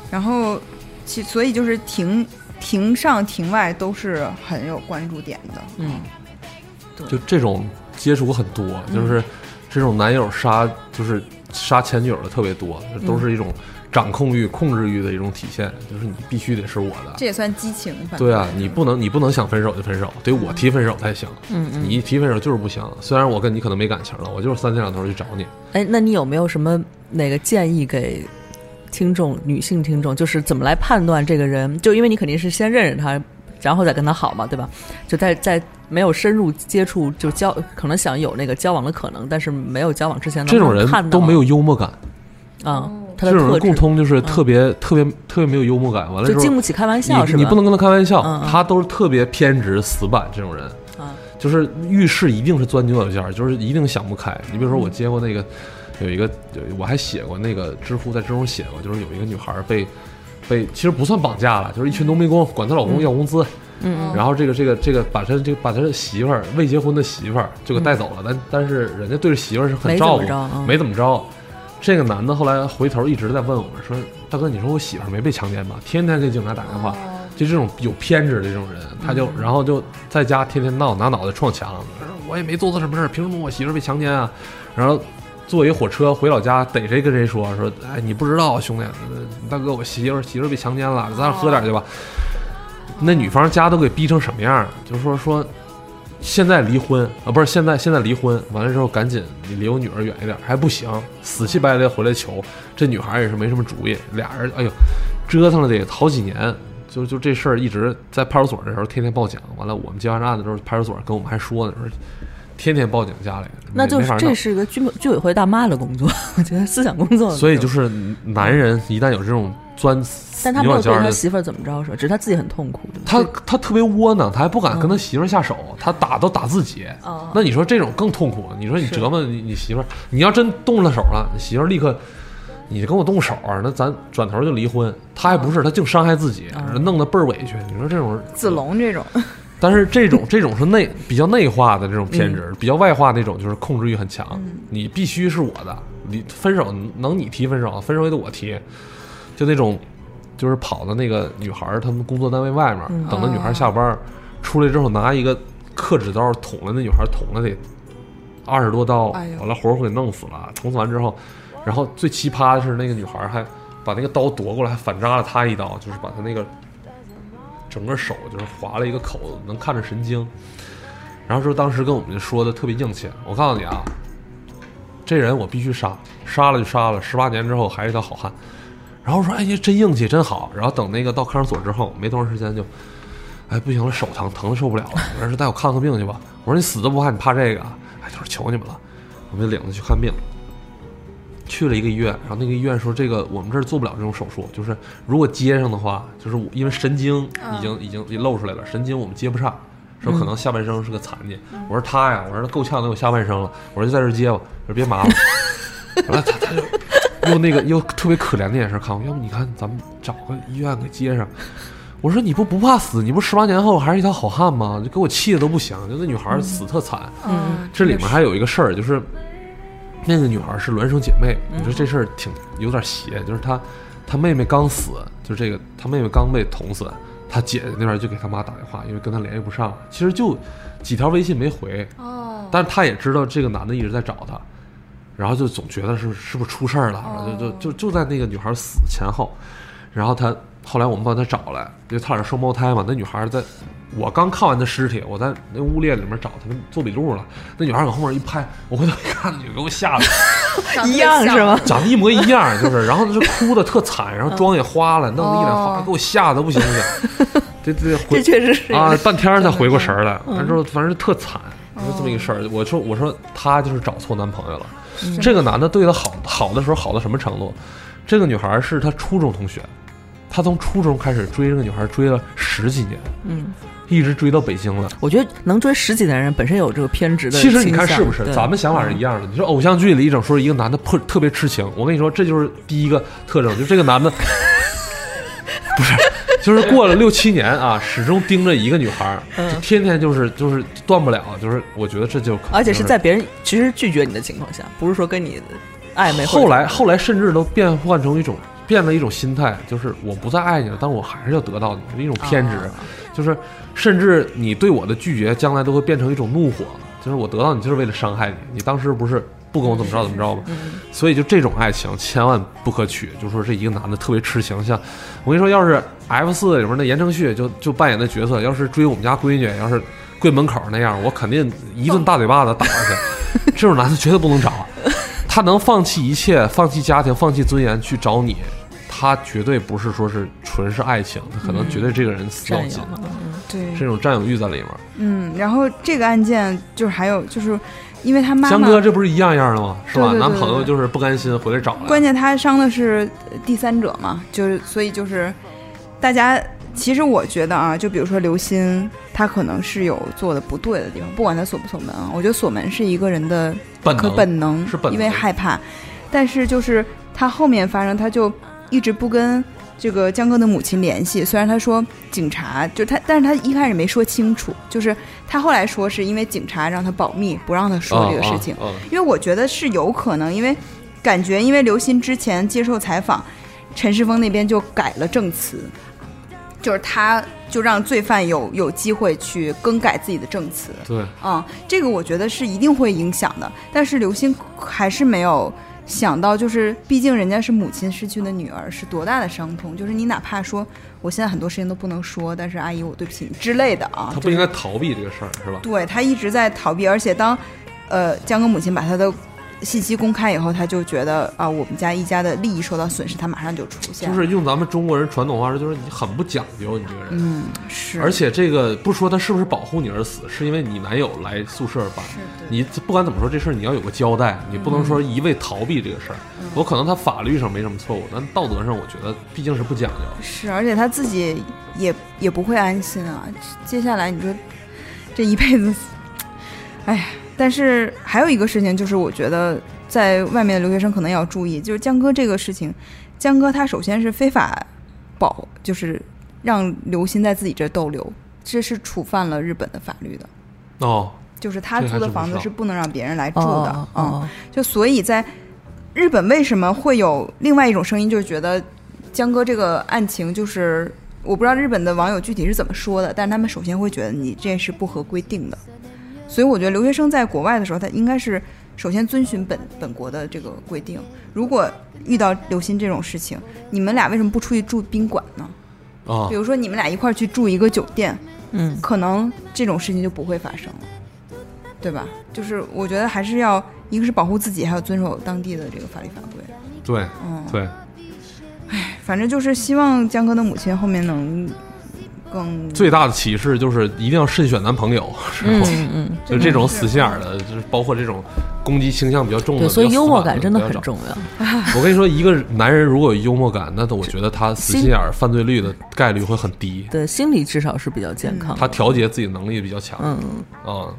S4: 然后其所以就是庭庭上庭外都是很有关注点的。
S3: 嗯，
S5: 就这种接触很多，
S4: 嗯
S5: 就是这种男友杀，就是杀前女友的特别多，这
S4: 嗯
S5: 都是一种掌控欲、控制欲的一种体现，就是你必须得是我的。
S4: 这也算激情，反正
S5: 对啊，你不能你不能想分手就分手，得我提分手才行。
S3: 嗯嗯
S5: 你一提分手就是不行。虽然我跟你可能没感情了，我就是三天两头去找你。
S3: 哎，那你有没有什么哪个建议给听众女性听众，就是怎么来判断这个人？就因为你肯定是先认识他，然后再跟他好嘛，对吧？就在在没有深入接触，就交可能想有那个交往的可能，但是没有交往之前，
S5: 这种人
S3: 看到
S5: 都没有幽默感，
S3: 啊、他
S5: 这
S3: 的
S5: 种
S3: 特
S5: 人共
S3: 质嗯
S5: 通就是特别、特别特别没有幽默感。完了之
S3: 就
S5: 后，
S3: 经不起开玩笑，是吧？
S5: 你你不能跟他开玩笑，
S3: 嗯嗯
S5: 他都是特别偏执、死板这种人，
S3: 啊，
S5: 就是遇事一定是钻牛角尖儿，就是一定想不开。你比如说，我接过那个有一个，有我还写过那个知乎在知乎上写过，就是有一个女孩儿被被其实不算绑架了，就是一群农民工管她老公要工资，
S3: 嗯
S5: 然后这个这个这个把他这个把他的媳妇儿未结婚的媳妇儿就给带走了，但但是人家对着媳妇儿是很
S3: 没
S5: 照
S3: 怎么着
S5: 顾，
S3: 嗯
S5: 没怎么着。这个男的后来回头一直在问我说：“大哥，你说我媳妇儿没被强奸吧？”天天给警察打电话，就这种有偏执的这种人，他就然后就在家天天闹，拿脑袋撞墙，我也没做错什么事儿，凭什么我媳妇儿被强奸啊？然后坐一火车回老家，逮谁跟谁说说，哎，你不知道啊，兄弟，呃大哥，我媳妇儿媳妇儿被强奸了，咱俩喝点去吧。那女方家都给逼成什么样儿？就是说说，现在离婚啊，不是现在现在离婚，完了之后赶紧你离我女儿远一点，还不行，死乞白赖回来求，这女孩也是没什么主意，俩人哎呦，折腾了得好几年。就就这事儿一直在派出所的时候天天报警，完了我们接完案子之后，派出所跟我们还说呢，说天天报警家里，
S3: 那
S5: 嗯没
S3: 就
S5: 没
S3: 是
S5: 法弄
S3: 这是一个居委居委会大妈的工作，我觉得思想工作。
S5: 所以就，是男人一旦有这种钻
S3: 嗯但他没
S5: 牛角
S3: 有
S5: 尖
S3: 对
S5: 儿
S3: 他
S5: 的，
S3: 媳妇儿怎么着是吧？只是他自己很痛苦。对吧
S5: 他他特别窝囊，他还不敢
S3: 嗯
S5: 跟他媳妇儿下手，他打都打自己。
S3: 哦
S5: 那你说这种更痛苦？你说你
S3: 是
S5: 折磨你你媳妇儿，你要真动了手了，你媳妇儿立刻。你跟我动手儿，那咱转头就离婚。他还不是，他净伤害自己，
S3: 嗯
S5: 弄得倍儿委屈。你说这种人
S4: 子龙这种，
S5: 但是这种这种是内比较内化的这种偏
S4: 嗯
S5: 执，比较外化那种就是控制欲很强，你必须是我的，你分手能你提分手，分手也得我提，就那种就是跑到那个女孩儿他们工作单位外面，
S4: 嗯
S5: 等着女孩下班儿，出来之后拿一个刻纸刀捅了那女孩，捅了得二十多刀，
S4: 哎呦
S5: 完了活活给弄死了。捅死完之后，然后最奇葩的是那个女孩还把那个刀夺过来，还反扎了他一刀，就是把他那个整个手就是划了一个口子，能看着神经。然后说当时跟我们就说的特别硬气，我告诉你啊，这人我必须杀，杀了就杀了，十八年之后还是一条好汉。然后说哎呀真硬气真好。然后等那个到看守所之后，没多长时间就。哎，不行了，手疼，疼的受不了了。我说带我看看病去吧。我说你死都不怕，你怕这个啊？哎，就是求你们了。我们就领他去看病，去了一个医院，然后那个医院说这个我们这儿做不了这种手术，就是如果接上的话，就是我因为神经已经、已经已经露出来了，神经我们接不上，说可能下半生是个残疾。我说他呀，我说他够呛能有下半生了，我说就在这儿接吧，我说别麻烦。完了他他就又那个又特别可怜的眼神看我，要不你看咱们找个医院给接上。我说你不不怕死？你不十八年后还是一条好汉吗？就给我气的都不行。就那女孩儿死特惨，
S3: 嗯
S5: 这里面还有一个事儿，就是那个女孩是孪生姐妹，你说这事儿挺有点邪，就是她她妹妹刚死，就这个她妹妹刚被捅死，她姐姐那边就给她妈打电话，因为跟她联系不上，其实就几条微信没回，
S6: 哦，
S5: 但是她也知道这个男的一直在找她，然后就总觉得是是不是出事儿了，然后就就就就在那个女孩死前后，然后她后来我们帮她找来，因为她俩是双胞胎嘛，那女孩在。我刚看完她尸体，我在那屋列里面找她做笔录了。那女孩搁后面一拍，我回头一看，女给我吓的，
S6: 长得
S3: 一样
S6: 像
S3: 是吗？
S5: 长得一模一样，就是，然后就哭的特惨，然后妆也花了，弄得一脸花，
S6: 哦
S5: 给我吓得不行不行，这
S3: 这
S5: 这回
S3: 确实是一个
S5: 啊，半天儿才回过神儿来，完之后反正特惨，就这么一个事儿。我说我说她就是找错男朋友了，这个男的对她好好的时候好到什么程度？这个女孩是她初中同学，她从初中开始追这个女孩追了十几年，
S3: 嗯，
S5: 一直追到北京了。
S3: 我觉得能追十几的人本身有这个偏执的
S5: 其
S3: 倾向。
S5: 实你看是不是
S3: 对，嗯
S5: 咱们想法是一样的？你说偶像剧里一整说一个男的特特别痴情，我跟你说，这就是第一个特征，就这个男 的不是，就是过了六七年啊，始终盯着一个女孩儿，
S3: 嗯
S5: 就天天就是就是断不了，就是我觉得这就
S3: 而且是在别人其实拒绝你的情况下，不是说跟你暧昧或者。
S5: 后来后来甚至都变换成一种变了一种心态，就是我不再爱你了，但我还是要得到你，是一种偏执，
S3: 啊
S5: 就是甚至你对我的拒绝，将来都会变成一种怒火，就是我得到你就是为了伤害你，你当时不是不跟我怎么着怎么着吗？
S3: 嗯
S5: 所以就这种爱情千万不可取，就说这一个男的特别痴情，像我跟你说，要是 F 四里面的言承旭就就扮演的角色，要是追我们家闺女，要是跪门口那样，我肯定一顿大嘴巴子打下 去。这种男的绝对不能找，他能放弃一切，放弃家庭，放弃尊严去找你，他绝对不是说是纯是爱情，他可能绝对这个人死脑
S3: 占
S5: 筋
S4: 嗯
S3: 有，
S4: 对
S5: 是，这种占有欲在里面。
S4: 嗯，然后这个案件就是还有就是，因为他妈
S5: 江
S4: 妈，
S5: 哥这不是一样样的吗？是吧？
S4: 对对对
S5: 男朋友
S4: 对对
S5: 就是不甘心回来找来，
S4: 关键他伤的是第三者嘛，就是所以就是大家其实我觉得啊，就比如说刘鑫，他可能是有做的不对的地方，不管他锁不锁门啊，我觉得锁门是一个人的
S5: 本
S4: 可
S5: 能啊
S4: 本能，
S5: 是本能
S4: 因为害怕。但是就是他后面发生，他就一直不跟这个江哥的母亲联系。虽然他说警察，就他，但是他一开始没说清楚，就是他后来说是因为警察让他保密，不让他说这个事情。
S5: 啊啊啊
S4: 因为我觉得是有可能，因为感觉因为刘鑫之前接受采访，陈世峰那边就改了证词，就是他就让罪犯有有机会去更改自己的证词。
S5: 对，
S4: 嗯，这个我觉得是一定会影响的，但是刘星还是没有想到，就是毕竟人家是母亲失去的女儿，是多大的伤痛。就是你哪怕说我现在很多事情都不能说，但是阿姨我对不起你之类的啊，
S5: 他
S4: 就
S5: 不
S4: 是
S5: 应该逃避这个事儿，是吧？
S4: 对他一直在逃避，而且当呃江哥母亲把他的信息公开以后，他就觉得啊、我们家一家的利益受到损失，他马上就出现
S5: 就
S4: 了，
S5: 是用咱们中国人传统话说，就是你很不讲究，你这个人。
S4: 嗯是，
S5: 而且这个不说他是不是保护你而死，是因为你男友来宿舍把，你不管怎么说这事儿你要有个交代，你不能
S3: 嗯
S5: 说一味逃避这个事儿。
S4: 嗯
S5: 我可能他法律上没什么错误，但道德上我觉得毕竟是不讲究。
S4: 是，而且他自己也也不会安心啊。接下来你说这一辈子，哎呀！但是还有一个事情，就是我觉得在外面的留学生可能要注意，就是江哥这个事情，江哥他首先是非法保，就是让刘鑫在自己这儿逗留，这是触犯了日本的法律的，
S5: 哦，
S4: 就是他
S5: 这还
S4: 租的
S5: 真不
S4: 房
S5: 知
S4: 子
S5: 道
S4: 是不能让别人来住
S3: 哦
S4: 的，
S3: 哦
S4: 嗯。
S3: 哦
S4: 就所以在日本为什么会有另外一种声音，就是觉得江哥这个案情就是。我不知道日本的网友具体是怎么说的，但是他们首先会觉得你这是不合规定的，所以我觉得留学生在国外的时候，他应该是首先遵循本本国的这个规定。如果遇到刘鑫这种事情，你们俩为什么不出去住宾馆呢？
S5: 啊
S4: 比，如说你们俩一块儿去住一个酒店，
S3: 嗯，
S4: 可能这种事情就不会发生了，对吧？就是我觉得还是要一个是保护自己，还有遵守当地的这个法律法规。
S5: 对
S4: 嗯，
S5: 对，
S4: 反正就是希望江哥的母亲后面能更
S5: 最大的启示就是一定要慎选男朋友， 是吧？
S3: 嗯嗯，
S5: 就这种死心眼儿的，就是包括这种攻击倾向比较重的，
S3: 对，所以
S5: 比较
S3: 幽
S5: 死
S3: 默
S5: 板
S3: 感真
S5: 的
S3: 的
S5: 不要
S3: 很
S5: 找
S3: 重要。
S5: 我跟你说，一个男人如果有幽默感，那我觉得他死心眼儿、犯罪率的概率会很低。
S3: 对，心理至少是比较健康的。
S5: 他调节自己能力比较强啊、
S3: 嗯，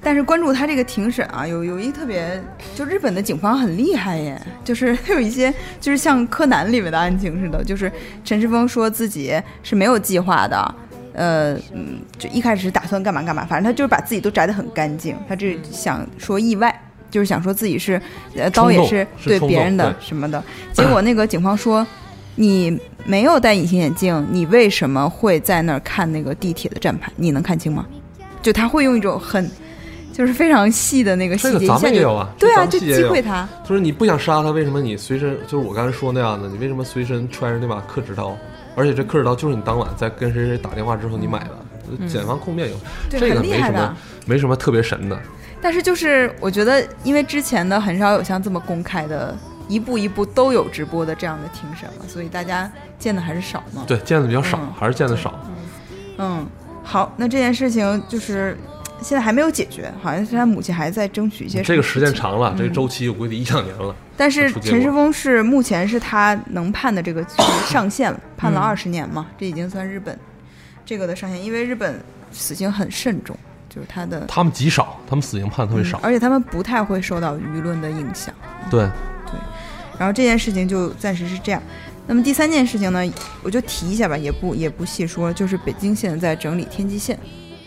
S4: 但是关注他这个庭审啊，有有一特别，就日本的警方很厉害耶，就是 有一些就是像柯南里面的案情似的，就是陈世峰说自己是没有计划的，呃，嗯，就一开始打算干嘛干嘛，反正他就是把自己都摘得很干净，他这想说意外。就是想说自己是，呃，刀也
S5: 冲动
S4: 是
S5: 是
S4: 对
S5: 冲
S4: 别
S5: 动
S4: 人的
S5: 对
S4: 什么的。结果那个警方说，你没有戴隐形眼镜，你为什么会在那儿看那个地铁的站牌？你能看清吗？就他会用一种很，就是非常细的那个细
S5: 这个
S4: 节，一
S5: 咱
S4: 下
S5: 们也有
S4: 就
S5: 啊，
S4: 对啊，
S5: 这
S4: 就
S5: 咱们也
S4: 击
S5: 有
S4: 溃他。
S5: 就是你不想杀他，为什么你随身就是我刚才说那样的？你为什么随身揣着那把刻纸刀？而且这刻纸刀就是你当晚在跟谁谁打电话之后你买的。检方控辩有，
S4: 对
S5: 这个
S4: 很厉
S5: 没
S4: 害
S5: 什
S4: 的
S5: 么，没什么特别神的。
S4: 但是就是我觉得，因为之前的很少有像这么公开的，一步一步都有直播的这样的庭审嘛，所以大家见的还是少嘛。
S5: 对，见的比较少，
S4: 嗯
S5: 还是见的少。
S4: 嗯，好，那这件事情就是现在还没有解决，好像是他母亲还在争取一些
S5: 这个
S4: 什么
S5: 时间
S4: 事情
S5: 长了，这个周期我估计一两年了。
S4: 但是
S5: 出结
S4: 陈世
S5: 果
S4: 峰是目前是他能判的这个上限 了，判了二十年
S5: 嗯
S4: 嘛，这已经算日本这个的上限，因为日本死刑很慎重，就是他的
S5: 他们极少，他们死刑判得特别
S4: 嗯
S5: 少。
S4: 而且他们不太会受到舆论的影响。
S5: 对，
S4: 然后这件事情就暂时是这样。那么第三件事情呢，我就提一下吧，也不也不细说，就是北京现在在整理天际线。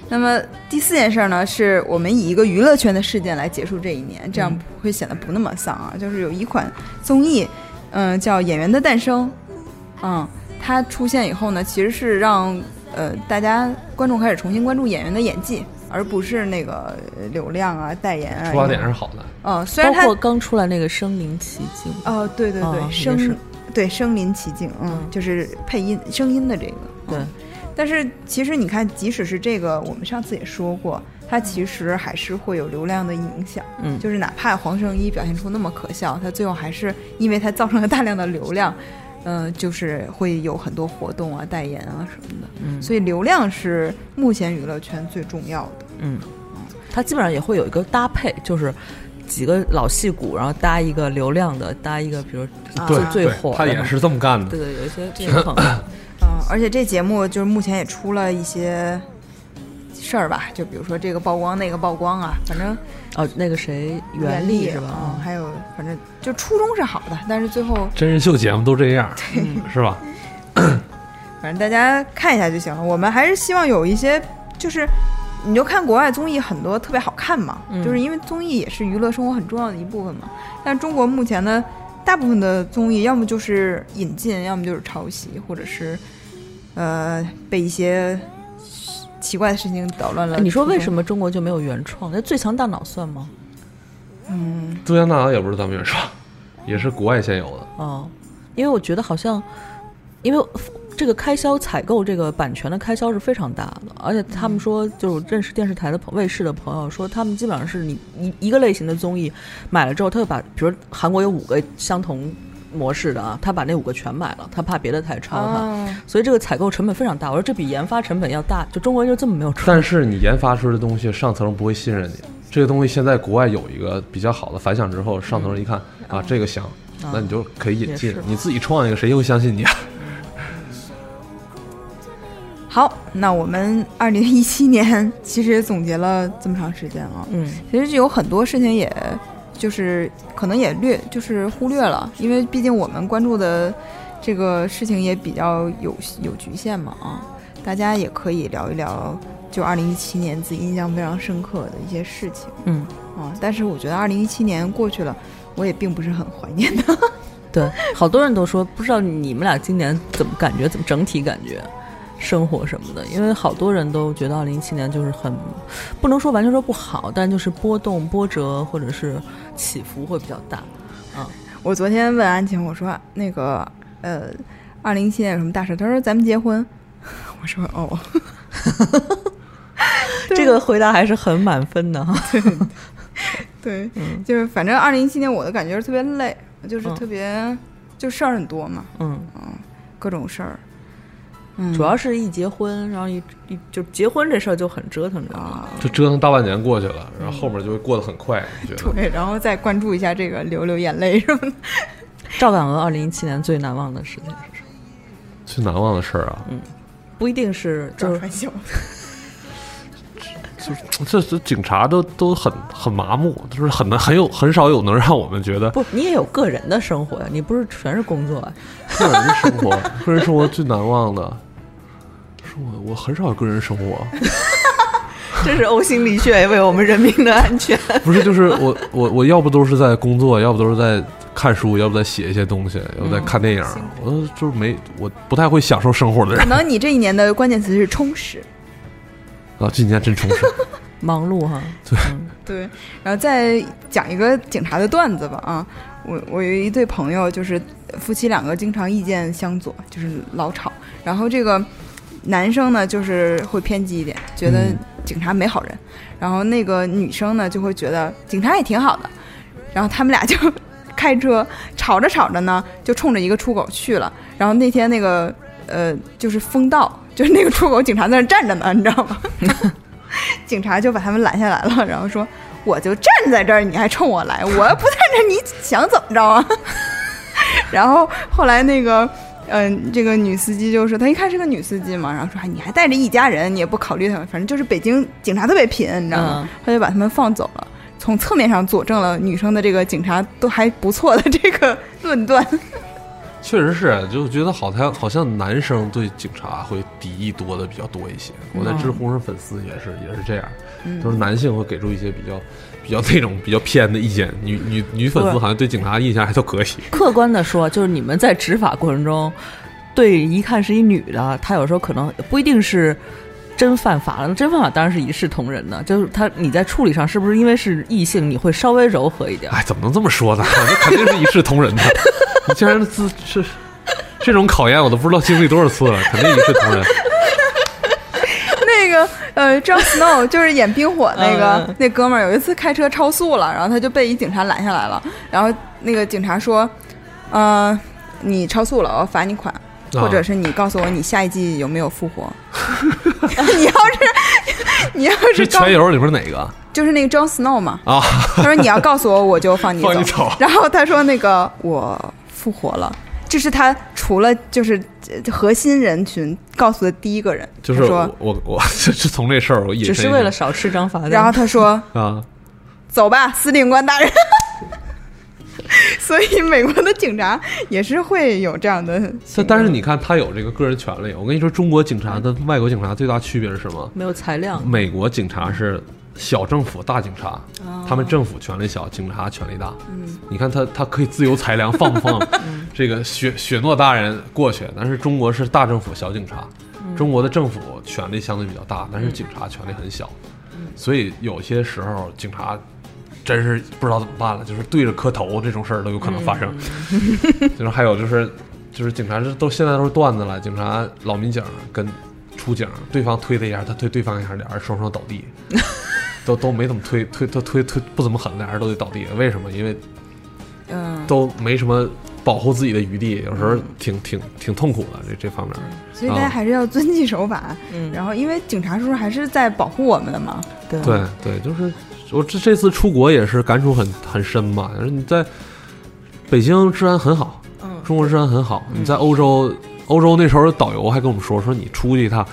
S4: 那么第四件事儿呢，是我们以一个娱乐圈的事件来结束这一年，这样会显得不那么丧啊。就是有一款综艺，嗯、叫《演员的诞生》，嗯，它出现以后呢，其实是让呃大家观众开始重新关注演员的演技，而不是那个呃流量啊、代言啊。
S5: 出发点是好的。
S4: 嗯，虽然
S3: 包
S4: 它
S3: 括刚出来那个《身临其境》，
S4: 哦，对对
S3: 啊
S4: 对，
S3: 也
S4: 声
S3: 是
S4: 对身临其境，嗯，
S3: 嗯
S4: 就是配音声音的这个，
S3: 对
S4: 嗯但是其实你看，即使是这个，我们上次也说过，它其实还是会有流量的影响。
S3: 嗯，
S4: 就是哪怕黄圣依表现出那么可笑，他最后还是因为他造成了大量的流量，呃，就是会有很多活动啊、代言啊什么的。
S3: 嗯
S4: 所以流量是目前娱乐圈最重要的。
S3: 嗯，它基本上也会有一个搭配，就是几个老戏骨，然后搭一个流量的，搭一个比如
S4: 对
S3: 最最火的，
S5: 他也是这么干的。
S3: 对嗯对，有一些平衡。
S4: 嗯，而且这节目就是目前也出了一些事儿吧，就比如说这个曝光那个曝光啊，反正
S3: 哦，那个谁，袁
S4: 原
S3: 立哦
S4: 力
S3: 是吧
S4: 嗯，？还有反正就初衷是好的，但是最后
S5: 真人秀节目都这样，是吧？
S4: 反正大家看一下就行了。我们还是希望有一些就是。你就看国外综艺很多特别好看嘛，
S3: 嗯
S4: 就是因为综艺也是娱乐生活很重要的一部分嘛。但中国目前的大部分的综艺，要么就是引进，要么就是抄袭，或者是呃被一些奇怪的事情捣乱了初
S3: 哎
S4: 衷。
S3: 你说为什
S4: 么？
S3: 么中国就没有原创？那《最强大脑》算吗？
S4: 嗯，
S5: 《杜江大脑》也不是咱们原创，也是国外现有的。
S3: 哦，因为我觉得好像，因为这个开销采购这个版权的开销是非常大的，而且他们说，就是我认识电视台的朋卫视的朋友说，他们基本上是你一一个类型的综艺买了之后，他就把，比如韩国有五个相同模式的啊，他把那五个全买了，他怕别的台抄他。
S4: 啊，
S3: 所以这个采购成本非常大，我说这比研发成本要大，就中国人就这么没有创
S5: 但是你研发出来的东西，上层不会信任你。这个东西现在国外有一个比较好的反响之后，上层一看啊，这个行，
S3: 啊
S5: 那你就可以引
S3: 嗯也
S5: 进
S3: 是。
S5: 你自己创一个，谁会相信你啊？
S4: 好，那我们二零一七年其实也总结了这么长时间啊了，
S3: 嗯，
S4: 其实有很多事情也就是可能也略就是忽略了，因为毕竟我们关注的这个事情也比较有有局限嘛啊，大家也可以聊一聊，就二零一七年自己印象非常深刻的一些事情，
S3: 嗯
S4: 啊，但是我觉得二零一七年过去了，我也并不是很怀念它。
S3: 对，好多人都说不知道你们俩今年怎么感觉，怎么整体感觉，生活什么的，因为好多人都觉得二零一七年就是很，不能说完全说不好，但就是波动、波折或者是起伏会比较大。
S4: 我昨天问安晴，我说那个呃，二零一七年有什么大事？她说咱们结婚。我说哦， 对
S3: 这个回答还是很满分的哈。
S4: 对，
S3: 嗯
S4: 就是反正二零一七年我的感觉是特别累，就是
S3: 嗯
S4: 特别、就事儿很多嘛，
S3: 嗯，
S4: 各种事儿。嗯，
S3: 主要是一结婚，然后一一就结婚这事儿就很折腾，你知道吗？
S4: 啊，
S5: 就折腾大半年过去了，
S3: 嗯
S5: 然后后面就会过得很快。我觉得
S4: 对，然后再关注一下这个流流眼泪什么的。
S3: 赵敢恩二零一七年最难忘的事情是什么？
S5: 最难忘的事儿啊，
S3: 嗯不一定是就是
S4: 传销，
S5: 这这警察都都很很麻木，就是很难很有很少有能让我们觉得
S3: 不，你也有个人的生活呀，你不是全是工作啊。
S5: 个人生活，个人生活最难忘的，是我我很少有个人生活，
S3: 这是呕心沥血为我们人民的安全。
S5: 不是就是我我我要不都是在工作，要不都是在看书，要不在写一些东西，要不在看电影，我都就是没我不太会享受生活的
S4: 可
S5: 人
S4: 能你这一年的关键词是充实。
S5: 啊，今年真充实，
S3: 忙碌哈，
S4: 对，然后再讲一个警察的段子吧啊！我我有一对朋友，就是夫妻两个经常意见相左，就是老吵。然后这个男生呢，就是会偏激一点，觉得
S5: 嗯
S4: 警察没好人；然后那个女生呢，就会觉得警察也挺好的。然后他们俩就 开车吵着吵着呢，就冲着一个出口去了。然后那天那个呃，就是封道，就是那个出口警察在那儿站着呢，你知道吗？警察就把他们拦下来了，然后说：“我就站在这儿，你还冲我来，我要不站这儿，你想怎么着啊？” 然后后来那个，嗯、这个女司机就说，她一看是个女司机嘛，然后说：“哎，你还带着一家人，你也不考虑他们，反正就是北京警察特别贫，你知道吗
S3: 嗯？”
S4: 他就把他们放走了。从侧面上佐证了女生的这个警察都还不错的这个论断，
S5: 确实是，就觉得好像好像男生对警察会敌意多的比较多一些。我在知乎上粉丝也是也是这样，都是男性会给出一些比较比较那种比较偏的意见，女女女粉丝好像对警察印象还都可以。
S3: 客观的说，就是你们在执法过程中，对一看是一女的，她有时候可能不一定是真犯法了，真犯法当然是一视同仁的，就是她你在处理上是不是因为是异性，你会稍微柔和一
S4: 啊
S3: 点？
S5: 哎，怎么能这么说呢？ 那肯定是一视同仁的。你竟然自是这种考验，我都不知道经历多少次了，肯定一视同仁。
S4: 那个呃，Jon Snow 就是演冰火那个、
S3: 嗯
S4: 那哥们儿，有一次开车超速了，然后他就被一警察拦下来了，然后那个警察说，呃，你超速了，我要罚你款。
S5: 啊
S4: 或者是你告诉我你下一季有没有复活？ 你要是你要
S5: 是
S4: 是
S5: 《
S4: 告
S5: 全游》里边哪个
S4: 就是那个 Jon Snow 嘛，
S5: 啊？
S4: 他说你要告诉我我就放你走。
S5: 放你走
S4: 然后他说那个我复活了，这是他除了就是呃核心人群告诉的第一个人，
S5: 就是
S4: 他说
S5: 我，我我 就是从这事儿我引
S3: 只
S5: 申
S3: 是
S5: 一
S3: 为
S5: 下
S3: 了少吃张罚单。
S4: 然后他说。
S5: 啊，
S4: 走吧，司令官大人。所以美国的警察也是会有这样的
S5: 但但是你看，他有这个个人权利。我跟你说，中国警察跟外国警察最大区别是什么？
S3: 没有裁量，
S5: 美国警察是小政府大警察，他们政府权力小，警察权力大。你看他他可以自由裁量放不放这个雪雪诺大人过去，但是中国是大政府小警察，中国的政府权力相对比较大，但是警察权力很小，所以有些时候警察。真是不知道怎么办了，就是对着磕头这种事儿都有可能发生。 就是还有就是就是警察这都现在都是段子了，警察老民警跟出警，对方推他一下，他推对方一下，俩人双双倒地，都都没怎么推推都推推不怎么狠，俩人都得倒地。为什么？因为
S4: 嗯，
S5: 都没什么保护自己的余地，有时候挺挺挺痛苦的这这方面。
S4: 所以大家还是要遵纪守法。
S3: 嗯
S4: 然后，因为警察叔叔还是在保护我们的嘛。
S3: 对
S5: 对对，就是我这这次出国也是感触很很深嘛。就是你在北京治安很好，
S3: 嗯
S5: 中国治安很好。你在欧洲，欧洲那时候导游还跟我们说，说你出去一趟。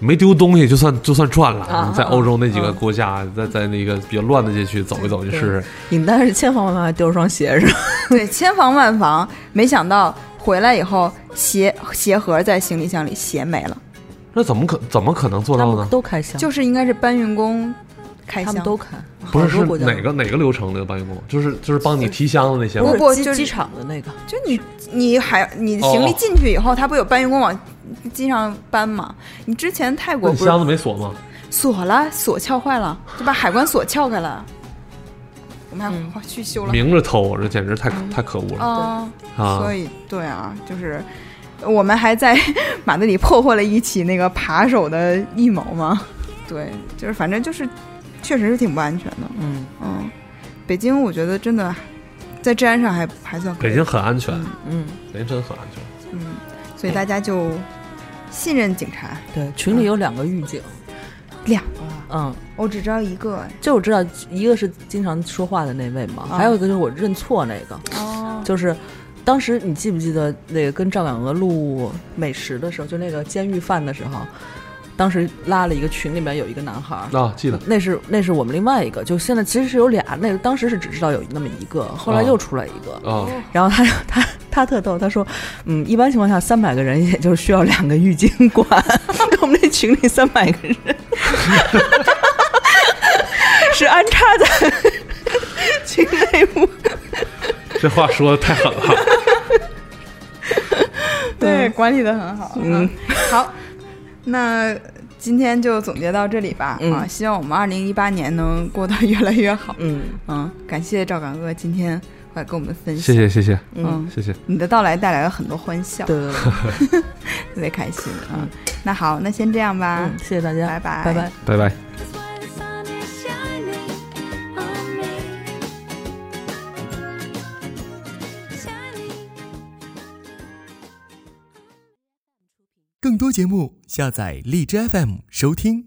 S5: 没丢东西就算就算赚了。
S3: 啊
S5: 你在欧洲那几个
S3: 嗯
S5: 国家，在在那个比较乱的街区走一走，你试试。
S3: 你但是千防万万丢双鞋是吧？
S4: 对，千防万防，没想到回来以后，鞋鞋盒在行李箱里，鞋没了，
S5: 那怎么可怎么可能做
S3: 他
S5: 到
S3: 们
S5: 呢？
S3: 都开箱，
S4: 就是应该是搬运工开
S3: 他
S4: 箱
S3: 们。都开，
S5: 不是
S3: 好
S5: 是
S3: 多国家
S5: 哪个哪个流程的搬运工？就是就是帮你提箱子那些吗
S4: 不？
S3: 不是
S4: 就
S3: 机机
S4: 是
S3: 场的那个，
S4: 就你你还你
S5: 哦
S4: 行李进去以后，他不有搬运工往机上搬吗？你之前泰
S5: 那
S4: 国
S5: 你
S4: 不是
S5: 箱子没锁吗？
S4: 锁了，锁撬坏了，就把海关锁撬开了。我们还
S3: 嗯
S4: 花去修了。
S5: 明着偷，这简直太可太可恶了
S4: 啊、
S3: 哦
S5: 啊！
S4: 所以对啊，就是我们还在马德里破获了一起那个扒手的阴谋嘛。 对，就是反正就是，确实是挺不安全的。
S3: 嗯
S4: 嗯，北京我觉得真的在治安上还还算可以。
S5: 北京很安全，
S3: 嗯，
S5: 北京真很安全。
S4: 嗯，所以大家就信任警察。
S3: 对，群里有两个狱警，
S4: 俩，
S3: 嗯，
S4: 我只知道一个。
S3: 就我知道，一个是经常说话的那位嘛，
S4: 啊
S3: 还有一个就是我认错那个，
S4: 哦，
S3: 就是当时你记不记得那个跟赵敢鹅录美食的时候，就那个监狱饭的时候，当时拉了一个群，里面有一个男孩儿。
S5: 啊，记得
S3: 那是那是我们另外一个，就现在其实是有俩，那个当时是只知道有那么一个，后来
S5: 啊
S3: 又出来一个，
S5: 啊，
S3: 然后他他他特逗，他说，嗯，一般情况下三百个人也就需要两个浴巾管，我们那群里三百个 人，是安插在 群内部。
S5: 这话说的太狠 了。
S4: 对，管理的很好。
S3: 嗯，
S4: 好，那今天就总结到这里吧。
S3: 嗯
S4: 啊，希望我们二零一八年能过得越来越好。
S3: 嗯
S4: 嗯，感谢赵敢哥今天来跟我们分析，
S5: 谢谢谢谢
S4: 嗯，
S5: 谢谢，
S4: 你的到来带来了很多欢
S3: 嗯
S4: 笑，
S3: 对对对，
S4: 特别开心啊、嗯那好，那先这样吧，
S3: 嗯，谢谢大家，
S4: 拜拜，
S3: 拜拜。
S5: 拜拜。
S6: That's why the sun is shining on me. Shining.
S7: 更多节目，下载荔枝 FM 收听。